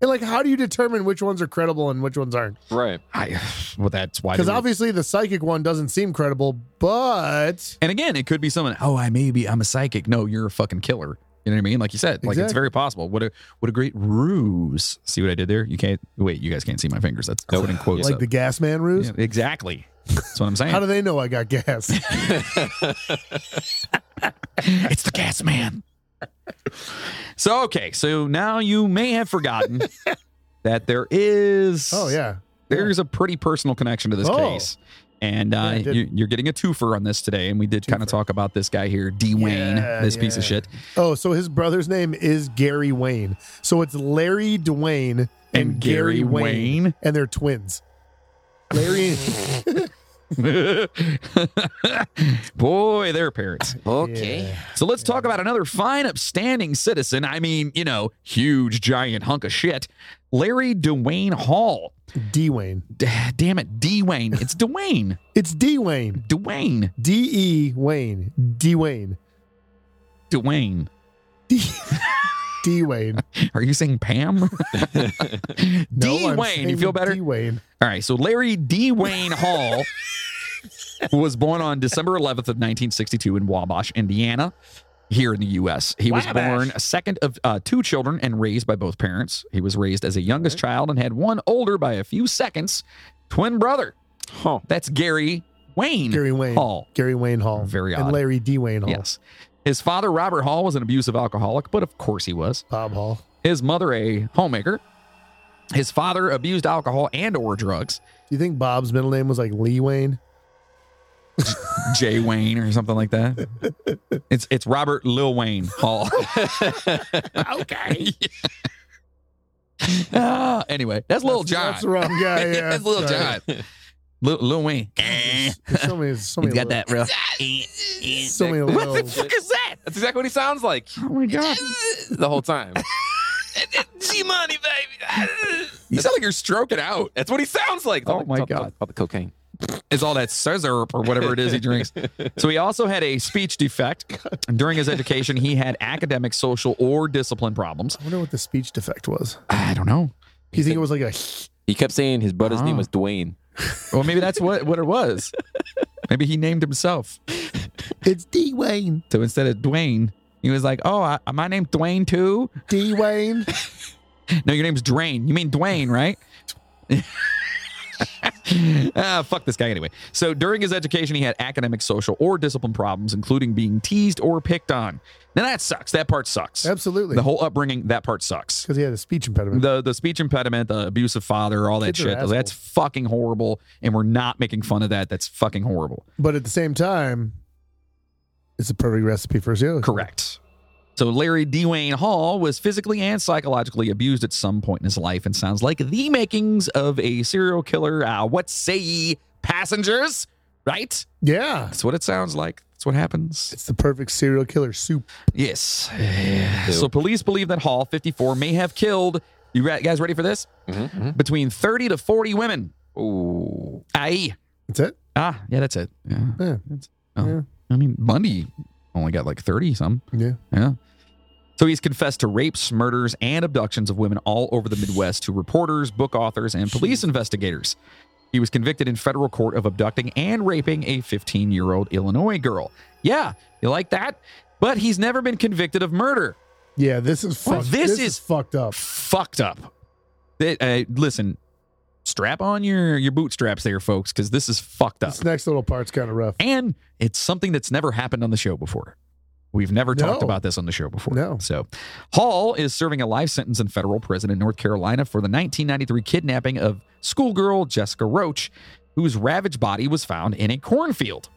And like, how do you determine which ones are credible and which ones aren't? Right. I, [SIGHS] well, that's why. Because they were- obviously the psychic one doesn't seem credible, but and again, it could be someone. Oh, I may be. I'm a psychic. No, you're a fucking killer. You know what I mean? Like you said, like it's Exactly. very possible. What a what a great ruse. See what I did there? You can't wait. You guys can't see my fingers. That's Nope. putting quotes. like up. the gas man ruse. Yeah, exactly. That's what I'm saying. How do they know I [LAUGHS] got gas? it's the gas man. so okay, so now you may have forgotten that there is oh yeah, there's a pretty personal connection to this Oh. case. And Yeah, uh, I did. you, you're getting a twofer on this today, and we did kind of Twofer. talk about this guy here, D Wayne, Yeah, this piece of yeah. shit, Oh, so his brother's name is Gary Wayne. So it's Larry Dwayne and, Gary, Wayne, and they're twins. Larry, [LAUGHS] Boy, their parents. Okay. So let's talk about another fine, upstanding citizen. I mean, you know, huge, giant hunk of shit. Larry Dwayne Hall. D Wayne. D- damn it, Dwayne. It's Dwayne. It's D Wayne. Dwayne. D E Wayne. D Wayne. Dwayne. D Wayne. Are you saying [LAUGHS] Pam? [LAUGHS] No, I'm Dwayne. You saying feel better? D Wayne. All right. So Larry Dwayne Hall was born on December 11th of 1962 in Wabash, Indiana. Here in the U.S., he was born a second of uh, two children and raised by both parents. He was raised as a youngest child and had one older by a few seconds twin brother. Huh. That's Gary Wayne. Gary Wayne. Mm. Hall. Gary Wayne Hall. Very And odd. Larry D Wayne Hall. Yes. His father, Robert Hall, was an abusive alcoholic, but of course he was. Bob Hall. His mother, a homemaker. His father abused alcohol and or drugs. Do you think Bob's middle name was like Lee Wayne? Jay Wayne or something like that. It's it's Robert Lil Wayne Hall. [LAUGHS] okay. Ah, [LAUGHS] anyway, that's Lil That's- John. That's the wrong guy. [LAUGHS] Yeah. that's Lil Sorry. John. Lil, Lil Wayne. There's So many, so He's many got little- that real. So many What the little. fuck is that? That's exactly what he sounds like Oh my [LAUGHS] god. the whole time. G Money, baby. You sound like you're stroking out. That's what he sounds like. Oh my God. All the cocaine. is all that syrup or whatever it is he drinks. so he also had a speech defect. During his education, he had academic, social, or discipline problems. I wonder what the speech defect was. I don't know. Do you think it was [LAUGHS] like a He kept saying his brother's Ah. name was Dwayne. Well, maybe that's what, what it was. Maybe he named himself. It's D Wayne. So instead of Dwayne, he was like, "Oh, I, my name's Dwayne too." [LAUGHS] D Wayne. No, your name's Drain. You mean Dwayne, right? [LAUGHS] ah, fuck this guy anyway. So during his education, he had academic, social, or discipline problems, including being teased or picked on. Now that sucks. That part sucks. Absolutely. The whole upbringing, that part sucks. Because he had a speech impediment. The the speech impediment, the abusive father, all that Kids are shit. That's assholes. fucking horrible, and we're not making fun of that. That's fucking horrible. but at the same time, it's a perfect recipe for a serial killer. Correct. So Larry Dwayne Hall was physically and psychologically abused at some point in his life, and sounds like the makings of a serial killer. Uh, what say ye, passengers? Right. Yeah. That's what it sounds like. That's what happens. It's the perfect serial killer soup. Yes. So police believe that Hall, 54, may have killed. You ra- guys ready for this? Between 30 to 40 women Oh, aye. That's it. Ah, yeah, that's it. Yeah. Yeah. That's- oh. Yeah. I mean, Bundy only got like 30 some. Yeah. Yeah. So he's confessed to rapes, murders, and abductions of women all over the Midwest to reporters, book authors, and police investigators. He was convicted in federal court of abducting and raping a 15 year old Illinois girl. Yeah, you like that? But he's never been convicted of murder. Yeah. This is What? fucked. This is- This, is fucked up. Fucked up. They- uh, listen, strap on your, your bootstraps there, folks, because this is fucked up. This next little part's kind of rough. And it's something that's never happened on the show before. We've never No. talked about this on the show before. No. So, Hall is serving a life sentence in federal prison in North Carolina for the 1993 kidnapping of schoolgirl Jessica Roach, whose ravaged body was found in a cornfield.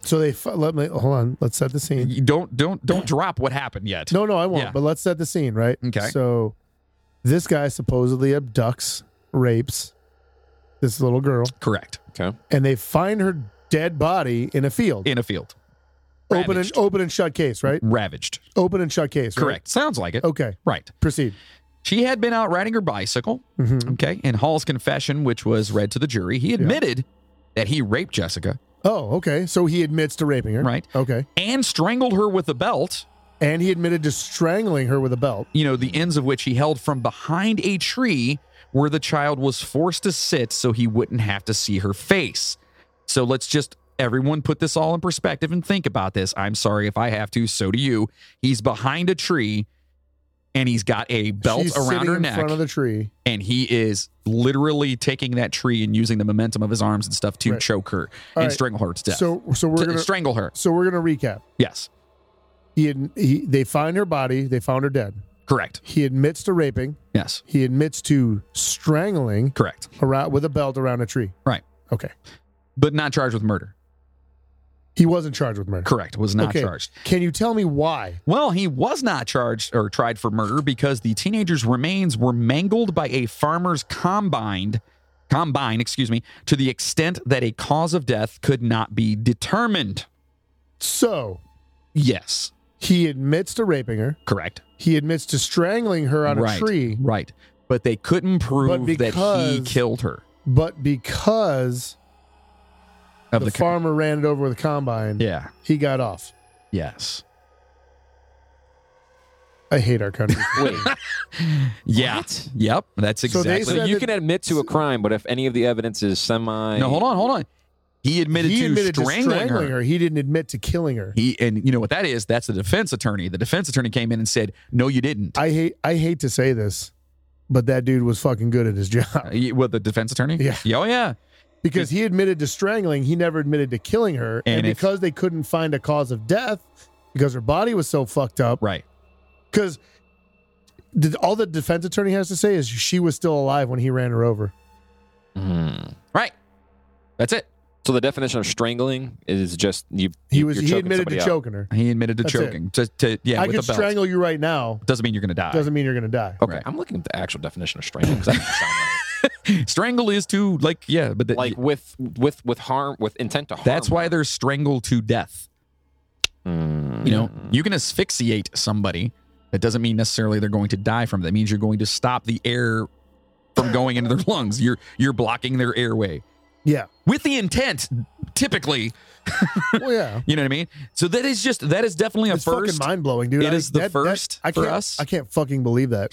So they fu- let me hold on. Let's set the scene. You don't don't don't drop what happened yet. No, no, I won't. Yeah. But let's set the scene, right? Okay. So this guy supposedly abducts, rapes this little girl, Correct. and they find her dead body in a field. In a field. open and ravaged. open and shut case, right? Ravaged. Open and shut case. right? Correct. Sounds like it. Okay. Right. Proceed. She had been out riding her bicycle. hmm Okay. In Hall's confession, which was read to the jury, he admitted that he raped Jessica, Oh, okay. So he admits to raping her. right? Okay. And strangled her with a belt And he admitted to strangling her with a belt. you know, the ends of which he held from behind a tree where the child was forced to sit so he wouldn't have to see her face. So let's just everyone put this all in perspective and think about this. I'm sorry if I have to, so do you. He's behind a tree and he's got a belt She's around sitting her in neck front of the tree. and he is literally taking that tree and using the momentum of his arms and stuff to Right. choke her All and right. strangle her to death. So so we're To gonna strangle her. so we're gonna recap. Yes. He, ad- he they find her body. They found her dead. Correct. He admits to raping. Yes. He admits to strangling Correct. around with a belt around a tree. Right. Okay. But not charged with murder. He wasn't charged with murder. Correct. Was not Okay. charged. Can you tell me why? Well, he was not charged or tried for murder because the teenager's remains were mangled by a farmer's combine, combine, excuse me, to the extent that a cause of death could not be determined. So Yes, he admits to raping her. correct. He admits to strangling her on right, a tree. Right. But they couldn't prove that he because killed her But because of the, the, co- farmer ran it over with a combine, Yeah. he got off. Yes. I hate our country. Wait, Yeah. Yep. That's So they exactly. so said you that- can admit to a crime, but if any of the evidence is semi, no, hold on, hold on. [LAUGHS] He admitted, he to, admitted strangling to strangling her. her. He didn't admit to killing her. He and you know what that is? That's the defense attorney. The defense attorney came in and said, "No, you didn't." I hate. I hate to say this, but that dude was fucking good at his [LAUGHS] job Uh, Well, the defense attorney? Yeah. Oh, yeah. because he admitted to strangling. He never admitted to killing her, and, And if- because they couldn't find a cause of death because her body was so fucked up, Right. because all the defense attorney has to say is she was still alive when he ran her over. Hmm. Right. That's it. So the definition of strangling is just you. He you- was. you're He choking admitted to somebody out. choking her. He admitted to That's it. choking. To, to- yeah, I with a could belt. strangle you right now. Doesn't mean you're going to die. Doesn't mean you're gonna die. okay. Right. I'm looking at the actual definition of strangling. 'cause that doesn't sound [LAUGHS] Strangle is to, like, yeah, but the, right. like with with with harm with intent to harm. that's why there's strangle to death. Mm. You know, you can asphyxiate somebody. That doesn't mean necessarily they're going to die from it. That means you're going to stop the air from going into their [LAUGHS] lungs. You're you're blocking their airway Yeah. with the intent, typically. [LAUGHS] Well, yeah. You know what I mean? So that is just that is definitely a It's first. fucking mind blowing, dude. It It is is the first I for can't, us. I can't fucking believe that.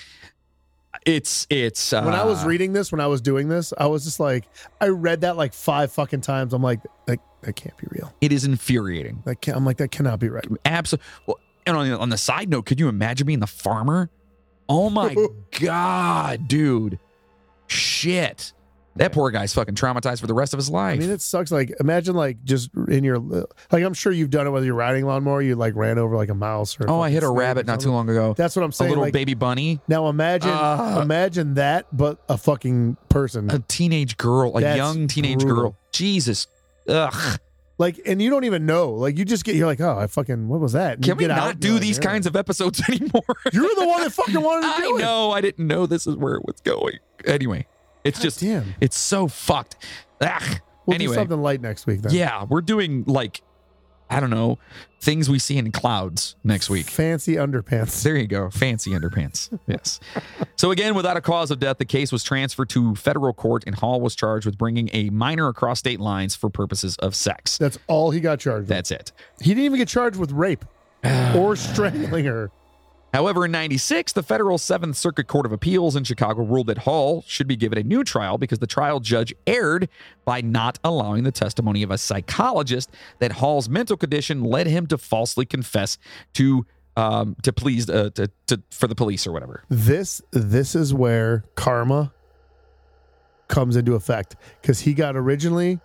It's it's uh, when I was reading this, when I was doing this, I was just like, I read that like five fucking times. I'm like, that, that can't be real. it is infuriating. That can't, I'm like, that cannot be right. Absolutely. Well, and on the, on the side note, could you imagine being the farmer? Oh [LAUGHS] my god, dude! Shit, that poor guy's fucking traumatized for the rest of his I life. mean, it sucks. Like, imagine like just in your like, I'm sure you've done it whether you're riding lawnmower, you like ran over like a mouse or. oh, I hit a fucking snake rabbit or not too something. long ago. That's what I'm A saying. little like, baby bunny, now imagine, Ah. imagine that, but a fucking person. a teenage girl, a That's young teenage girl. brutal. Jesus. Ugh. like, and you don't even know. Like, you just get, you're like, oh, I fucking, what was that? And Can you we get out not and you're do like, these yeah. kinds of episodes [LAUGHS] anymore? You're the one that fucking wanted [LAUGHS] to I do it. know. I didn't know this is where it was going. Anyway, it's God just damn. it's so fucked. Ugh. We'll anyway, do something light next week then. Yeah, we're doing like I don't know, things we see in clouds next week. Fancy underpants. There you go. Fancy [LAUGHS] underpants. Yes. so, again, without a cause of death, the case was transferred to federal court and Hall was charged with bringing a minor across state lines for purposes of sex. That's all he got charged with. That's it. He didn't even get charged with rape [SIGHS] or strangling her. However, in 96, the federal Seventh Circuit Court of Appeals in Chicago ruled that Hall should be given a new trial because the trial judge erred by not allowing the testimony of a psychologist that Hall's mental condition led him to falsely confess to. Um, to please, uh, to, to for the police or whatever. This this is where karma comes into effect because he got originally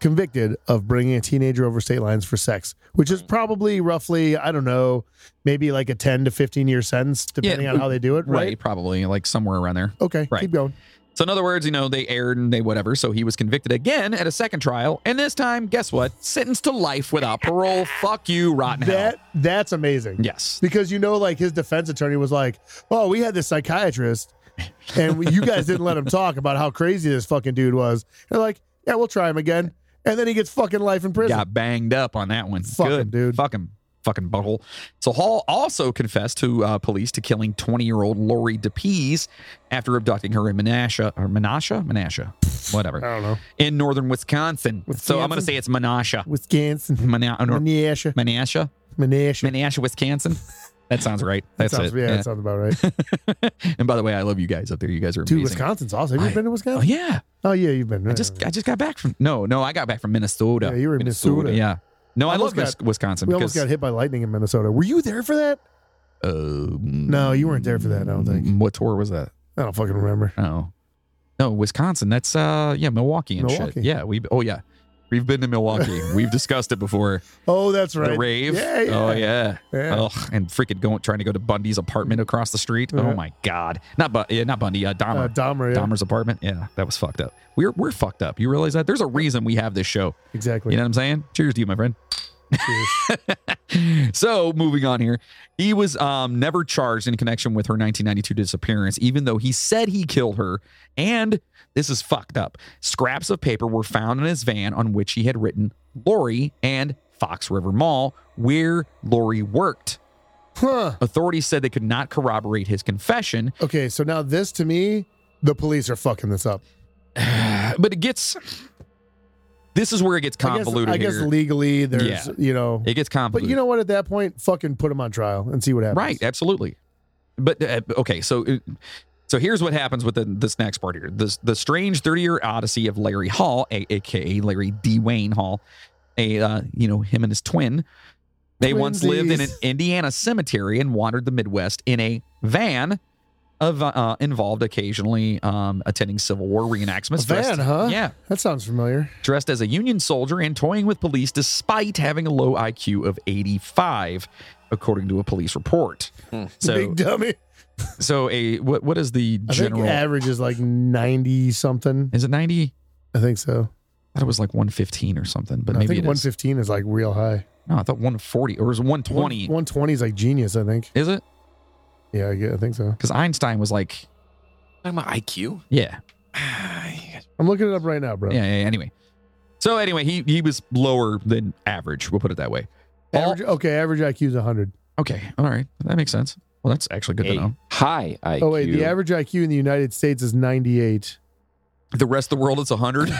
convicted of bringing a teenager over state lines for sex, which is probably roughly I don't know, maybe like a ten to fifteen year sentence depending on how they do it. Right? probably like somewhere around there. Okay. Right. Keep going. So, in other words, you know, they erred and they whatever. So he was convicted again at a second trial. And this time, guess what? Sentenced to life without parole. Fuck you, rotten hell. That that's amazing. Yes. because you know like his defense attorney was like oh we had this psychiatrist and we- you guys didn't let him talk about how crazy this fucking dude was and like yeah we'll try him again and then he gets fucking life in prison Got banged up on that one. Fuck Good. him, dude. Fucking, fucking butthole. So Hall also confessed to uh, police to killing 20 year old Lori DePease after abducting her in Menasha or Menasha? Menasha. Whatever. i don't know In northern Wisconsin. So I'm going to Wisconsin? say it's Menasha. wisconsin Mena- or Menasha. Menasha? Menasha. Menasha, Wisconsin. That sounds right. That's sounds, it. Yeah, that sounds about right. [LAUGHS] and by the way, I love you guys up there. You guys are Dude, amazing. Wisconsin's awesome. Have you I- been to Oh Wisconsin? yeah, Oh yeah, you've been. I just I just got back from no no I got back from Minnesota. Yeah, you were in Minnesota. Yeah, no, I Almost love Mis- got- Wisconsin we because almost got hit by lightning in Minnesota. Were you there for that? um, No, you weren't there for that. I don't think. What tour was that? I don't fucking remember. Oh, no, Wisconsin. That's uh yeah Milwaukee and Milwaukee. shit. Yeah, we oh yeah. We've been to [LAUGHS] Milwaukee. We've discussed it before. Oh, that's right. The rave. Yeah, yeah. Oh yeah. Yeah. Ugh, and freaking going trying to go to Bundy's apartment across the street. Yeah. Oh my god. Not Bu- yeah, not Bundy. Uh, Dahmer. Uh, Dahmer. Yeah. Dahmer's apartment. Yeah, that was fucked up. We're we're fucked up. You realize that? There's a reason we have this show. Exactly. You know what I'm saying? Cheers to you, my friend. [LAUGHS] so moving on here, he was um, never charged in connection with her 1992 disappearance, even though he said he killed her. And this is fucked up. Scraps of paper were found in his van on which he had written Lori and Fox River Mall, where Lori worked. Huh. Authorities said they could not corroborate his confession, [SIGHS] Okay, so now this to me, the police are fucking this up. but it gets. This is where it gets I guess- convoluted I guess, here. legally there's, Yeah. you know, it gets but convoluted. you know what? At that point, fucking put him on trial and see what happens. Right, absolutely. But uh, okay, so uh, so here's what happens with the, this next part here. This the strange 30-year odyssey of Larry Hall, a, aka Larry D. Wayne Hall, a uh, you know him and his twin. They once lived in an Twinsies. Indiana cemetery and wandered the Midwest in a van. Of, uh, involved occasionally um, attending Civil War reenactments. A van, dressed- huh? Yeah, That sounds familiar. dressed as a Union soldier and toying with police despite having a low IQ of 85, according to a police report. So, [LAUGHS] Big dummy. so a what what is the I general? think average is like 90 something. is it ninety? I think so. I thought it was like one fifteen or something, but And I maybe think it is. 115 is. like real high. No, I thought one forty or is it one twenty? 120 is like genius, I think. Is it? Yeah, I, get- I think so. Because Einstein was like, Talking about IQ? yeah, I'm looking it up right now, bro. yeah, yeah. Anyway, so anyway, he he was lower than average. We'll put it that way. Average, okay, average IQ is 100. Okay, all right, that makes sense. Well, that's actually good to Hey, know. High IQ. Oh, wait, the average IQ in the United States is 98. The rest of the world, it's hundred. [LAUGHS]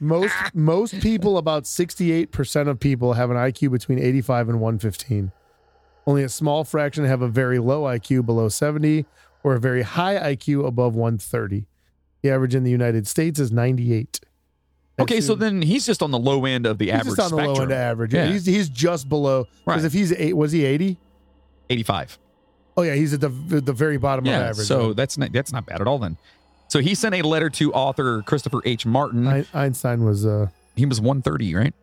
Most most people, about sixty eight percent of people, have an IQ between eighty five and one fifteen. Only a small fraction have a very low IQ below seventy, or a very high IQ above one thirty. The average in the United States is ninety eight. okay, so then he's just on the low end of the he's average just on the spectrum. low end of average. Yeah, Yeah. he's he's just below. Because Right. if he's eight, was he eighty? Eighty-five. Oh yeah, he's at the the very bottom Yeah, of average. so that's not that's not bad at all then. So he sent a letter to author Christopher H. Martin. Ein- Einstein was uh, he was 130, right?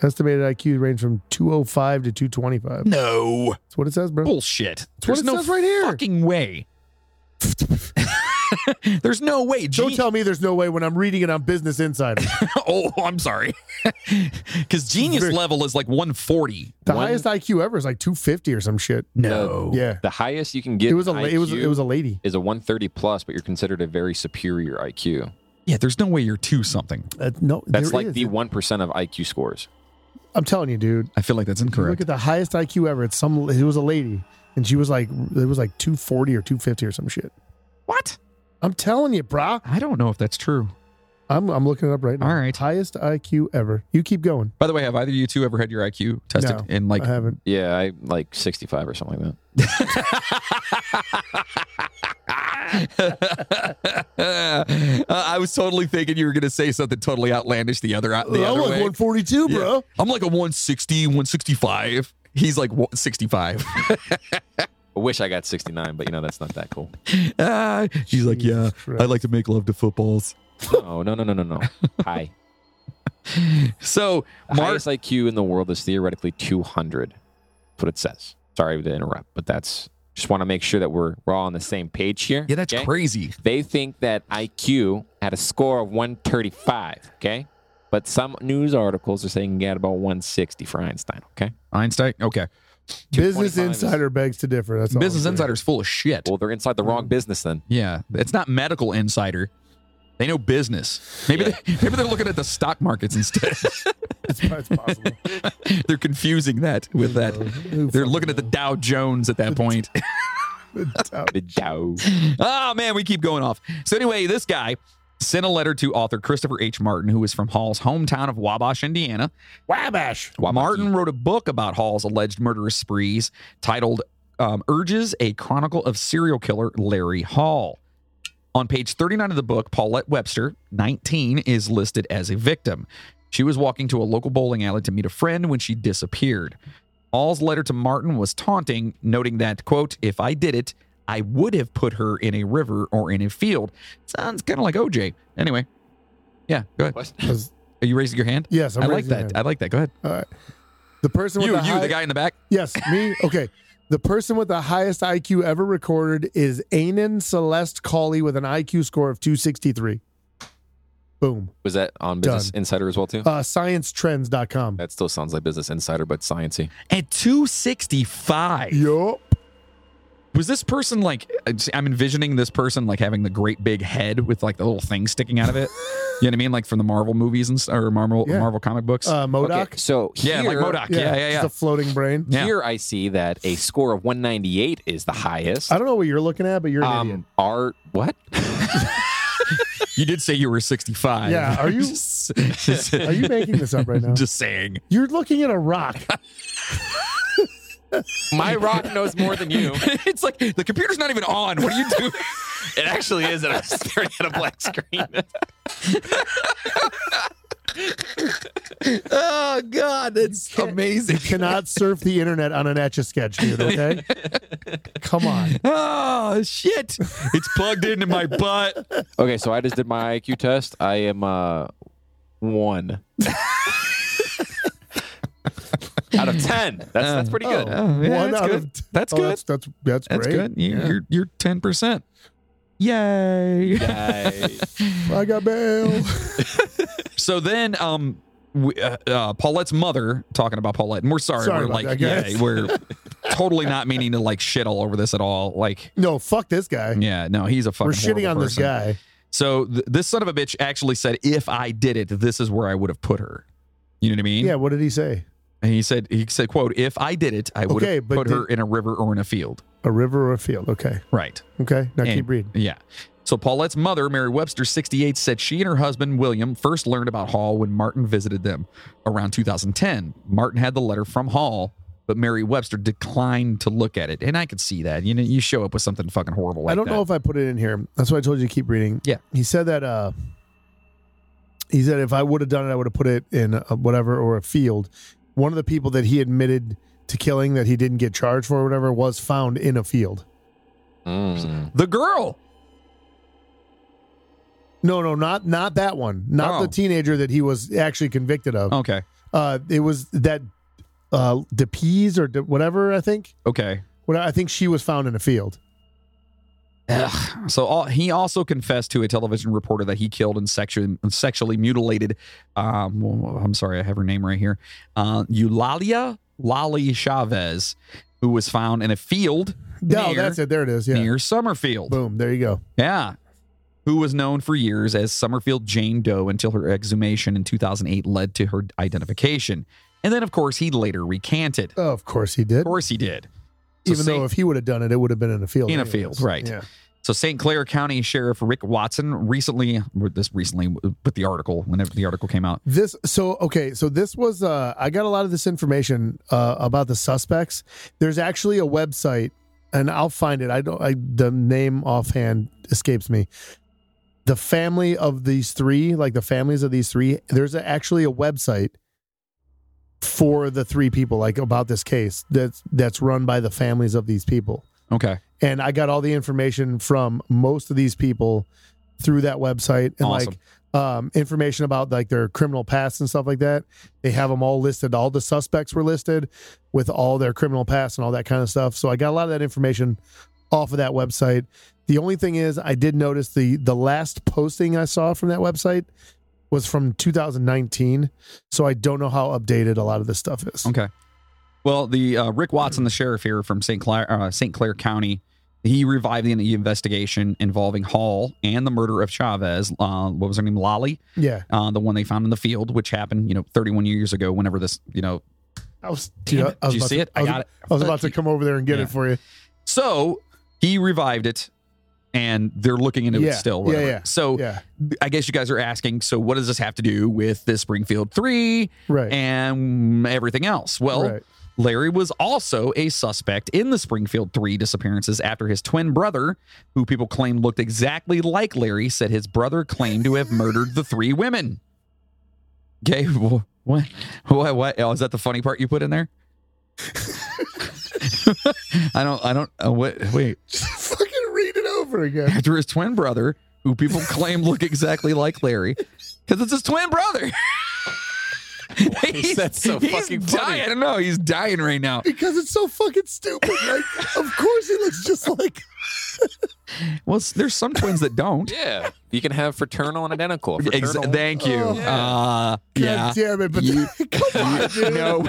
estimated IQ range from two hundred five to two twenty five. No. That's what it says, bro. Bullshit. what There's it no says right here. fucking way. [LAUGHS] There's no way. Don't G- tell me there's no way when I'm reading it on Business Insider. [LAUGHS] oh, I'm sorry. [LAUGHS] Because genius Very- level is like 140. The One- highest IQ ever is like 250 or some shit. No. Yeah, The highest you can get. it was a in la- it was IQ it was a lady. is a 130 plus, but you're considered a very superior IQ. Yeah, there's no way you're two something. Uh, no, That's there like is. the one percent of IQ scores. I'm telling you, dude. I feel like that's You Look incorrect. at the highest IQ ever. It's some. It was a lady, and she was like, it was like 240 or 250 or some shit. What? I'm telling you, brah. I don't know if that's true. I'm I'm looking it up right now. All right. Highest IQ ever. You keep going. By the way, have either of you two ever had your IQ tested? No, and like, I haven't. Yeah, I like sixty five or something like that. [LAUGHS] Uh, I was totally thinking you were going to say something totally outlandish the other, uh, the I'm other like way. 142, Yeah. bro. I'm like a 160, 165. He's like 165. I wish I got sixty nine, but you know that's not that [LAUGHS] cool. [LAUGHS] Ah, he's like, Jesus yeah, Christ. I like to make love to footballs. No, no, no, no, no, [LAUGHS] no. High. So, The Mark, highest IQ in the world is theoretically two hundred. That's what it says. Sorry to interrupt, but that's just want to make sure that we're we're all on the same page here. yeah, that's okay? crazy. They think that IQ had a score of 135, okay? But some news articles are saying he had about 160 for Einstein, okay? Einstein, okay. Business 225 is- Insider begs to differ. That's all I'm Business saying. Insider's full of shit. Well, they're inside the wrong Mm. business then. Yeah, it's not medical insider. They know business. Maybe Yeah. they, maybe they're looking at the stock markets instead. [LAUGHS] It's, [LAUGHS] it's possible. they're confusing that with that. They're looking at the Dow Jones at that point. The [LAUGHS] Dow. oh man, we keep going off. So anyway, this guy sent a letter to author Christopher H. Martin, who is from Hall's hometown of Wabash, Indiana. Wabash. Martin wrote a book about Hall's alleged murderous sprees titled um, Urges a Chronicle of Serial Killer Larry Hall. On page 39 of the book, Paulette Webster, 19, is listed as a victim. She was walking to a local bowling alley to meet a friend when she disappeared. Hall's letter to Martin was taunting, noting that, quote, if I did it, I would have put her in a river or in a field. Sounds kind of like OJ. Anyway, yeah, go ahead. What? Because- Are you raising your hand? Yes, I'm i like raising my that. hand. I like that. Go ahead. The person with You, the, you, high- the guy in the back. Yes, me. Okay. The person with the highest IQ ever recorded is Anan Celeste Colley with an IQ score of 263. Boom. Was that on Business Insider as well, too? Uh, sciencetrends.com. That still sounds like Business Insider, but sciency. At 265. Yup. Was this person like, uh, I'm envisioning this person like having the great big head with like the little thing sticking out [LAUGHS] of it. you know what I mean? Like from the Marvel movies and s- or Marvel Yeah. Marvel comic books. Uh, Modoc. Okay, so here, yeah, like Modoc. Yeah, yeah, yeah. Just a floating brain. Yeah. Here I see that a score of 198 is the highest. I don't know what you're looking at, but you're an idiot. Um, art, [LAUGHS] what? You did say you were 65. Yeah, are [LAUGHS] you- just, just- Are you making this up right [LAUGHS] now? just saying. you're looking at [LAUGHS] a rock. My rock knows more than you. it's like the computer's not even on. What are you [LAUGHS] doing? [LAUGHS] It actually is, and I'm staring at a black screen. oh God, that's [LAUGHS] amazing. Cannot surf the internet on an etch a sketch, [LAUGHS] dude. Okay. Come on. Oh shit. It's plugged into my butt. [LAUGHS] Okay, so I just did my IQ test. I am uh [LAUGHS] one out of ten. That's that's pretty good. Oh, yeah, One that's out good. of- that's Oh, good. that's that's that's, That's great. good. You, You're you're ten percent. Yay! Yay. I [LAUGHS] got bail. So then, um, we, uh, uh, Paulette's mother talking about Paulette, and we're sorry, Sorry we're about like, that, guys. yeah, we're totally not meaning to like shit all over this at all. Like, No, fuck this guy. yeah, no, he's a fucking. We're shitting horrible on this person. guy. So th- this son of a bitch actually said, "If I did it, this is where I would have put her." You know what I mean? Yeah, what did he say? And he said, he said, "quote If I did it, I would Okay, have but put did- her in a river or in a field." A river or a field. Okay. Right. Okay. Now And- keep reading. Yeah. So Paulette's mother, Mary Webster, 68, said she and her husband, William, first learned about Hall when Martin visited them around 2010. Martin had the letter from Hall, but Mary Webster declined to look at it. And I could see that. You know, you show up with something fucking horrible like I don't that. know if I put it in here. That's why I told you to keep reading. Yeah. He said that uh he said if I would have done it, I would have put it in a whatever or a field. One of the people that he admitted to killing that he didn't get charged for or whatever was found in a field. Mm. the girl. No, no, not not that one. Not Oh. the teenager that he was actually convicted of. Okay. Uh it was that uh DePease or De, whatever, I think. Okay. What I think she was found in a field. Ugh. So all, he also confessed to a television reporter that he killed and sexually, sexually mutilated. Um, well, I'm sorry, I have her name right here. Uh, Eulalia Lali Chavez, who was found in a field No, Near. that's it. There it is. Yeah. near Summerfield. Boom. There you go. Yeah. who was known for years as Summerfield Jane Doe until her exhumation in 2008 led to her identification. And then, of course, he later recanted. Oh, of course he Of did. course, he did. So Even though Saint- if he would have done it, it would have been in a field. In a anyways. field, right. Yeah. So St. Clair County Sheriff Rick Watson recently, this recently, with the article, whenever the article came out, This so okay, so this was uh I got a lot of this information uh about the suspects. There's actually a website and I'll find it. I don't I the name offhand escapes me. The family of these three, like the families of these three, there's a, actually a website for the three people like about this case that's that's run by the families of these people. okay, and I got all the information from most of these people through that website and Awesome. like um, information about like their criminal past and stuff like that. They have them all listed. All the suspects were listed with all their criminal past and all that kind of stuff. So I got a lot of that information off of that website. The only thing is, I did notice the the last posting I saw from that website was from 2019. So I don't know how updated a lot of this stuff is. okay. Well, the uh, Rick Watson, the sheriff here from St. Clair, uh, St. Clair County, he revived the investigation involving Hall and the murder of Chavez. Uh, what was her name? Lolly, Yeah, uh, the one they found in the field, which happened, you know, 31 years ago. Whenever this, you know, I was. Damn it. I Did was you about see to- it? I was- got it. I was Fuck about to you. come over there and get Yeah. it for you. so he revived it, and they're looking into Yeah, it still. yeah, whatever. yeah, So Yeah, I guess you guys are asking. So what does this have to do with the Springfield Three? right. and everything else. Well, Right. Larry was also a suspect in the Springfield 3 disappearances after his twin brother, who people claim looked exactly like Larry, said his brother claimed to have murdered the three women. Okay, wh- what? What? What? Oh, is that the funny part you put in there? [LAUGHS] I don't. I don't. Uh, what? Wait. Just [LAUGHS] fucking read it over again. After his twin brother, who [LAUGHS] people claim look exactly like Larry, because it's his twin [LAUGHS] brother. he's, That's so he's fucking funny. dying. I don't know. He's dying right now. Because it's so fucking stupid. Like, of course he looks just like. Well, s- there's some twins that [LAUGHS] don't. Yeah, you can have fraternal and identical. Ex- Fraternal- thank you. Oh. Uh, [LAUGHS] yeah. God damn it! But You- [LAUGHS] come [LAUGHS] on, dude. No, no.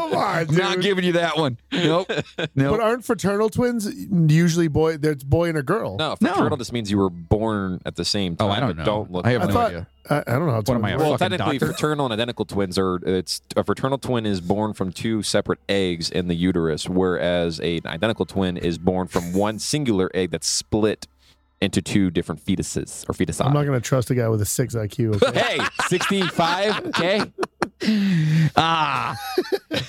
Come on, I'm dude. not giving you that one. [LAUGHS] Nope. but Nope. aren't fraternal twins usually boy? There's boy and a girl. no, No. fraternal just means you were born at the same time. Oh, I don't but know. Don't look. I have I no thought. idea. I, I don't know. How What am I, a twins fucking well, technically, doctor? fraternal and identical twins are. It's a fraternal twin is born from two separate eggs in the uterus, whereas a- an identical twin is born from one singular egg that's split into two different fetuses or fetuses. work. I'm not gonna trust a guy with a six IQ. Okay? hey, [LAUGHS] sixty-five. Okay. [LAUGHS] Ah.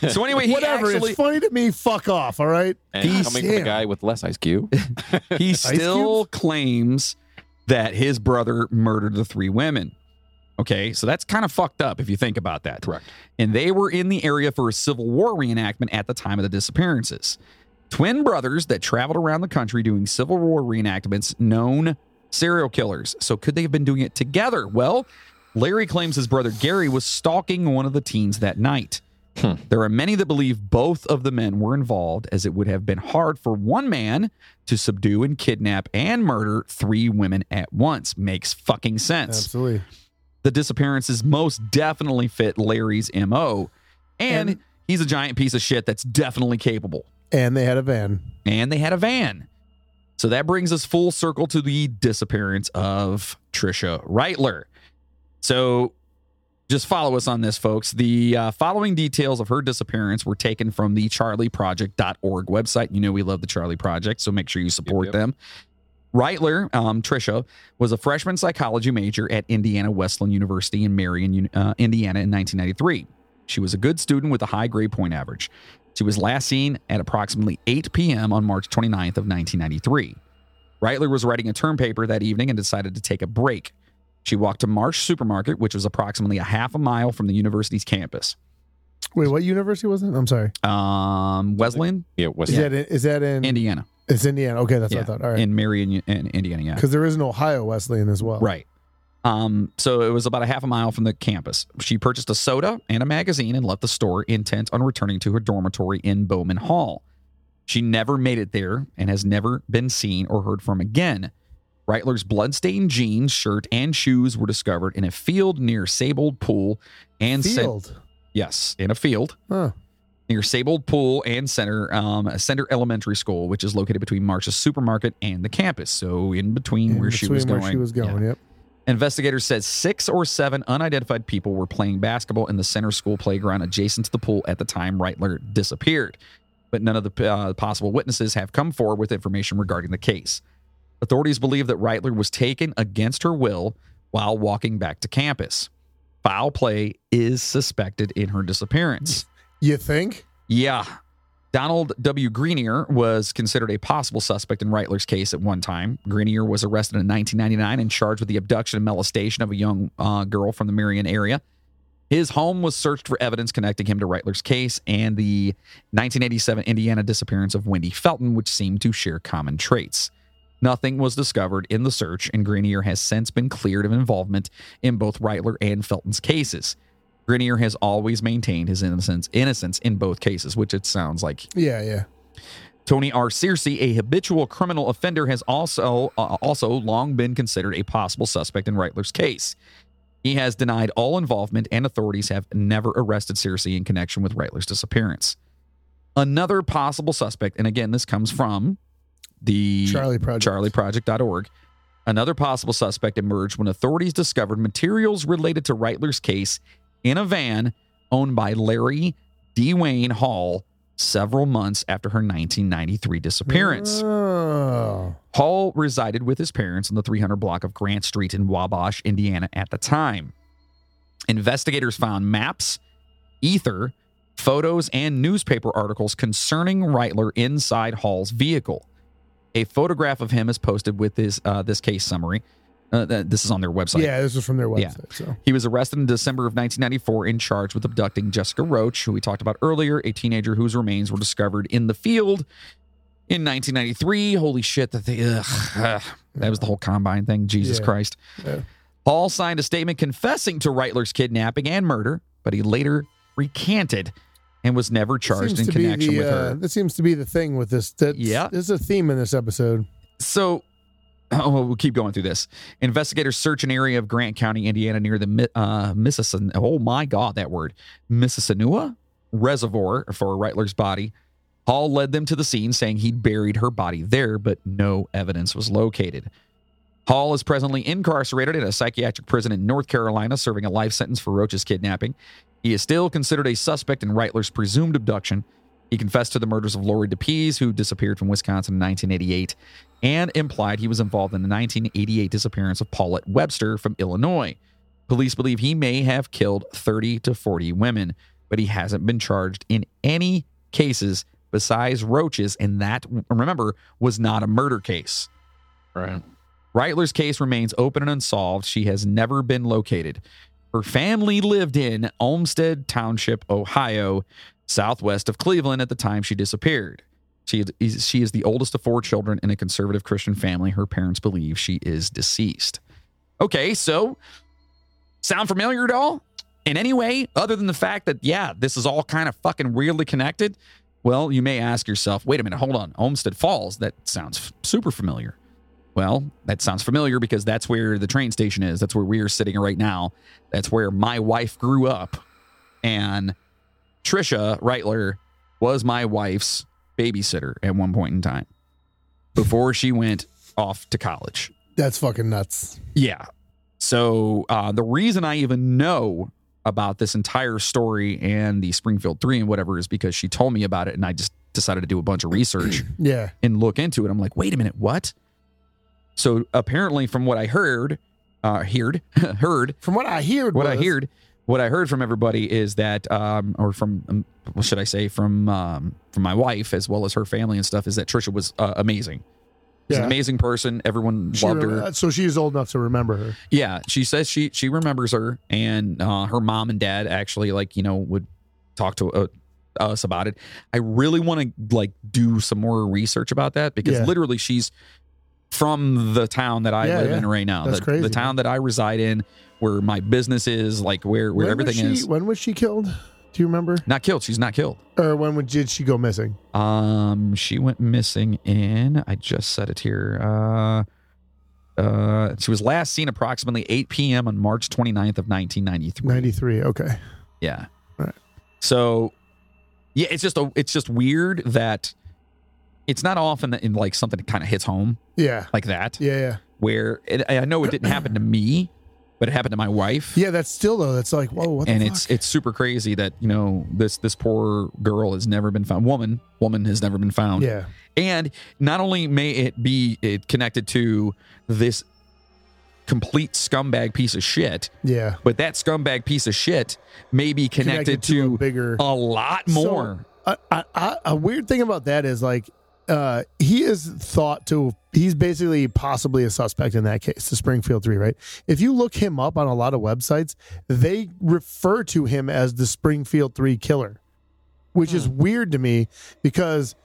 So anyway, [LAUGHS] he Whatever. actually it's funny to me. Fuck off. All right. And He's- coming from yeah. a guy with less ice cube. he still claims that his brother murdered the three women. Okay, so that's kind of fucked up if you think about that. Correct. And they were in the area for a Civil War reenactment at the time of the disappearances. Twin brothers that traveled around the country doing Civil War reenactments, known serial killers. So could they have been doing it together? Well, Larry claims his brother Gary was stalking one of the teens that night. There are many that believe both of the men were involved, as it would have been hard for one man to subdue and kidnap and murder three women at once. Makes fucking sense. Absolutely. The disappearances most definitely fit Larry's MO. And, And- he's a giant piece of shit that's definitely capable. And they had a van. And they had a van. So that brings us full circle to the disappearance of Trisha Reitler. So just follow us on this, folks. The uh, following details of her disappearance were taken from the charlieproject.org website. You know, we love the Charlie Project, so make sure you support yep. them. Reitler, um, Trisha, was a freshman psychology major at Indiana Wesleyan University in Marion, uh, Indiana in 1993. She was a good student with a high grade point average. She was last seen at approximately 8 p.m. on March 29th of 1993. Reitler was writing a term paper that evening and decided to take a break. She walked to Marsh Supermarket, which was approximately a half a mile from the university's campus. Wait, what university was it? I'm sorry. Um, Wesleyan, Yeah, West. Is that in, is that in? Indiana, It's Indiana. Okay, that's Yeah. what I thought. All right. in Marion, in Indiana. Yeah. Because there is an Ohio Wesleyan as well. Right. Um, so it was about a half a mile from the campus. She purchased a soda and a magazine and left the store intent on returning to her dormitory in Bowman Hall. She never made it there and has never been seen or heard from again. Reitler's bloodstained jeans, shirt, and shoes were discovered in a field near Sabled Pool and sent- Field. yes, in a field. Huh. near Sable Pool and Center, um, Center Elementary School, which is located between Marsh's supermarket and the campus. So in between In where she was between going. Where she was Yeah. going. Yep. Investigators said six or seven unidentified people were playing basketball in the center school playground adjacent to the pool at the time Reitler disappeared, but none of the uh, possible witnesses have come forward with information regarding the case. Authorities believe that Reitler was taken against her will while walking back to campus. Foul play is suspected in her disappearance. You think? Yeah. Donald W. Greenier was considered a possible suspect in Reitler's case at one time. Greenier was arrested in 1999 and charged with the abduction and molestation of a young uh, girl from the Marion area. His home was searched for evidence connecting him to Reitler's case and the 1987 Indiana disappearance of Wendy Felton, which seemed to share common traits. Nothing was discovered in the search, and Greenier has since been cleared of involvement in both Reitler and Felton's cases. Grenier has always maintained his innocence innocence in both cases, which it sounds like. Yeah, yeah. Tony R. Searcy, a habitual criminal offender, has also uh, also long been considered a possible suspect in Reitler's case. He has denied all involvement, and authorities have never arrested Searcy in connection with Reitler's disappearance. Another possible suspect, and again, this comes from the Charlie Project. charlieproject.org. Another possible suspect emerged when authorities discovered materials related to Reitler's case in a van owned by Larry D. Wayne Hall several months after her 1993 disappearance. Oh. Hall resided with his parents on the 300 block of Grant Street in Wabash, Indiana at the time. Investigators found maps, ether, photos, and newspaper articles concerning Reitler inside Hall's vehicle. A photograph of him is posted with his uh, this case summary. Uh, th- this is on their website. yeah, this was from their Yeah. website. So He was arrested in December of 1994 and charged with abducting Jessica Roach, who we talked about earlier, a teenager whose remains were discovered in the field in 1993. Holy shit! That they, ugh, ugh. that was the whole combine thing. Jesus Yeah. Christ! Yeah. Hall signed a statement confessing to Reitler's kidnapping and murder, but he later recanted and was never charged Seems in to be connection the, with her. Uh, that seems to be the thing with this. That's, Yeah. There's a theme in this episode. So, [LAUGHS] oh, we'll keep going through this. Investigators search an area of Grant County, Indiana, near the Mi- uh, Mississin. Oh my God, that word, Mississinua Reservoir for Reitler's body. Hall led them to the scene, saying he'd buried her body there, but no evidence was located. Hall is presently incarcerated in a psychiatric prison in North Carolina, serving a life sentence for Roach's kidnapping. He is still considered a suspect in Reitler's presumed abduction. He confessed to the murders of Lori DePease, who disappeared from Wisconsin in 1988, and implied he was involved in the 1988 disappearance of Paulette Webster from Illinois. Police believe he may have killed 30 to 40 women, but he hasn't been charged in any cases besides Roach's, and that, remember, was not a murder case. Right. Reitler's case remains open and unsolved. She has never been located. Her family lived in Olmsted Township, Ohio, southwest of Cleveland at the time she disappeared. She is, she is the oldest of four children in a conservative Christian family. Her parents believe she is deceased. Okay, so sound familiar at all? In any way, other than the fact that, yeah, this is all kind of fucking weirdly connected? Well, you may ask yourself, wait a minute, hold on. Olmsted Falls, that sounds f- super familiar. Well, that sounds familiar because that's where the train station is. That's where we are sitting right now. That's where my wife grew up. And Trisha Reitler was my wife's babysitter at one point in time before she went off to college. That's fucking nuts. Yeah. So uh, the reason I even know about this entire story and the Springfield 3 and whatever is because she told me about it and I just decided to do a bunch of research Yeah. and look into it. I'm like, wait a minute, what? So apparently, from what I heard, uh, heard, [LAUGHS] heard, From what I [LAUGHS] heard, what I was- heard, what I heard from everybody is that, um, or from, um, what should I say, from um, from my wife as well as her family and stuff, is that Trisha was uh, amazing. She's an Yeah. amazing person. Everyone She loved rem- her. uh, So she's old enough to remember her. Yeah, she says she she remembers her, and uh, her mom and dad actually like you know would talk to uh, us about it. I really want to like do some more research about that because Yeah. literally she's from the town that I Yeah, live yeah. in right now. That's the, crazy, the man. town that I reside in, where my business is, like where where When was everything she- is. When was she killed? Do you remember? Not killed. She's not killed. Or when would- did she go missing? Um, she went missing in. I just said it here. Uh, uh, she was last seen approximately 8 p.m. on March 29th of 1993. Ninety three. Okay. Yeah. Right. So Yeah, it's just a, it's just weird that it's not often that in like something that kind of hits home Yeah. like that. Yeah. Yeah. Where and I know it didn't happen to me, but it happened to my wife. Yeah. That's still though. That's like whoa. What the and fuck? it's it's super crazy that you know this this poor girl has never been found. Woman, woman has never been found. yeah. And not only may it be it connected to this complete scumbag piece of shit, Yeah. but that scumbag piece of shit may be connected, a to, bigger. a, lot more. I, I, I, a weird thing about that is like uh, he is thought to he's basically possibly a suspect in that case the springfield three right if you look him up on a lot of websites they refer to him as the springfield three killer which is Hmm. weird to me because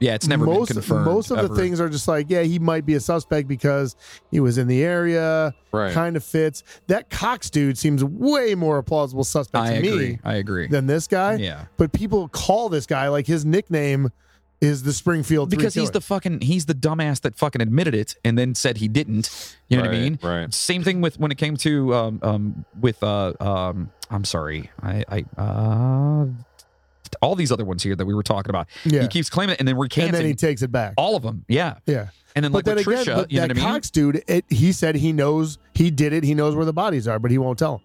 yeah, it's never most, been confirmed. most of ever. the things are just like yeah he might be a suspect because he was in the area Right. kind of fits that cox dude seems way more a plausible suspect I to me agree. I agree. than this guy yeah, but people call this guy like his nickname is the Springfield Three because he's Killer. the fucking he's the dumbass that fucking admitted it and then said he didn't. You know what I mean? Right. Same thing with when it came to um, um with uh um I'm sorry I I uh all these other ones here that we were talking about. yeah, He keeps claiming it and then recanting and then he takes it back. all of them. Yeah, yeah, and then like but then with Trisha, again, but you know that what I mean? Cox dude, it, he said he knows he did it. He knows where the bodies are, but he won't tell. Him.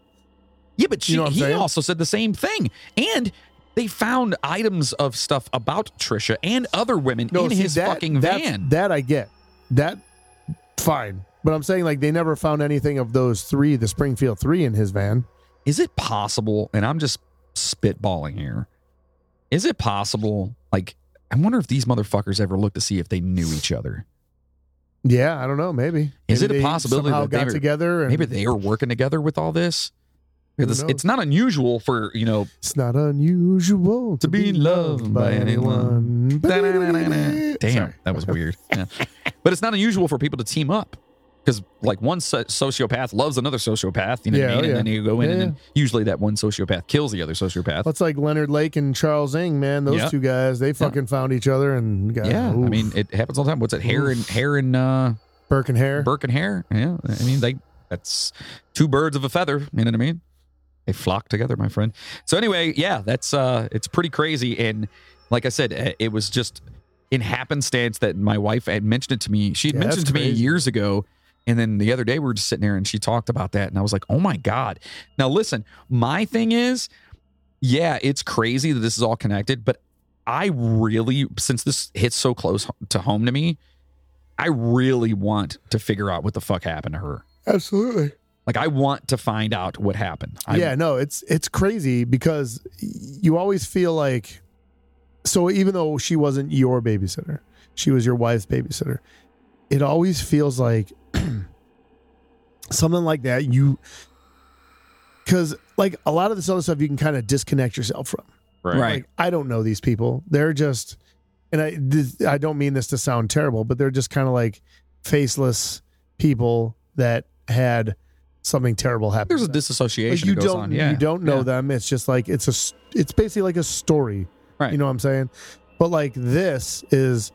Yeah, but she, You know what I'm he saying? also said the same thing. And they found items of stuff about Trisha and other women in see, his that- fucking that's- van. That I get. That fine, but I'm saying like they never found anything of those three, the Springfield Three, in his van. Is it possible? And I'm just spitballing here. Is it possible? Like, I wonder if these motherfuckers ever looked to see if they knew each other. Yeah, I don't know. Maybe Is Maybe it a they possibility somehow that they got were- together? And Maybe they were working together with all this. Because knows? It's not unusual for, you know, it's not unusual To to, be loved by anyone. anyone. Damn, that was [LAUGHS] weird. Yeah. But it's not unusual for people to team up because, like, one so- sociopath loves another sociopath, you know what I mean? And Yeah, oh, then yeah. you go in, Yeah, and then usually that one sociopath kills the other sociopath. That's like Leonard Lake and Charles Ng, man. Those Yeah. two guys, they fucking found each other and got yeah, I oof. mean, it happens all the time. What's it? Hair and Oof. hair and uh, Burke and Hare. Burke and hair. Yeah, I mean, they that's two birds of a feather. You know what I mean? They flock together, my friend. So anyway, yeah, that's uh, it's pretty crazy. And like I said, eh, it was just in happenstance that my wife had mentioned it to me. She had Yeah, mentioned that's it to me crazy. years ago. And then the other day we were just sitting there and she talked about that. And I was like, oh my God. Now listen, my thing is, yeah, it's crazy that this is all connected, but I really, since this hits so close ho- to home to me, I really want to figure out what the fuck happened to her. Absolutely. Like, I want to find out what happened. I, yeah, no, it's it's crazy because you always feel like so even though she wasn't your babysitter, she was your wife's babysitter. It always feels like [CLEARS THROAT] something like that you cuz like a lot of this other stuff you can kind of disconnect yourself from. right. Like I don't know these people. They're just, and I this, I don't mean this to sound terrible, but they're just kind of like faceless people that had something terrible happen. There's to a them. disassociation. Like, you that goes don't on. Yeah. you don't know Yeah. them. It's just like it's a s- it's basically like a story. Right. You know what I'm saying? But like this is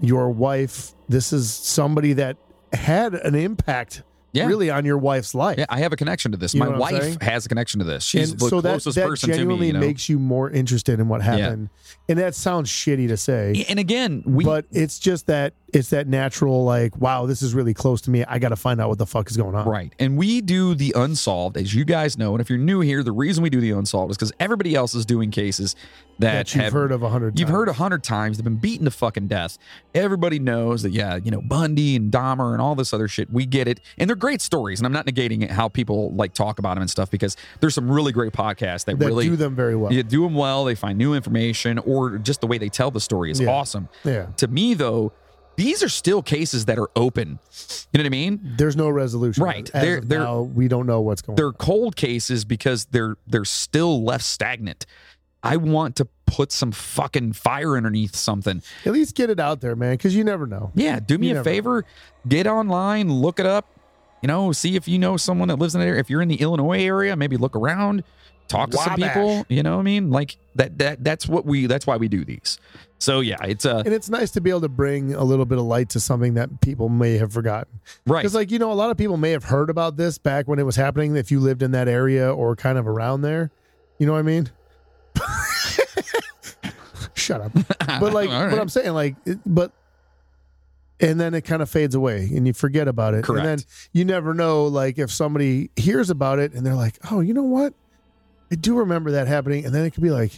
your wife. This is somebody that had an impact Yeah. really on your wife's life. Yeah, I have a connection to this. You My know what I'm wife saying? has a connection to this. She's and the so that, closest that person to genuinely me. You know? makes you more interested in what Yeah. happened. And that sounds shitty to say. and again, we but it's just that it's that natural like wow this is really close to me i gotta find out what the fuck is going on Right. And we do the unsolved, as you guys know. And if you're new here, the reason we do the unsolved is because everybody else is doing cases that, that you've have, heard of a hundred You've times. heard a hundred times. They've been beaten to fucking death. Everybody knows that, yeah, you know, Bundy and Dahmer and all this other shit. We get it. And they're great stories. And I'm not negating it, how people like talk about them and stuff because there's some really great podcasts that, that really do them very well you do them well. They find new information or just the way they tell the story is Yeah. awesome. yeah To me, though, these are still cases that are open. You know what I mean? there's no resolution Right. As They're- of they're- now, we don't know what's going on they're cold cases because they're they're still left stagnant. I want to put some fucking fire underneath something. at least get it out there man because you never know Yeah, do me You a never favor, get online, look it up. You know, see if you know someone that lives in there. If you're in the Illinois area, maybe look around, talk to some Wabash. people. You know what I mean? Like that that that's what we that's why we do these. So yeah, it's uh and it's nice to be able to bring a little bit of light to something that people may have forgotten right. because like you know a lot of people may have heard about this back when it was happening if you lived in that area or kind of around there you know what i mean [LAUGHS] shut up. [LAUGHS] [LAUGHS] But like, All but right. I'm saying like, it, but and then it kind of fades away and you forget about it. Correct. And then you never know like if somebody hears about it and they're like, oh, you know what? I do remember that happening. And then it could be like,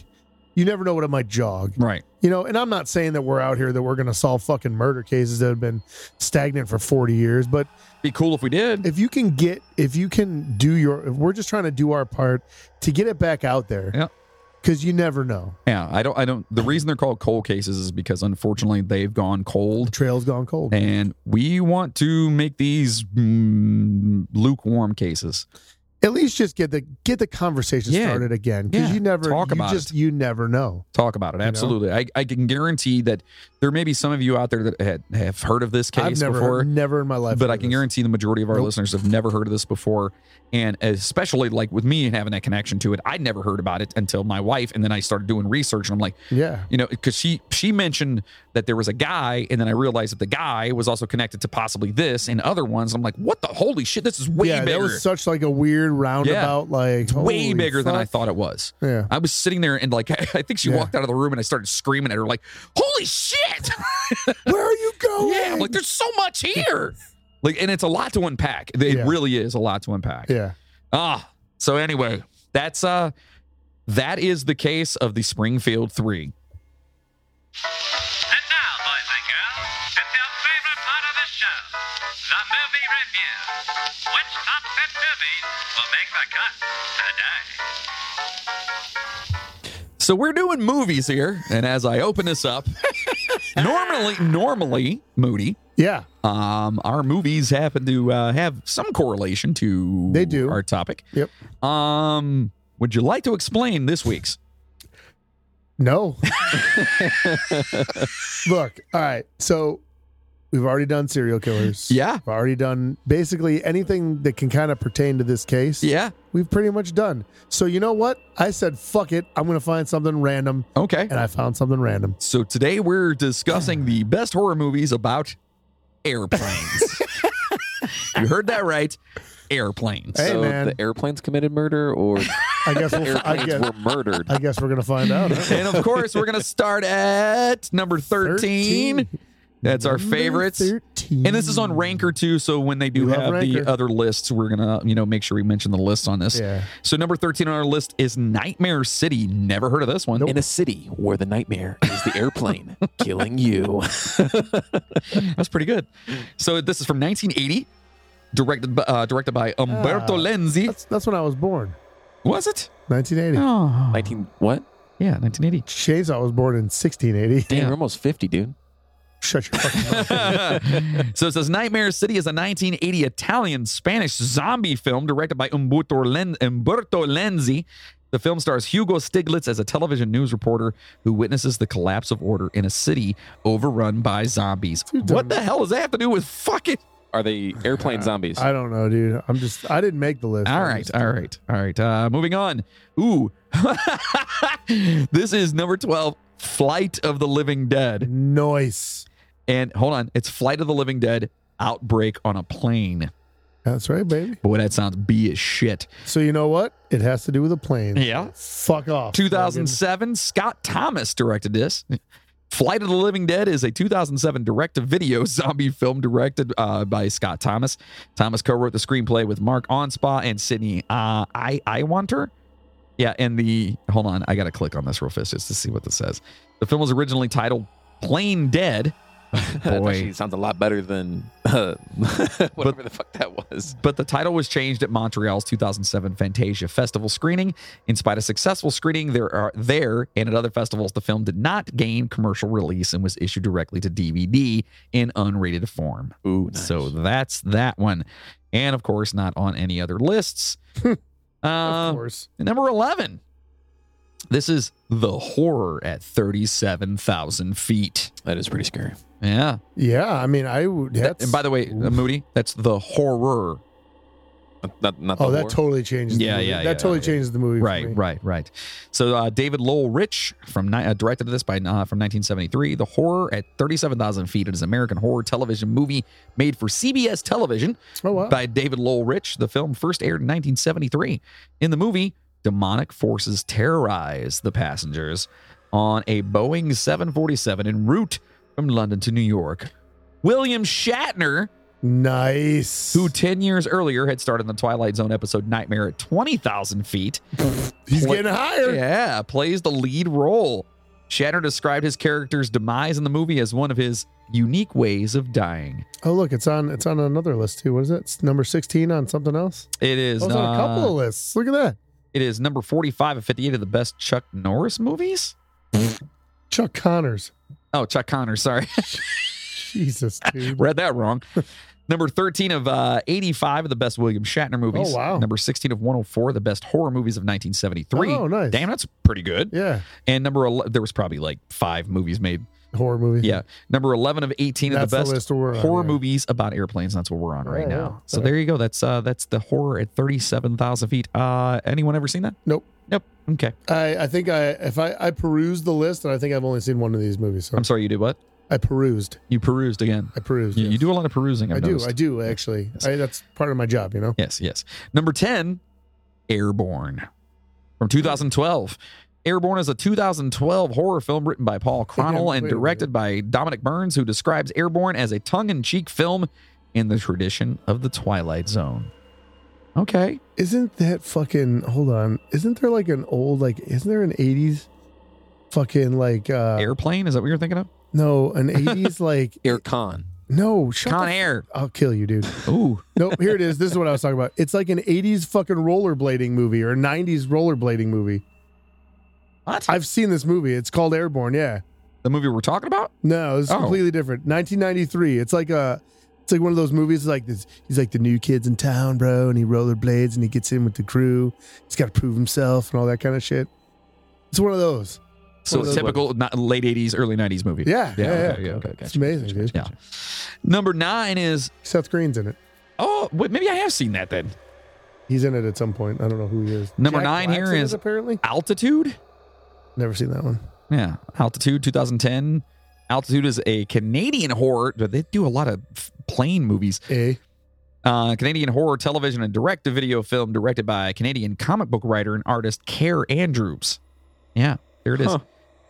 you never know what it might jog. Right. You know, and I'm not saying that we're out here that we're going to solve fucking murder cases that have been stagnant for 40 years, but Be cool if we did. if you can get if you can do your if we're just trying to do our part to get it back out there Yeah. because you never know Yeah, I don't. I don't. The reason they're called cold cases is because unfortunately they've gone cold, trail's gone cold and we want to make these mm, lukewarm cases. at least just get the get the conversation Yeah. started again because Yeah. you never Talk you about just you never know Talk about it. know? Absolutely. I, I can guarantee that there may be some of you out there that had, have heard of this case i've never before. heard- never in my life but heard I of can this. guarantee the majority of our Nope. listeners have never heard of this before. And especially like with me and having that connection to it, I'd never heard about it until my wife. And then I started doing research and I'm like, yeah you know, because she she mentioned that there was a guy, and then I realized that the guy was also connected to possibly this and other ones. I'm like, what the holy shit? This is way yeah that bigger. was such like a weird roundabout like it's way holy bigger than I fuck. thought it was. yeah I was sitting there and like [LAUGHS] I think she Yeah. walked out of the room and I started screaming at her like, "Holy shit!" [LAUGHS] where are you going yeah, I'm like there's so much [LAUGHS] here. like, and it's a lot to unpack. It Yeah. really is a lot to unpack. [LAUGHS] yeah Ah, so anyway, that's uh that is the case of the Springfield 3. And now, boys and girls, it's your favorite part of the show, the movie review. Which top 10 movies will make the cut today? So we're doing movies here, and as I open this up, [LAUGHS] normally normally Moody yeah um, our movies happen to uh, have some correlation to They do. our topic. Yep. Um, would you like to explain this week's? [LAUGHS] No. Look, all right. So we've already done serial killers. Yeah. We've already done basically anything that can kind of pertain to this case. Yeah. We've pretty much done. So you know what? I said, fuck it. I'm going to find something random. Okay. And I found something random. So today we're discussing the best horror movies about [LAUGHS] airplanes. you heard that right. Airplanes. Hey, so man. the airplanes committed murder, or I guess we'll, [LAUGHS] I airplanes guess, were murdered. I guess we're going to find out. aren't we? And of course, we're going to start at number [LAUGHS] 13. That's our Number favorites. 13. And this is on Ranker too, so when they do We love have the Ranker. other lists, we're gonna you know make sure we mention the list on this. Yeah. So number thirteen on our list is Nightmare City. Never heard of this one. In a city where the nightmare is [LAUGHS] the airplane killing you. That's pretty good. So this is from 1980, directed by, uh, directed by Umberto Ah. Lenzi. That's, that's when I was born, Was it? 1980. Oh, 19 what? yeah, 1980. Chainsaw was born [LAUGHS] in 1680. Damn, Yeah. we're almost 50, dude. Shut your fucking mouth. so it says Nightmare City is a 1980 Italian Spanish zombie film directed by Umberto, Len- Umberto Lenzi. The film stars Hugo Stiglitz as a television news reporter who witnesses the collapse of order in a city overrun by zombies. Dude, what don't- the hell does that have to do with fucking? Are they airplane zombies? I don't know, dude. I'm just, I didn't make the list. All I'm right, just- all right, all right. Uh, moving on. Ooh, [LAUGHS] this is number 12 Flight of the Living Dead. Noise. And hold on, it's Flight of the Living Dead Outbreak on a Plane. That's right, baby. Boy, that sounds B as shit. So you know what? It has to do with a plane. Yeah. Fuck off. 2007, Scott Thomas directed this. Flight of the Living Dead is a 2007 direct to video [LAUGHS] zombie film directed uh, by Scott Thomas. Thomas co wrote the screenplay with Mark Onspa and Sidney uh, I- Iwanter. Yeah, and the. Hold on, I got to click on this real fast just to see what this says. The film was originally titled Plain Dead. [LAUGHS] [LAUGHS] That Boy. actually sounds a lot better than [LAUGHS] uh, whatever the fuck that was. but the title was changed at Montreal's 2007 Fantasia Festival screening. In spite of successful screening there are there and at other festivals, the film did not gain commercial release and was issued directly to DVD in unrated form. Ooh, So that's that one, and of course, not on any other lists. [LAUGHS] Of Uh, course. number eleven. This is the horror at 37,000 feet. that is pretty scary. Yeah. Yeah. I mean, I would. That- That's, and by the way, oof. Moody, that's the horror Not, not, not oh, the that war. totally changes. Yeah, the movie. yeah, That yeah, totally yeah. changes the movie. for Right, me. right, right. So uh, David Lowell Rich from ni- uh, directed this by uh, from 1973. The horror at 37,000 feet. It is an American horror television movie made for CBS Television Oh wow. by David Lowell Rich. The film first aired in 1973. In the movie, demonic forces terrorize the passengers on a Boeing 747 en route from London to New York. William Shatner, Nice. who 10 years earlier had starred in the Twilight Zone episode Nightmare at 20,000 Feet, He's What- getting higher. yeah, plays the lead role. Shatner described his character's demise in the movie as one of his unique ways of dying. Oh look, it's on it's on another list too. What is it? It's number sixteen on something else. It is Oh, it's on a couple uh, of lists. Look at that. It is number 45 of 58 of the best Chuck Norris movies. Chuck Connors. Oh, Chuck Connor, sorry. [LAUGHS] Jesus, dude. Read that [LAUGHS] wrong. number 13 of uh, 85 of the best William Shatner movies. Oh, wow. Number 16 of 104 of the best horror movies of 1973. Oh, nice. Damn, that's pretty good. Yeah. And number 11, there was probably like five movies made. Horror movie. Yeah. Number 11 of 18 That's of the best list we're on, horror yeah. movies about airplanes. That's what we're on right Yeah, yeah. now. So there you go. That's uh, that's the horror at 37,000 feet. Uh, anyone ever seen that? Nope. Nope. Okay. I, I think I if I, I perused the list and I think I've only seen one of these movies. So I'm sorry, you did what? I perused. You perused again. I perused. You, yes. you do a lot of perusing. I've I do. noticed. I do actually. Yes. I, that's part of my job. You know. Yes, yes. Number 10, Airborne Hmm. from 2012. Airborne is a 2012 horror film written by Paul Cronell Yeah, and wait a directed by Dominic Burns, who describes Airborne as a tongue in cheek film in the tradition of The Twilight Zone. Okay. Isn't that fucking? Hold on. Isn't there like an old like? Isn't there an eighties? Fucking like uh Airplane? Is that what you're thinking of? [LAUGHS] no an eighties like Air Con. no shut Con the f- Air. I'll kill you dude Ooh. nope here it is this is what I was talking about it's like an eighties fucking rollerblading movie or a nineties rollerblading movie What? I've seen this movie it's called Airborne yeah the movie we're talking about? No, it's Oh. completely different. 1993. It's like a, it's like one of those movies. Like this, he's like the new kids in town, bro, and he rollerblades and he gets in with the crew. He's got to prove himself and all that kind of shit. It's one of those. So One of those typical not, late 80s, early 90s movie. Yeah, yeah, yeah. okay, okay, It's gotcha, amazing, gotcha, dude. gotcha, gotcha. Number nine is, Seth Green's in it. oh, wait, maybe I have seen that then. He's in it at some point. I don't know who he is. Number Jack nine Black's here in it, is- apparently Altitude? never seen that one. Yeah, Altitude 2010. Altitude is a Canadian horror, but they do a lot of f- plane movies. A Uh, Canadian horror television and direct to video film directed by Canadian comic book writer and artist Care Andrews. Yeah, there it is. Huh.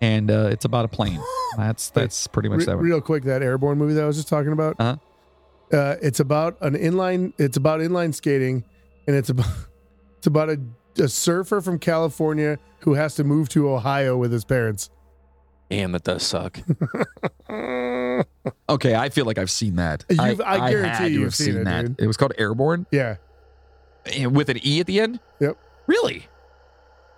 And uh, it's about a plane. That's that's pretty much Re- that one. real quick, that airborne movie that I was just talking about. Uh-huh. Uh, it's about an inline. It's about inline skating, and it's about [LAUGHS] it's about a, a surfer from California who has to move to Ohio with his [LAUGHS] parents. Damn, that does suck. Okay, I feel like I've seen that. You've- I guarantee had to you've have seen it, that. dude. It was called Airborne Yeah, eh, with an E at the end. Yep. Really?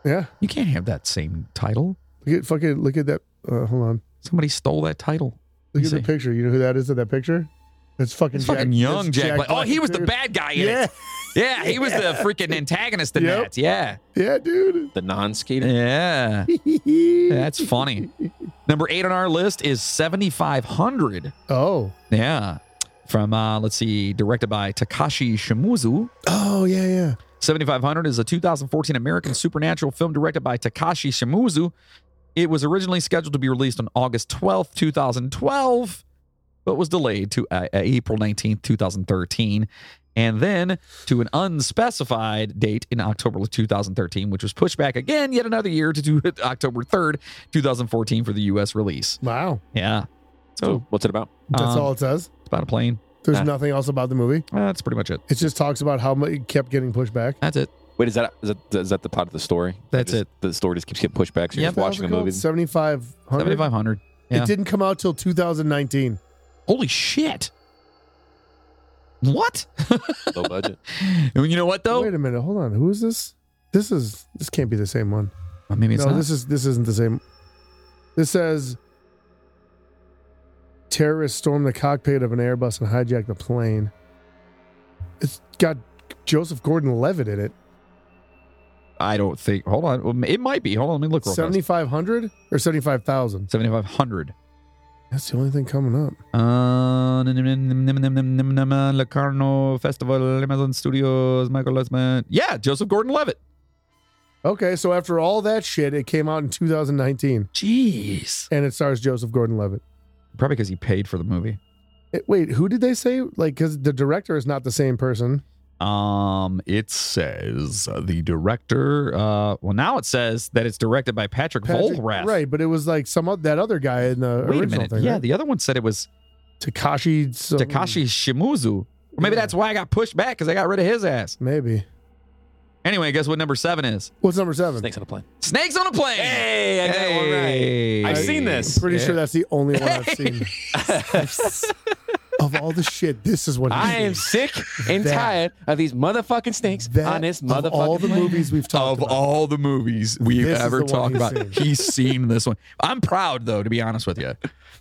yeah. You can't have that same title. Look at fucking look at that. Uh, hold on. Somebody stole that title. Look You at the see. picture. You know who that is in that picture? That's fucking It's Jack, fucking young that's Jack. Black. Oh, he was the dude. bad guy in Yeah, it. Yeah, he was the freaking antagonist in Yep. that. Yeah. yeah, dude. The non skater. Eh. Yeah. [LAUGHS] [LAUGHS] That's funny. Number eight on our list is 7,500. Oh, Yeah. From, uh, let's see, directed by Takashi Shimizu. oh yeah, yeah. 7,500 is a 2014 American supernatural film directed by Takashi Shimizu. It was originally scheduled to be released on August 12th, 2012, but was delayed to uh, uh, April 19th, 2013, and then to an unspecified date in October of 2013, which was pushed back again yet another year to do it October 3rd, 2014 for the U.S. release. Wow, Yeah. So What's it about? that's Um, all it says. it's about a plane. There's nah. nothing else about the movie. Uh, that's pretty much it. It just talks about how mu- it kept getting pushed back. That's it. Wait, is that is that, is that the part of the story? That's Just- it. The story just keeps getting pushed back. So you're Yep. just watching a movie. Seventy five hundred. 7,500. Yeah. It didn't come out till 2019. Holy shit. What? [LAUGHS] Low budget. And you know what though? Wait a minute, hold on. Who is this? This is this can't be the same one. Well, maybe it's no, not. this is this isn't the same. This says terrorists stormed the cockpit of an Airbus and hijacked the plane. It's got Joseph Gordon-Levitt in it. I don't think. Hold on. Well, It might be. Hold on. Let me look. Real fast. 7500 or 75,000. 7,500. That's the only thing coming up. Uh, nim- nim- nim- nim- nim- nim- nim- nim- Locarno Festival, Amazon Studios, Michael Lesman. Yeah, Joseph Gordon Levitt. Okay, so after all that shit, it came out in 2019 Jeez. and it stars Joseph Gordon-Levitt. Probably because he paid for the movie. It- Wait, who did they say? Like, because the director is not the same person. Um, it says the director. Uh, well, now it says that it's directed by Patrick, Patrick- Volrath. Right, but it was like some o- that other guy in the Wait a original minute. thing. yeah, right? the other one said it was Takashi. some- Takashi Shimizu. Or maybe Yeah. that's why I got pushed back because I got rid of his ass. Maybe. Anyway, guess what number seven is? What's number seven? Snakes on a plane. Snakes on a plane. Hey, I got it one right. Hey. I've seen this. Pretty sure that's the only [LAUGHS] one I've seen. of all the shit, this is what I am am. sick and That- tired of these motherfucking snakes That, on this of all motherfucking the plane. movies we've of talked about, all the movies we've This is ever the one talked he's about, seen. he's seen this one. I'm proud though, to be honest with you,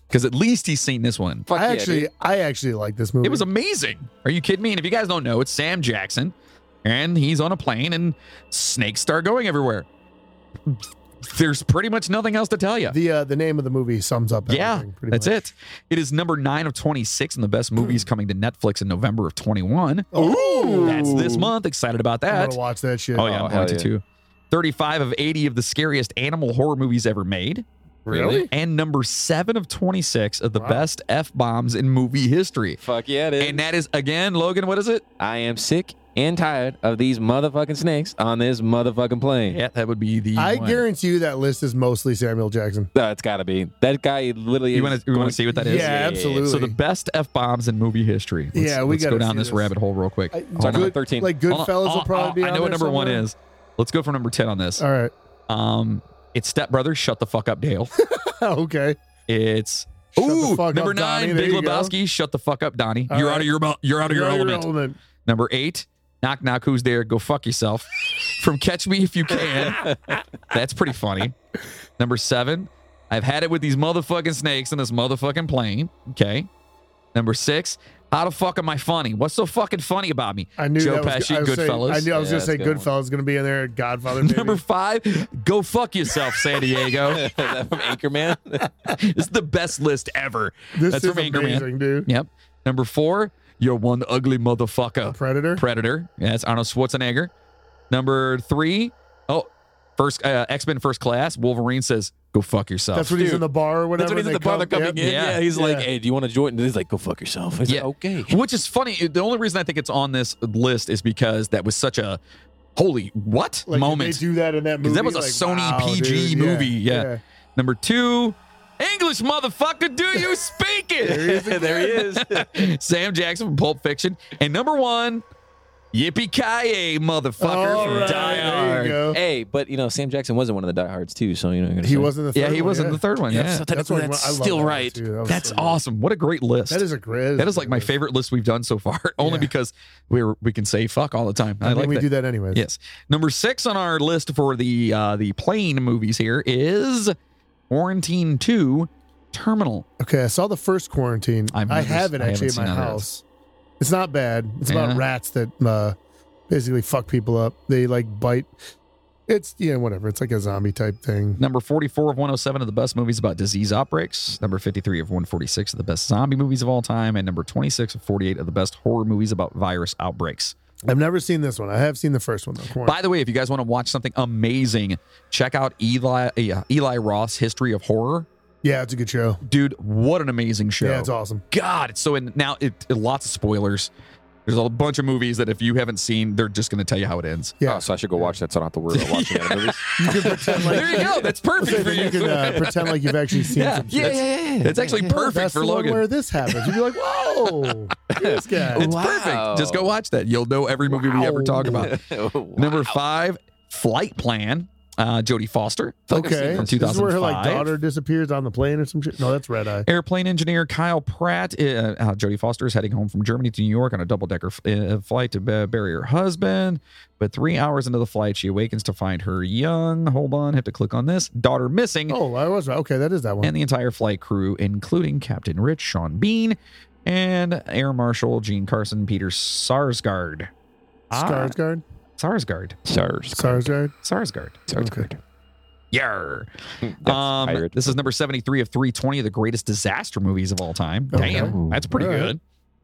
because at least he's seen this one. Fuck I yeah, actually, dude. I actually like this movie. It was amazing. Are you kidding me? And if you guys don't know, it's Sam Jackson, and he's on a plane, and snakes start going everywhere. There's pretty much nothing else to tell you. the uh, the name of the movie sums up. Yeah, everything, pretty that's much. Hmm. it. It is number nine of 26 and the best movies coming to Netflix in November of 21. Ooh, That's this month. Excited about I'm that. gonna watch that shit. Oh, yeah, Oh, I hell wanted to yeah. too. 35 of 80 of the scariest animal horror movies ever made. really? And number seven of 26 of the Wow. best F bombs in movie history. Fuck yeah, dude. And that is, again, Logan, what is it? I am sick and tired of these motherfucking snakes on this motherfucking plane. Yeah, that would be the. I one. guarantee you that list is mostly Samuel Jackson. That's gotta be. That guy literally You is want to you going- want to see what that yeah, is? absolutely. So the best f bombs in movie history. Let's, Yeah, we let's go gotta down see this, this. rabbit hole real quick. I- So number good- 13. Like Hold on, Goodfellas oh, will probably oh, be. I on know what there number one somewhere. is. Let's go for number ten on this. All right. [LAUGHS] Um, it's Step Brothers. Shut the fuck up, Dale. okay. It's Shut the ooh fuck number up, nine. Donnie. There Big you go. [LAUGHS] Lebowski. Shut the fuck up, Donnie. All you're right. out of your mo- you're out of your You're element. element. Number eight. Knock knock. Who's there? Go fuck yourself. [LAUGHS] From Catch Me If You Can. That's pretty funny. Number seven. I've had it with these motherfucking snakes in this motherfucking plane. Okay. Number six. How the fuck am I funny? What's so fucking funny about me? I knew Joe that was, Pesci, I was saying- Goodfellas. I knew I was gonna Yeah, say that's a good Goodfellas is gonna be in there. Godfather. Baby. [LAUGHS] Number five, go fuck yourself, San Diego. [LAUGHS] [LAUGHS] Is that from Anchorman? this is the best list ever. This That's is from Anchorman. amazing, dude. Yep. Number four, you're one ugly motherfucker. Predator. Predator. Yeah, that's Arnold Schwarzenegger. Number three, oh, first uh, X Men First Class. Wolverine says, "Go fuck yourself." That's when he's in the bar or whatever. That's when he's at and the they bar. They're come- coming yep. in. Yeah. Yeah, he's like, Yeah. "Hey, do you want to join?" And he's like, "Go fuck yourself." It's Yeah. like, [LAUGHS] okay. Which is funny. The only reason I think it's on this list is because that was such a holy what Like, moment. They do that in that 'Cause movie. that was a Sony like, wow, PG dude, movie, yeah. Number two, English motherfucker, do you speak it? there he is. [LAUGHS] Sam Jackson from Pulp Fiction. And number one, Yippee Kaye motherfucker All from right, Die there Hard. you go. hey, but you know, Sam Jackson wasn't one of the diehards too, so you know. you're gonna He say- wasn't the. Yeah, third he one, was in yeah. the third one. Yeah, Yeah. so That's technically one- that's I love that still one, right. too. That was That's Oh, so good. awesome. What a great list. That is a great. That is like my favorite list we've done so far, [LAUGHS] only Yeah. because we were, we can say fuck all the time. I, I, think like we that. do that anyways. Yes. Number six on our list for the uh, the plane movies here is Quarantine Two, Terminal. Okay, I saw the first quarantine. I've I never- have it I actually in haven't my seen none of house. It's not bad. It's Yeah. about rats that uh, basically fuck people up. They like bite. It's yeah, whatever. It's like a zombie type thing. Number 44 of 107 of the best movies about disease outbreaks. Number 53 of 146 of the best zombie movies of all time. And number 26 of 48 of the best horror movies about virus outbreaks. I've never seen this one. I have seen the first one though. Quarantine. By the way, if you guys want to watch something amazing, check out Eli, uh, Eli Ross' History of Horror. yeah, it's a good show. Dude, what an amazing show. Yeah, [LAUGHS] it's awesome. God, it's so in now it, it- lots of spoilers. There's a bunch of movies that if you haven't seen, they're just gonna tell you how it ends. Yeah. Oh, so I should go watch that. So I don't have to worry about watching that movie. there you [LAUGHS] go. That's perfect for Then you. you can uh, pretend like you've actually seen yeah, some [LAUGHS] shit. yeah, yeah, yeah. It's [LAUGHS] actually perfect That's for the one Logan. where this happens. You'd be like, [LAUGHS] "Whoa, this guy." It's Wow. perfect. Just go watch that. You'll know every movie we ever talk about. [LAUGHS] Number five, Flight Plan. Uh, Jodie Foster. Okay, From this is where her like 2005. daughter disappears on the plane or some shit. No, that's [LAUGHS] Red Eye. Airplane engineer Kyle Pratt. Uh, uh, Jodie Foster is heading home from Germany to New York on a double decker uh, flight to uh, bury her husband. But three hours into the flight, she awakens to find her young. Hold on, have to click on this. Daughter missing. Oh, I was right. Okay, that is that one. and the entire flight crew, including Captain Rich, Sean Bean, and Air Marshal Gene Carson, Peter Sarsgaard. Ah, Skarsgård. Sarsgaard. SARS. Skarsgård. Sarsgaard. Okay. Yar. That's Um, pirate. this is number 73 of 320 of the greatest disaster movies of all time. Okay. Damn, that's pretty All right. good.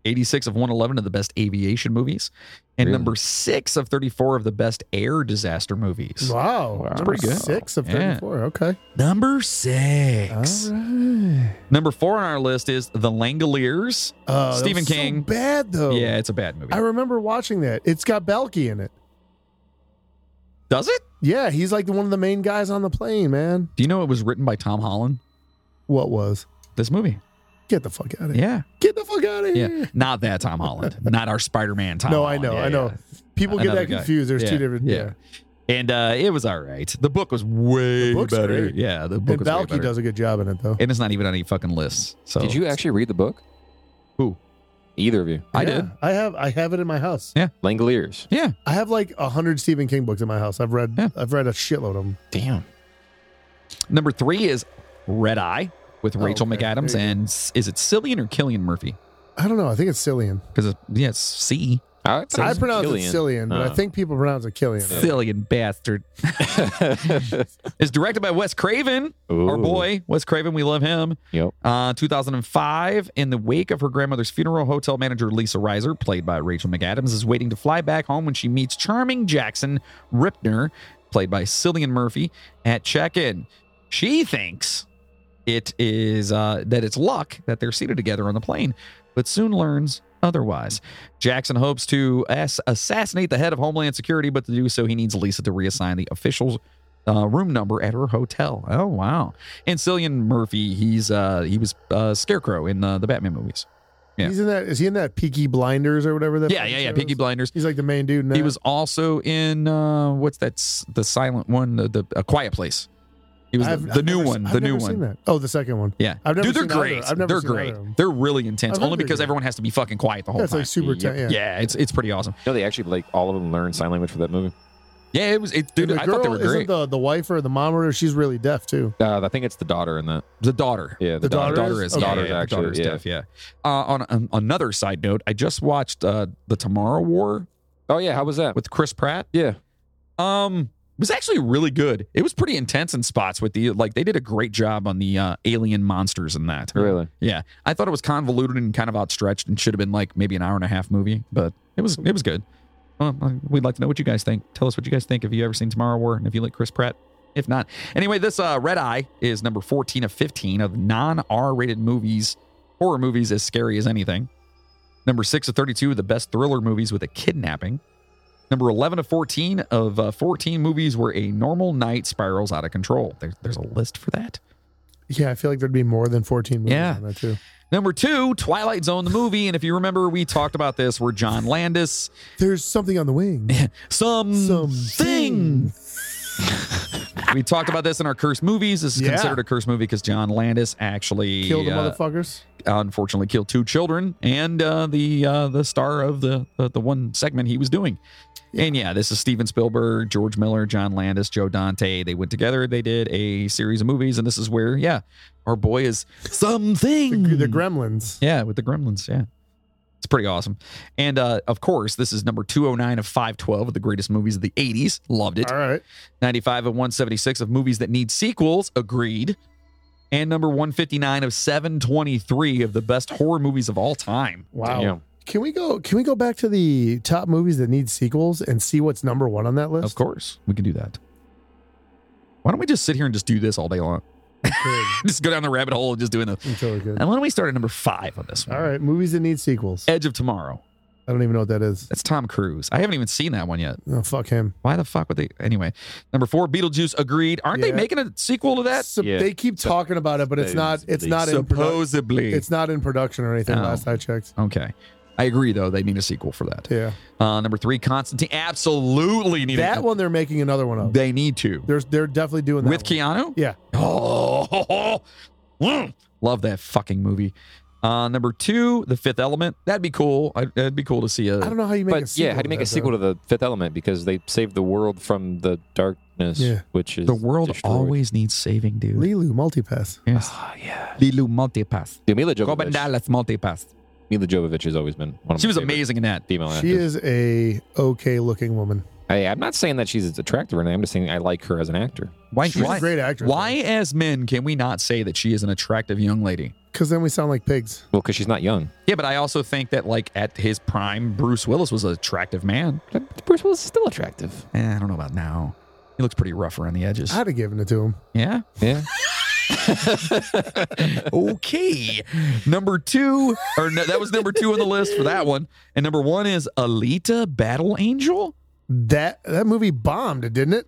86 of 111 of the best aviation movies, and Really? number six of 34 of the best air disaster movies. Wow. That's pretty good. Six of Yeah. 34. Okay. Number six. All right. Number four on our list is The Langoliers. Oh, that was Stephen King. So bad, though. Yeah, it's a bad movie. Oh. I remember watching that. It's got Belky in it. Does it? Yeah, he's like one of the main guys on the plane, man. Do you know it was written by Tom Holland? What was? This movie. Get the fuck out of here. Yeah. Get the fuck out of here. Yeah. Not that Tom [LAUGHS] Holland. Not our Spider Man Tom No, I Holland. know. Yeah, I know. yeah. People get Another that guy. confused. There's Yeah, two different. yeah. Yeah. And uh, it was all right. The book was way The book's better. great. Yeah, the book And was way Balky better. does a good job in it, though. and it's not even on any fucking lists. So Did you actually read the book? Who? Either of you. I Yeah, did. I have. I have it in my house. Langoliers. Yeah. I have like a hundred Stephen King books in my house. I've read. Yeah. I've read a shitload of them. [LAUGHS] Damn. Number three is Red Eye with Oh, Rachel okay. McAdams There you go. and s- is it Cillian or Killian Murphy? I don't know. I think it's Cillian. Because it's yeah, it's C. I, I pronounce it Cillian, but I Oh. think people pronounce it Killian. Cillian bastard. It's directed by Wes Craven. Our boy, Wes Craven, we love him. Yep. Uh, 2005, in the wake of her grandmother's funeral, hotel manager Lisa Reiser, played by Rachel McAdams, is waiting to fly back home when she meets charming Jackson Ripner, played by Cillian Murphy, at check-in. She thinks it is uh, that it's luck that they're seated together on the plane, but soon learns otherwise. Jackson hopes to ass- assassinate the head of Homeland Security, but to do so, he needs Lisa to reassign the official uh, room number at her hotel. Oh wow! And Cillian Murphy, he's uh, he was uh, Scarecrow in uh, the Batman movies. Yeah. He's in that. Is he in that Peaky Blinders or whatever? That Yeah, yeah, yeah. Peaky Blinders. Blinders. He's like the main dude. In He that. was also in uh, what's that? s- The silent one, the, the a Quiet Place. He was the, I've- the I've new never- one. I've the new never seen one. that. Oh, the second one. Yeah, I've never dude, they're seen either. great. I've never they're seen great. either of them. They're really intense, I've only heard they're because good. everyone has to be fucking quiet the whole That's time. like super. Yep. ten- yeah. yeah, it's it's pretty awesome. No, they actually like all of them learned sign language for that movie. Yeah, it was. It, dude, And the I girl, thought they were isn't great. The, the the wife or the mom or whatever, she's really deaf too. Uh, I think it's the daughter in that. daughter. Yeah, The daughter daughter is? is yeah, Okay. Daughter's yeah, the actually, daughter's yeah. deaf. Yeah. Uh, on, on another side note, I just watched uh, the Tomorrow War Oh yeah, how was that? with Chris Pratt. Yeah. Um, it was actually really good. It was pretty intense in spots with the like they did a great job on the uh, alien monsters in that. Really? Yeah, I thought it was convoluted and kind of outstretched and should have been like maybe an hour and a half movie, but it was it was good. Well, uh, we'd like to know what you guys think. Tell us what you guys think. Have you ever seen Tomorrow War? And if you like Chris Pratt, if not, anyway, this uh, Red Eye is number fourteen of fifteen of non R-rated movies, horror movies as scary as anything. Number six of thirty-two of the best thriller movies with a kidnapping. Number eleven of fourteen of uh, fourteen movies where a normal night spirals out of control. There's there's a list for that. Yeah, I feel like there'd be more than fourteen movies Yeah. on that too. Number two, Twilight Zone, the movie. And if you remember, we talked about this where John Landis, There's something on the wing. some Something. thing. we talked about this in our cursed movies. This is Yeah. considered a cursed movie because John Landis actually Kill the uh, motherfuckers. unfortunately killed two children and uh, the uh, the star of the, the the one segment he was doing. And yeah, this is Steven Spielberg, George Miller, John Landis, Joe Dante. They went together. They did a series of movies, and this is where yeah, our boy is The, something. the gremlins. Yeah, with the Gremlins. Yeah. It's pretty awesome. And uh, of course, this is number 209 of 512 of the greatest movies of the 80s. Loved it. All right. 95 of 176 of movies that need sequels. Agreed. And number 159 of 723 of the best horror movies of all time. Wow. Damn. Can we go? Can we go back to the top movies that need sequels and see what's number one on that list? Of course, we can do that. Why don't we just sit here and just do this all day long? [LAUGHS] Good. just go down the rabbit hole of just doing this. I'm totally good. And why don't we start at number five on this one? All right, movies that need sequels. Edge of Tomorrow. I don't even know what that is. That's Tom Cruise. I haven't even seen that one yet. Oh, fuck him. Why the fuck would they? Anyway, number four, Beetlejuice agreed. Aren't they Yeah. making a sequel to that? So Yeah. They keep talking about it, but it's not. It's not in production. Supposedly. It's not in production or anything. No. Last I checked. okay. I agree, though. They need a sequel for that. Yeah, Uh, number three, Constantine. Absolutely need that a, one they're making another one of. They need to. There's they're definitely doing that With one. Keanu? Yeah. Oh, [LAUGHS] mm. love that fucking movie. Uh, number two, The Fifth Element. That'd be cool. I, that'd be cool to see a. I don't know how you make a But sequel. yeah, how do you make that, a sequel though. to the Fifth Element because they saved the world from the darkness, Yeah. which is the world destroyed. always needs saving, dude. Lilu multipass? yes. Ah, yeah. Lilu Multipass. Dude, Mila Goban Jovovich. Dallas Multipass. Mila Jovovich has always been one of She my was favorite amazing in that. female She is actors. a okay looking woman. Hey, I'm not saying that she's attractive or anything. I'm just saying I like her as an actor. Why, She's why, a great actress. Why, as men, can we not say that she is an attractive young lady? because then we sound like pigs. Well, because she's not young. Yeah, but I also think that like at his prime, Bruce Willis was an attractive man. But Bruce Willis is still attractive. Eh, I don't know about now. He looks pretty rough around the edges. I'd have given it to him. yeah. [LAUGHS] [LAUGHS] Yeah. okay. Number two, or no, that was number two on the list for that one. And number one is Alita Battle Angel. That that movie bombed, didn't it?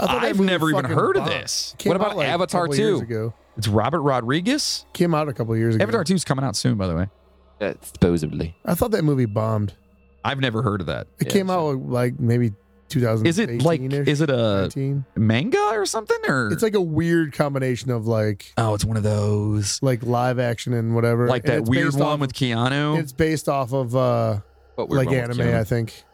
I thought that I've movie never even fucking heard of bombed. this. Came What out, about like, a Avatar couple years 2? ago. It's Robert Rodriguez. Came out a couple years ago. Avatar 2 is coming out soon, by the way. Uh, supposedly. I thought that movie bombed. I've never heard of that. It Yeah, came so- out like maybe 2000. Is it like, is it a manga or something? Or It's like a weird combination of like oh, it's one of those. like live action and whatever. Like And that it's weird based one off with of- Keanu. It's based off of uh But like anime, I think.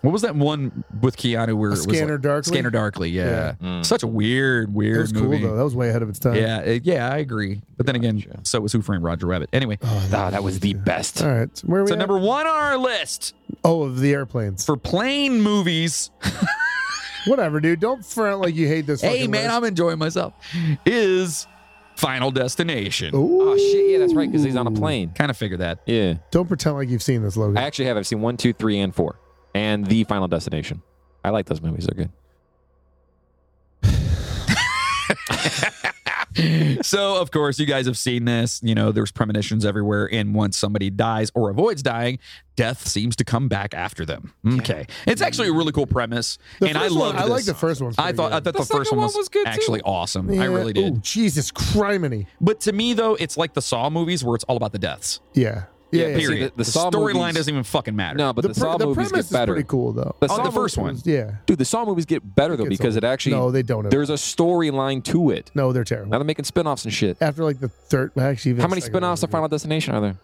What was that one with Keanu where A it was Scanner like, Darkly? Scanner Darkly, yeah. Mm. Such a weird, weird It was movie. cool though. That was way ahead of its time. yeah, it- yeah, I agree. But then again, Gotcha. so was Who Framed Roger Rabbit. Anyway, Oh, Ah, that was the best. All right. Where are we so at? number one on our list Oh, of the airplanes. for plane movies. Whatever, dude. Don't front like you hate this. hey fucking man, list. I'm enjoying myself. Is Final Destination. Ooh. Oh, shit. Yeah, that's right. Because he's on a plane. Kind of figured that. Yeah. Don't pretend like you've seen this, Logan. I actually have. I've seen one, two, three, and four, and the Final Destination. I like those movies. They're good. so of course you guys have seen this you know there's premonitions everywhere and once somebody dies or avoids dying death seems to come back after them okay it's actually a really cool premise The and i first one- loved I this. like the first one. I thought, I thought the, first one was, actually awesome. I really did. Ooh, Jesus criminy. But to me, though, it's like the Saw movies where it's all about the deaths. Yeah. Yeah. yeah. but see, period. the- the Saw storyline movies- doesn't even fucking matter. No, but the, pre- Saw movies premise get better. is pretty cool though. The Oh, Saw the first movies- one. Yeah. dude. The Saw movies get better though gets because it actually No, they don't. there's a storyline to it. no, they're Now terrible. they're making spin-offs and shit. After like the third, well, actually, even How the many second one spin-offs was of Final Destination are there?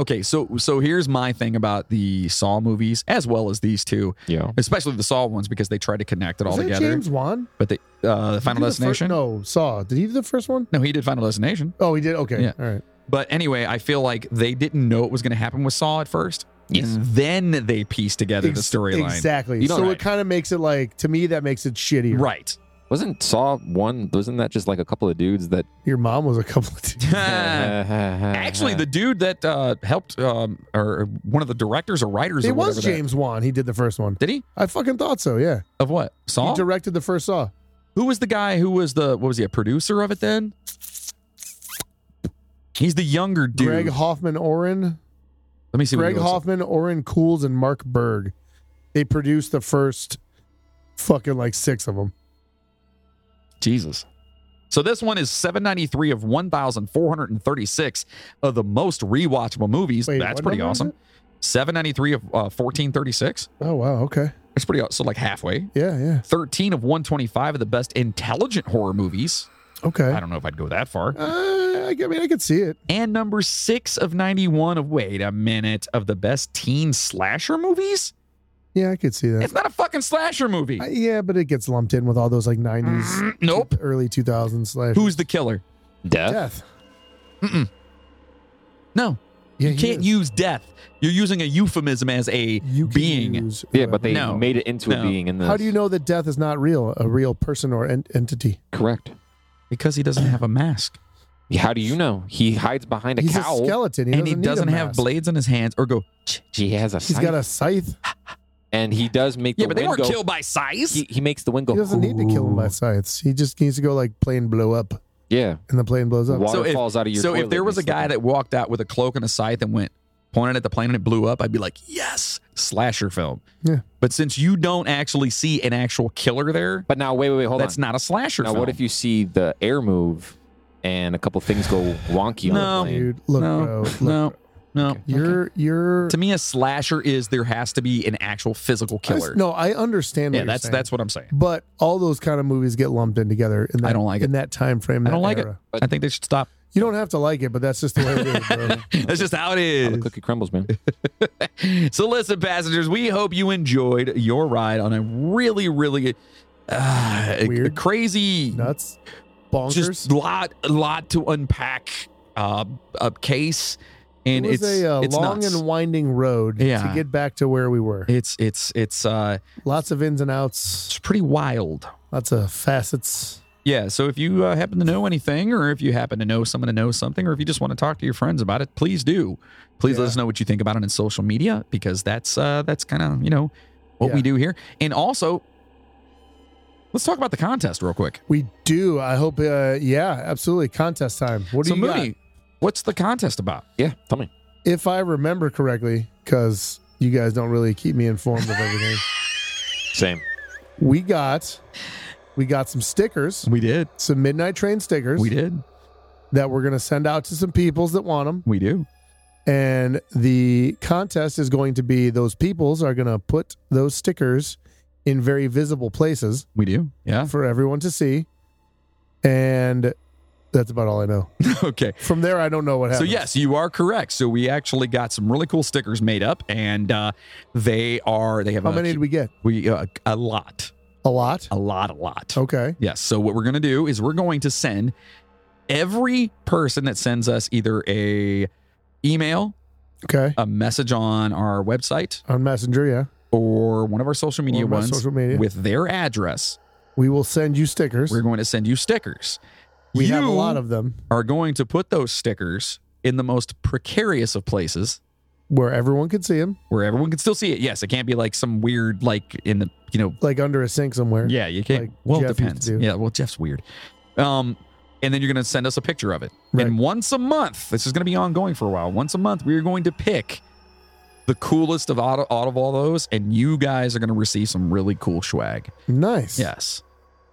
Okay, so so here's my thing about the Saw movies as well as these two, Yeah. especially the Saw ones because they try to connect it good. all Is that together. James Wan? But the uh, the Did Final he do the first- Destination. no, Saw. Did he do the first one? No, he did Final Destination. Oh, he did. Okay. Yeah. All right. But anyway, I feel like they didn't know it was going to happen with Saw at first. And then they pieced together Ex- the storyline. Exactly. You know, so right. it kind of makes it like to me that makes it shittier. Right. Wasn't Saw one? Wasn't that just like a couple of dudes that? Your mom was a couple of [LAUGHS] dudes. [LAUGHS] Actually, [LAUGHS] Actually, the dude that uh, helped, um, or one of the directors or writers, or It was whatever that- James Wan. He did the first one. Did he? I fucking thought so. Yeah. Of what? Saw? He directed the first Saw. who was the guy who was the, what was he, a producer of it then? He's the younger dude. Greg Hoffman, Oren, Let me see Greg what he looks like. Hoffman, Oren Cools, and Mark Berg. They produced the first fucking like six of them. Jesus. So this one is 793 of 1,436 of the most rewatchable movies. Wait, That's what pretty number is awesome. it? 793 of uh, 1436. Oh wow. Okay. That's pretty aw- So like halfway. Yeah. Yeah. 13 of 125 of the best intelligent horror movies. Okay. I don't know if I'd go that far. Uh, I g- I mean, I could see it. and number six of 91 of wait a minute of the best teen slasher movies Yeah, I could see that. it's not a fucking slasher movie I- yeah, but it gets lumped in with all those like '90s, Mm, [LAUGHS] nope early 2000s slash who's the killer death. death. no Yeah, you he can't is. use death you're using a euphemism as a you can being use Yeah, but they whoever. No. made it into No. a being in this. How do you know that death is not real? A real person or en- entity? Correct. because he doesn't have a mask How do you know? He hides behind a He's cowl. a skeleton, and he need a doesn't have mask. blades on his hands or go He has a. He's Scythe, got a scythe. and he does make. yeah the but they weren't window- killed by size He, he makes the wind go. He doesn't need to kill him by "Ooh." scythes. He just needs to go like plane blow up, Yeah. and the plane blows up. Water So if- falls out of your so if toilet there and was a it's like- guy that walked out with a cloak and a scythe and went pointed at the plane and it blew up, I'd be like, yes, slasher film. Yeah. But since you don't actually see an actual killer there, But now, wait, wait, wait, hold that's on. not a slasher now, film. what if you see the air move and a couple things go wonky No. on the plane? Dude, look, No, bro. Look, no, no. you're you're To me, a slasher is there has to be an actual physical I s- killer. no, I understand. yeah, what that's you're saying. that's what I'm saying. But all those kind of movies get lumped in together. In that, I don't like it. in that time frame. I don't that like it. era. I think they should stop. [LAUGHS] You don't have to like it, but that's just the way it is, bro. That's just how it How the is. cookie [LAUGHS] crumbles, man. so listen, passengers, we hope you enjoyed your ride on a really, really uh, Weird. crazy, Nuts, bonkers. just lot lot to unpack uh, a case and it was it's a uh, it's long nuts. and winding road Yeah. to get back to where we were. it's it's it's uh Lots of ins and outs, it's pretty wild lots of facets. Yeah. So if you uh, happen to know anything, or if you happen to know someone to know something, or if you just want to talk to your friends about it, please do. Please let us know what you think about it in social media because that's uh, that's kind of you know what we Yeah. do here. And also, let's talk about the contest real quick. We do. I hope. Uh, yeah, absolutely. Contest time. What do so you got? Mooney, what's the contest about? Yeah, tell me. If I remember correctly, because you guys don't really keep me informed of everything, [LAUGHS] Same. we got we got some stickers, We did. some midnight train stickers We did. that we're gonna send out to some peoples that want them. We do. And the contest is going to be those peoples are gonna put those stickers in very visible places We do. Yeah. [LAUGHS] for everyone to see. And that's about all I know. okay. From there, I don't know what So happened. yes, you are correct. So we actually got some really cool stickers made up, and uh, they are they have How a, many did we Oh. get? we uh, a lot, A lot. a lot, a lot. Okay. Yes. So what we're going to do is we're going to send every person that sends us either a email, Okay. a message on our website, On Messenger, yeah. or one of our social media Or my ones Social media. with their address. we will send you stickers. We're going to send you stickers. We you have a lot of them are going to put those stickers in the most precarious of places where everyone can see them, where everyone can still see it. Yes, it can't be like some weird like in the you know like under a sink somewhere. yeah you can't. Like well, it Jeff used to depends. do. Yeah, well, Jeff's weird. Um, and then you're going to send us a picture of it. Right. And once a month, this is going to be ongoing for a while. Once a month, we are going to pick the coolest of out, out of all those, and you guys are going to receive some really cool swag. Nice. Yes,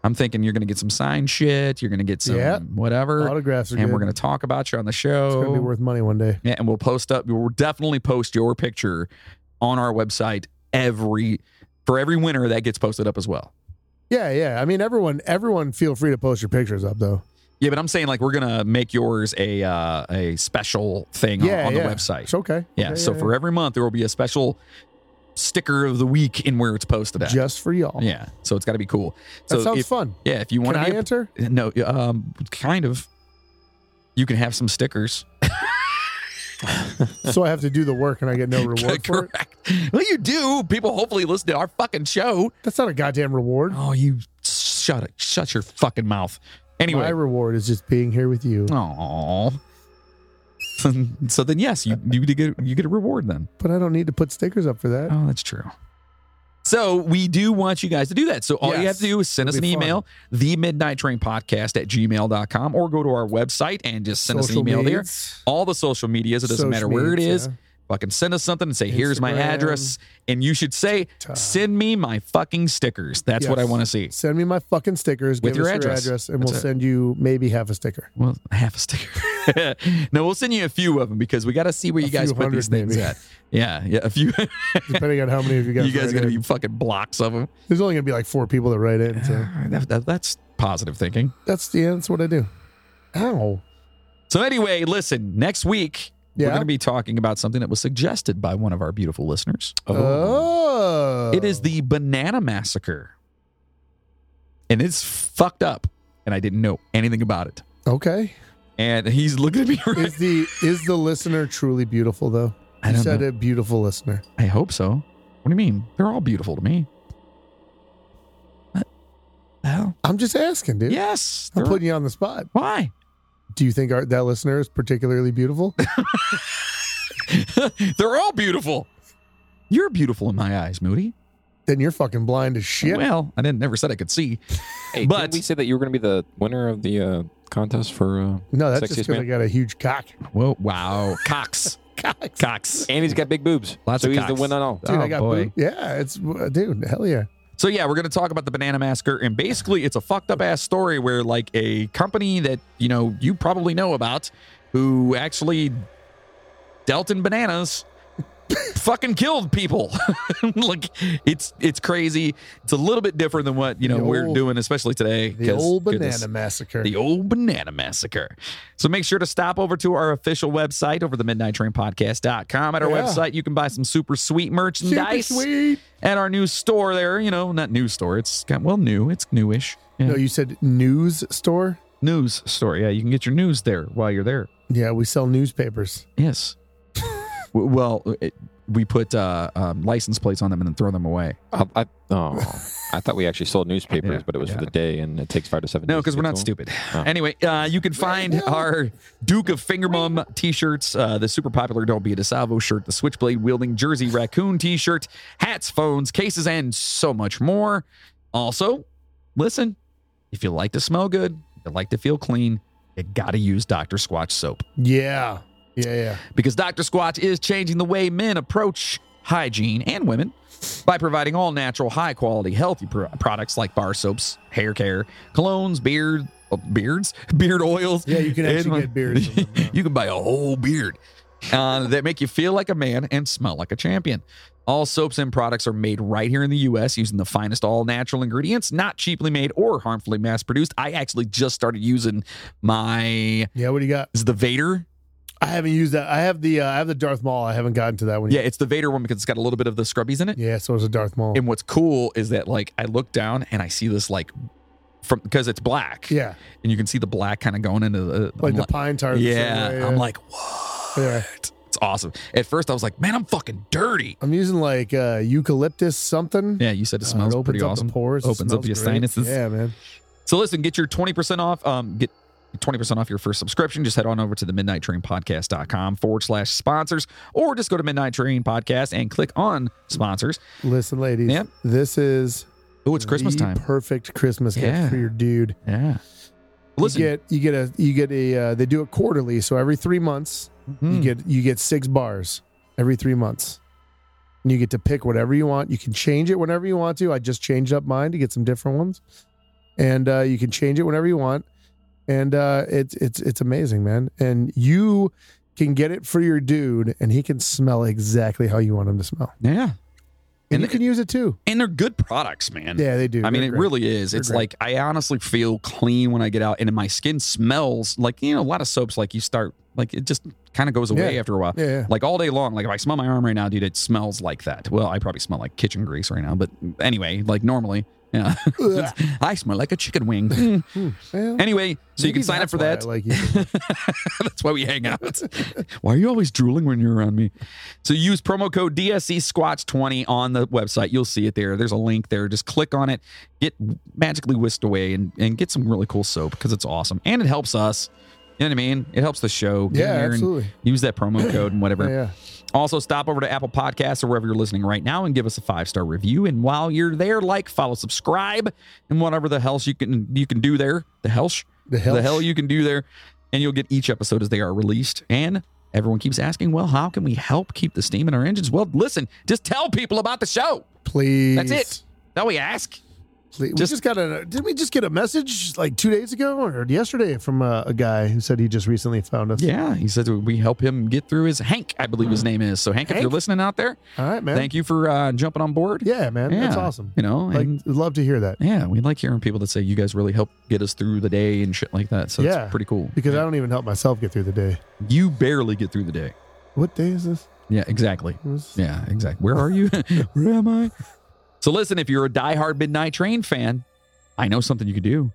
I'm thinking you're going to get some signed shit. You're going to get some Yeah. whatever. Autographs are and good. we're going to talk about you on the show. It's going to be worth money one day. Yeah, and we'll post up. We'll definitely post your picture on our website every for every winner that gets posted up as well. Yeah, yeah. I mean, everyone, everyone, feel free to post your pictures up though. Yeah, but I'm saying like we're gonna make yours a uh, a special thing on- yeah, on, yeah. the website. It's okay. yeah, Okay, so for every month there will be a special sticker of the week in where it's posted at. just for y'all. yeah, so it's got to be cool. That So sounds if, fun. yeah, if you Can want I to [LAUGHS] enter? be a, no, um, kind of. You can have some stickers. [LAUGHS] so I have to do the work and [LAUGHS] I get no reward for it. Correct. Well, you do. People hopefully listen to our fucking show. That's not a goddamn reward. Oh, you shut it! Shut your fucking mouth. My Anyway, reward is just being here with you. oh. [LAUGHS] so then, yes, you you get you get a reward then. But I don't need to put stickers up for that. Oh, that's true. So we do want you guys to do that. So all you have Yes. to do is send us It'll an be email, the midnight train podcast at gmail.com, or go to our website and just send us an email there. All the social medias, it doesn't matter where it is. Fucking send us something and say, here's my Instagram. address. And you should say, TikTok. send me my fucking stickers. That's what I Yes. want to see. Send me my fucking stickers With give your us address. and That's we'll it. send you maybe half [LAUGHS] a sticker. Well, half a sticker. [LAUGHS] no, we'll send you a few of them because we got to see where you A guys few put these hundred, things maybe. at. Yeah, yeah, a few. [LAUGHS] Depending on how many of you guys, you guys write got to in. be fucking blocks of them. There's only gonna be like four people that write in. So That- that- that's positive thinking. that's the that's what I do. Ow. So anyway, listen, next week we're Yeah. going to be talking about something that was suggested by one of our beautiful listeners. Oh. It is the banana massacre. And it's fucked up and I didn't know anything about it. Okay. And he's looking at me [LAUGHS] right. Is the is the listener truly beautiful though? I you don't said know. a beautiful listener. I hope so. What do you mean? They're all beautiful to me. What? the hell? I'm just asking, dude. Yes. I'm they're- putting you on the spot. why? [LAUGHS] Do you think our, that listener is particularly beautiful? they're all beautiful. You're beautiful in my eyes, Moody. then you're fucking blind as shit. Well, I didn't never said I could see. Hey, But- but we said that you were going to be the winner of the uh, contest for. Uh, no, that's just Sexiest because I man. got a huge cock. Whoa, wow. [LAUGHS] Cox. Cox. Cox. and he's got big boobs. Lots so of he's the cocks. winner. All. Dude, oh, I got boy. boob- Yeah, it's dude, hell yeah. So yeah, we're gonna talk about the banana massacre, and basically it's a fucked up ass story where like a company that you know you probably know about, who actually dealt in bananas, [LAUGHS] fucking killed people. [LAUGHS] like it's it's crazy. It's a little bit different than what you know The we're old- doing, especially today. The 'cause old banana goodness. massacre. The old banana massacre. So make sure to stop over to our official website over the midnight train podcast.com. At our Yeah. website, you can buy some super sweet Super merchandise sweet. at our new store there. You know, not new store. It's got well new. It's newish. Yeah. No, you said news store? news store. Yeah, you can get your news there while you're there. Yeah, we sell newspapers. Yes. W- well, it, we put uh, um, license plates on them and then throw them away. I, I, oh, I thought we actually sold newspapers, Yeah, but it was yeah. for the day, and it takes five to seven. No, days to because we're get not to 'em. stupid. Oh. Anyway, uh, you can find our Duke of Fingermum t-shirts, uh, the super popular Don't Be a DeSalvo shirt, the switchblade wielding Jersey Raccoon t-shirt, hats, phones, cases, and so much more. Also, listen, if you like to smell good, if you like to feel clean, you gotta use Dr. Squatch soap Yeah. Yeah. Yeah. because Dr. Squatch is changing the way men approach hygiene and women by providing all natural, high quality, healthy pro- products like bar soaps, hair care, colognes, beard uh, beards, [LAUGHS] beard oils. Yeah, you [LAUGHS] can and- actually get [LAUGHS] beards from them, yeah. you can buy a whole beard uh, that make you feel like a man and smell like a champion. All soaps and products are made right here in the U.S. using the finest all natural ingredients, not cheaply made or harmfully mass produced. I actually just started using my Yeah. What do you got? is it the Vader I haven't used that. I have the uh, I have the Darth Maul. I haven't gotten to that one Yeah, yet. it's the Vader one because it's got a little bit of the scrubbies in it. Yeah. So it's a Darth Maul. And what's cool is that like I look down and I see this like from because it's black. yeah. And you can see the black kind of going into the Like I'm the pine tar. yeah, I'm like, what? Yeah. It's awesome. At first I was like, man, I'm fucking dirty. I'm using like uh, eucalyptus something. Yeah, you said it Uh, smells it opens pretty up awesome. the pores. it Opens up smells your great. sinuses. Yeah, man. So listen, get your 20% off. Um, get 20% off your first subscription. Just head on over to the midnight train podcast.com forward slash sponsors, or just go to midnight train podcast and click on sponsors. Listen, ladies. Yep. This is Oh, it's Christmas the time. Perfect Christmas Yeah. gift for your dude. Yeah. Listen, you get you get a you get a uh, they do it quarterly, so every three months Mm. you get you get six bars every three months. And you get to pick whatever you want. You can change it whenever you want to. I just changed up mine to get some different ones, and uh, you can change it whenever you want. And uh, it's it's it's amazing, man. And you can get it for your dude, and he can smell exactly how you want him to smell. yeah. And And, you it- can use it too. and they're good products, man. Yeah, they do. I mean, They're it great. really is. They're it's great. like I honestly feel clean when I get out, and my skin smells like you know a lot of soaps. Like you start like it just kind of goes away Yeah. after a while. yeah. yeah. Like all day long. Like if I smell my arm right now, dude, it smells like that. Well, I probably smell like kitchen grease right now, but anyway, like normally, yeah, [LAUGHS] Ugh. I smell like a chicken wing. [LAUGHS] Well, anyway, Hmm. so you maybe can sign up that's for why I that. like you. [LAUGHS] That's why we hang out. [LAUGHS] why are you always drooling when you're around me? So use promo code DSC Squatch 20 on the website. You'll see it there. There's a link there. Just click on it. Get magically whisked away and, and get some really cool soap because it's awesome. And it helps us. You know what I mean? It helps the show. Get in Yeah, there and absolutely. Use that promo code and whatever. Yeah, yeah. Also, stop over to Apple Podcasts or wherever you're listening right now and give us a five star review. And while you're there, like, follow, subscribe, and whatever the hell you can you can do there, the hell, The hell- the hell you can do there, and you'll get each episode as they are released. And everyone keeps asking, well, how can we help keep the steam in our engines? Well, listen, just tell people about the show. [LAUGHS] Please. That's it. That we ask. Please. Just- we just got a. Didn't we just get a message like two days ago or yesterday from a, a guy who said he just recently found us? Yeah, he said we help him get through his Hank, I believe his name is. So Hank, if Hank? you're listening out there, All right, man. thank you for uh, jumping on board. Yeah, man. That's Yeah. awesome. You know, Like, and- love to hear that Yeah, we like hearing people that say you guys really help get us through the day and shit like that. So Yeah. it's pretty cool. because I don't even help myself get through the day. you barely get through the day. What day is this? Yeah, exactly. Who's- Yeah, exactly. Where are [LAUGHS] you? Where am I? So listen, if you're a diehard Midnight Train fan, I know something you could do.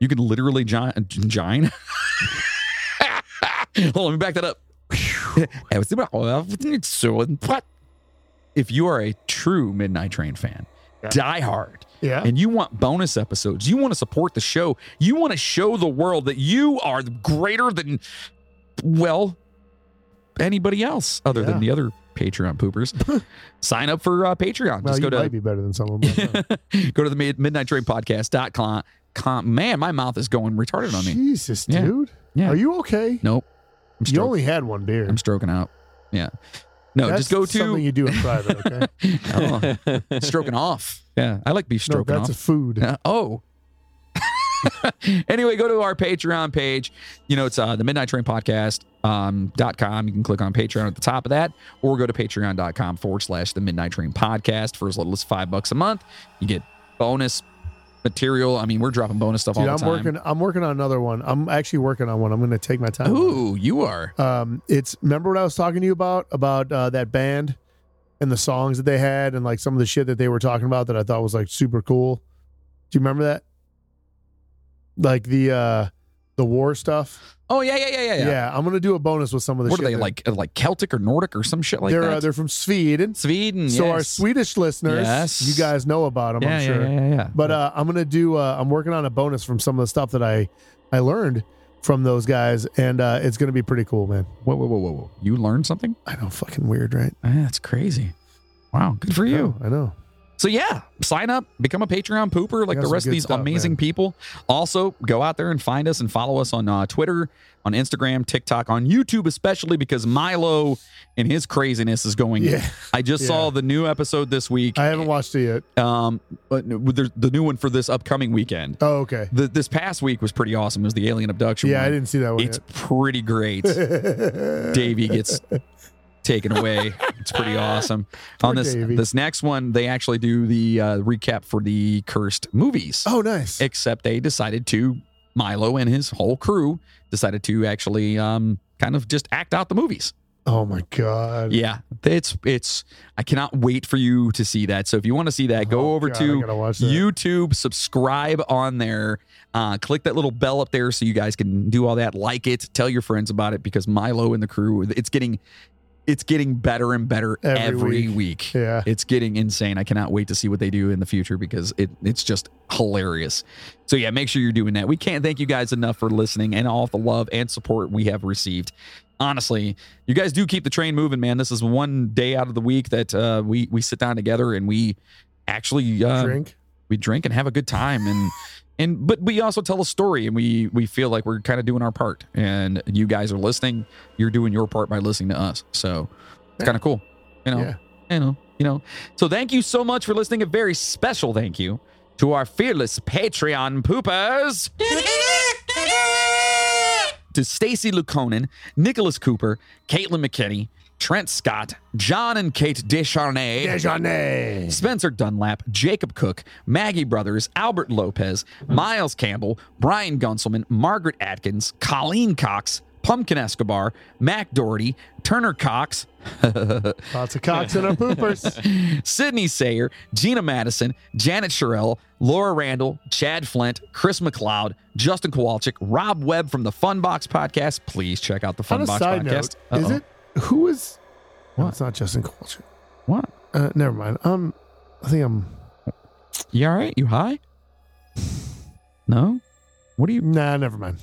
You could literally gine. gine. [LAUGHS] Hold on, let me back that up. If you are a true Midnight Train fan, diehard, Yeah. and you want bonus episodes, you want to support the show, you want to show the world that you are greater than, well, anybody else other Yeah. than the other Patreon [LAUGHS] poopers, sign up for uh, Patreon. well, Just you go might to be better than some [LAUGHS] of them. go to the mid- midnight train podcast.com. Com. Man, my mouth is going retarded on me. Jesus, Yeah. dude. Yeah. Are you okay? Nope. I'm, You stroke- only had one beer. I'm stroking out. Yeah. No, That's just go to something you do in private. Okay. [LAUGHS] Oh, stroking off. Yeah. I like beef no, stroking that's off. a food. Uh, [LAUGHS] oh. anyway, go to our Patreon page. You know, it's uh, the Midnight Train Podcast um, dot com. You can click on Patreon at the top of that, or go to patreon.com forward slash the Midnight Train Podcast for as little as five bucks a month. You get bonus material. I mean, we're dropping bonus stuff Dude, all I'm the time. working. I'm working on another one. I'm actually working on one. I'm going to take my time. on it. Ooh, you are. um, it's remember what I was talking to you about about uh, that band and the songs that they had and like some of the shit that they were talking about that I thought was like super cool. Do you remember that? Like the uh, the war stuff. Oh yeah, yeah, yeah, yeah, Yeah. yeah. I'm gonna do a bonus with some of the. what are shit they that- like? uh, Like Celtic or Nordic or some shit like they're that? uh, they're from Sweden. Sweden. So yes. our Swedish listeners, Yes. you guys know about them, Yeah, I'm yeah, sure. yeah, yeah, yeah. But uh, I'm gonna do. Uh, I'm working on a bonus from some of the stuff that I I learned from those guys, and uh, it's gonna be pretty cool, man. whoa, whoa, whoa, whoa, whoa! You learned something? I know, fucking weird, right? Ah, That's crazy. Wow, good for you. I know. So yeah, sign up, become a Patreon pooper like got the some rest of good these stuff, amazing man. people. Also, go out there and find us and follow us on uh, Twitter, on Instagram, TikTok, on YouTube, especially because Milo and his craziness is going. Yeah. I just Yeah. saw the new episode this week. I haven't watched it yet. um, but there's the new one for this upcoming weekend. Oh, okay. The, this past week was pretty awesome. It was the alien abduction. Yeah, one. I didn't see that one. It's pretty great. [LAUGHS] yet. [LAUGHS] Davey gets taken away. It's pretty awesome. On this Davey. this next one, they actually do the uh, recap for the cursed movies. oh, nice. Except they decided to Milo and his whole crew decided to actually um, kind of just act out the movies. Oh my god. Yeah, it's it's. I cannot wait for you to see that. So if you want to see that, go Oh, over God, I to gotta watch that. YouTube, subscribe on there, uh, click that little bell up there so you guys can do all that. Like it, tell your friends about it because Milo and the crew, it's getting, it's getting better and better every, Every week. week. Yeah. It's getting insane. I cannot wait to see what they do in the future because it it's just hilarious. So yeah, make sure you're doing that. We can't thank you guys enough for listening and all the love and support we have received. Honestly, you guys do keep the train moving, man. This is one day out of the week that uh, we we sit down together and we actually uh, Drink. we drink and have a good time and and but we also tell a story and we we feel like we're kind of doing our part and you guys are listening you're doing your part by listening to us so it's kind of cool you know Yeah. you know you know so thank you so much for listening a very special thank you to our fearless patreon poopers to Stacy Lukonen, Nicholas Cooper, Caitlin McKinney, Trent Scott, John and Kate Descharnay, Dejanay. Spencer Dunlap, Jacob Cook, Maggie Brothers, Albert Lopez, Miles Campbell, Brian Gunselman, Margaret Atkins, Colleen Cox, Pumpkin Escobar, Mac Doherty, Turner Cox, [LAUGHS] Lots of cocks in our poopers. Sydney Sayer, Gina Madison, Janet Sherrill, Laura Randall, Chad Flint, Chris McLeod, Justin Kowalczyk, Rob Webb from the Funbox Podcast. Please check out the On a Funbox side Podcast. note, is Uh-oh. it who is? No, What? it's not Justin Culture. What? Uh, never mind. Um, I think I'm. You all right? You high? No? What are you? Nah, [LAUGHS] never mind.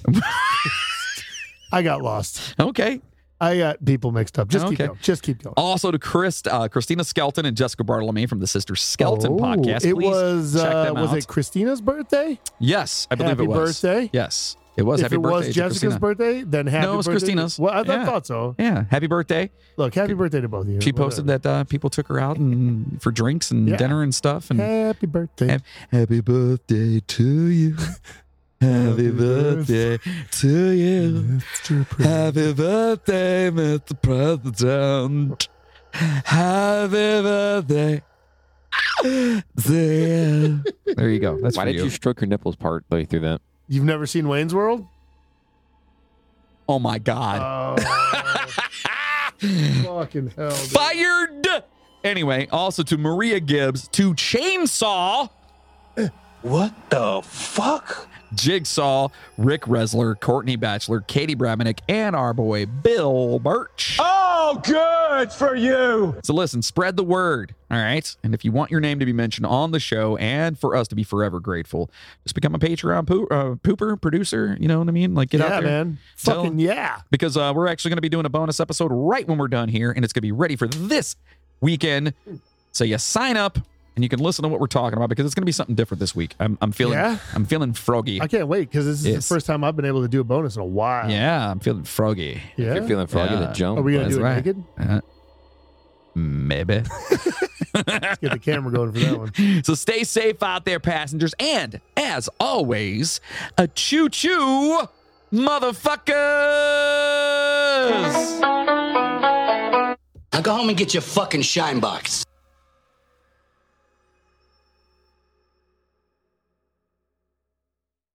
I got lost. Okay. I got people mixed up. Just Okay. keep going. Just keep going. Also to Chris, uh, Christina Skelton and Jessica Bartolome from the Sister Skelton Oh, podcast. It Please was. check Uh, them was out. it Christina's birthday? yes, I believe happy it was. birthday. Yes, it was. if happy it birthday, was to Jessica's Christina. birthday, then happy it was birthday- Christina's. Well, I, I Yeah. thought so. Yeah, happy birthday. Look, happy birthday to both of you. She posted Whatever. that uh, people took her out [LAUGHS] and for drinks and Yeah. dinner and stuff. And Happy birthday. Happy Happy birthday to [LAUGHS] you. Happy birthday to you. Mr. President. Happy birthday, Mr. President. Happy birthday. to you. There you go. That's Why for did you. you. stroke your nipples part way through that? You've never seen Wayne's [LAUGHS] World? Oh my God. Oh, fucking hell. dude. Fired. Anyway, also to Maria Gibbs, to Chainsaw. What the fuck? Jigsaw, Rick Resler, Courtney Batchelor, Katie Bramanick, and our boy Bill Birch. Oh, good for you. So listen, spread the word, all right? And if you want your name to be mentioned on the show and for us to be forever grateful, just become a Patreon poo- uh, pooper, producer, you know what I mean? Like get yeah, out there. man. Tell- Fucking yeah. Because uh, we're actually going to be doing a bonus episode right when we're done here, and it's going to be ready for this weekend. So you sign up and you can listen to what we're talking about because it's going to be something different this week. I'm, I'm feeling Yeah? I'm feeling froggy. I can't wait because this is Yes. the first time I've been able to do a bonus in a while. yeah, I'm feeling froggy. Yeah. If you're feeling froggy, Yeah. then jump. Are we going to That's do it right. naked? Maybe. Let's get the camera going for that one. So stay safe out there, passengers. And as always, a choo choo, motherfuckers. Now go home and get your fucking shine box.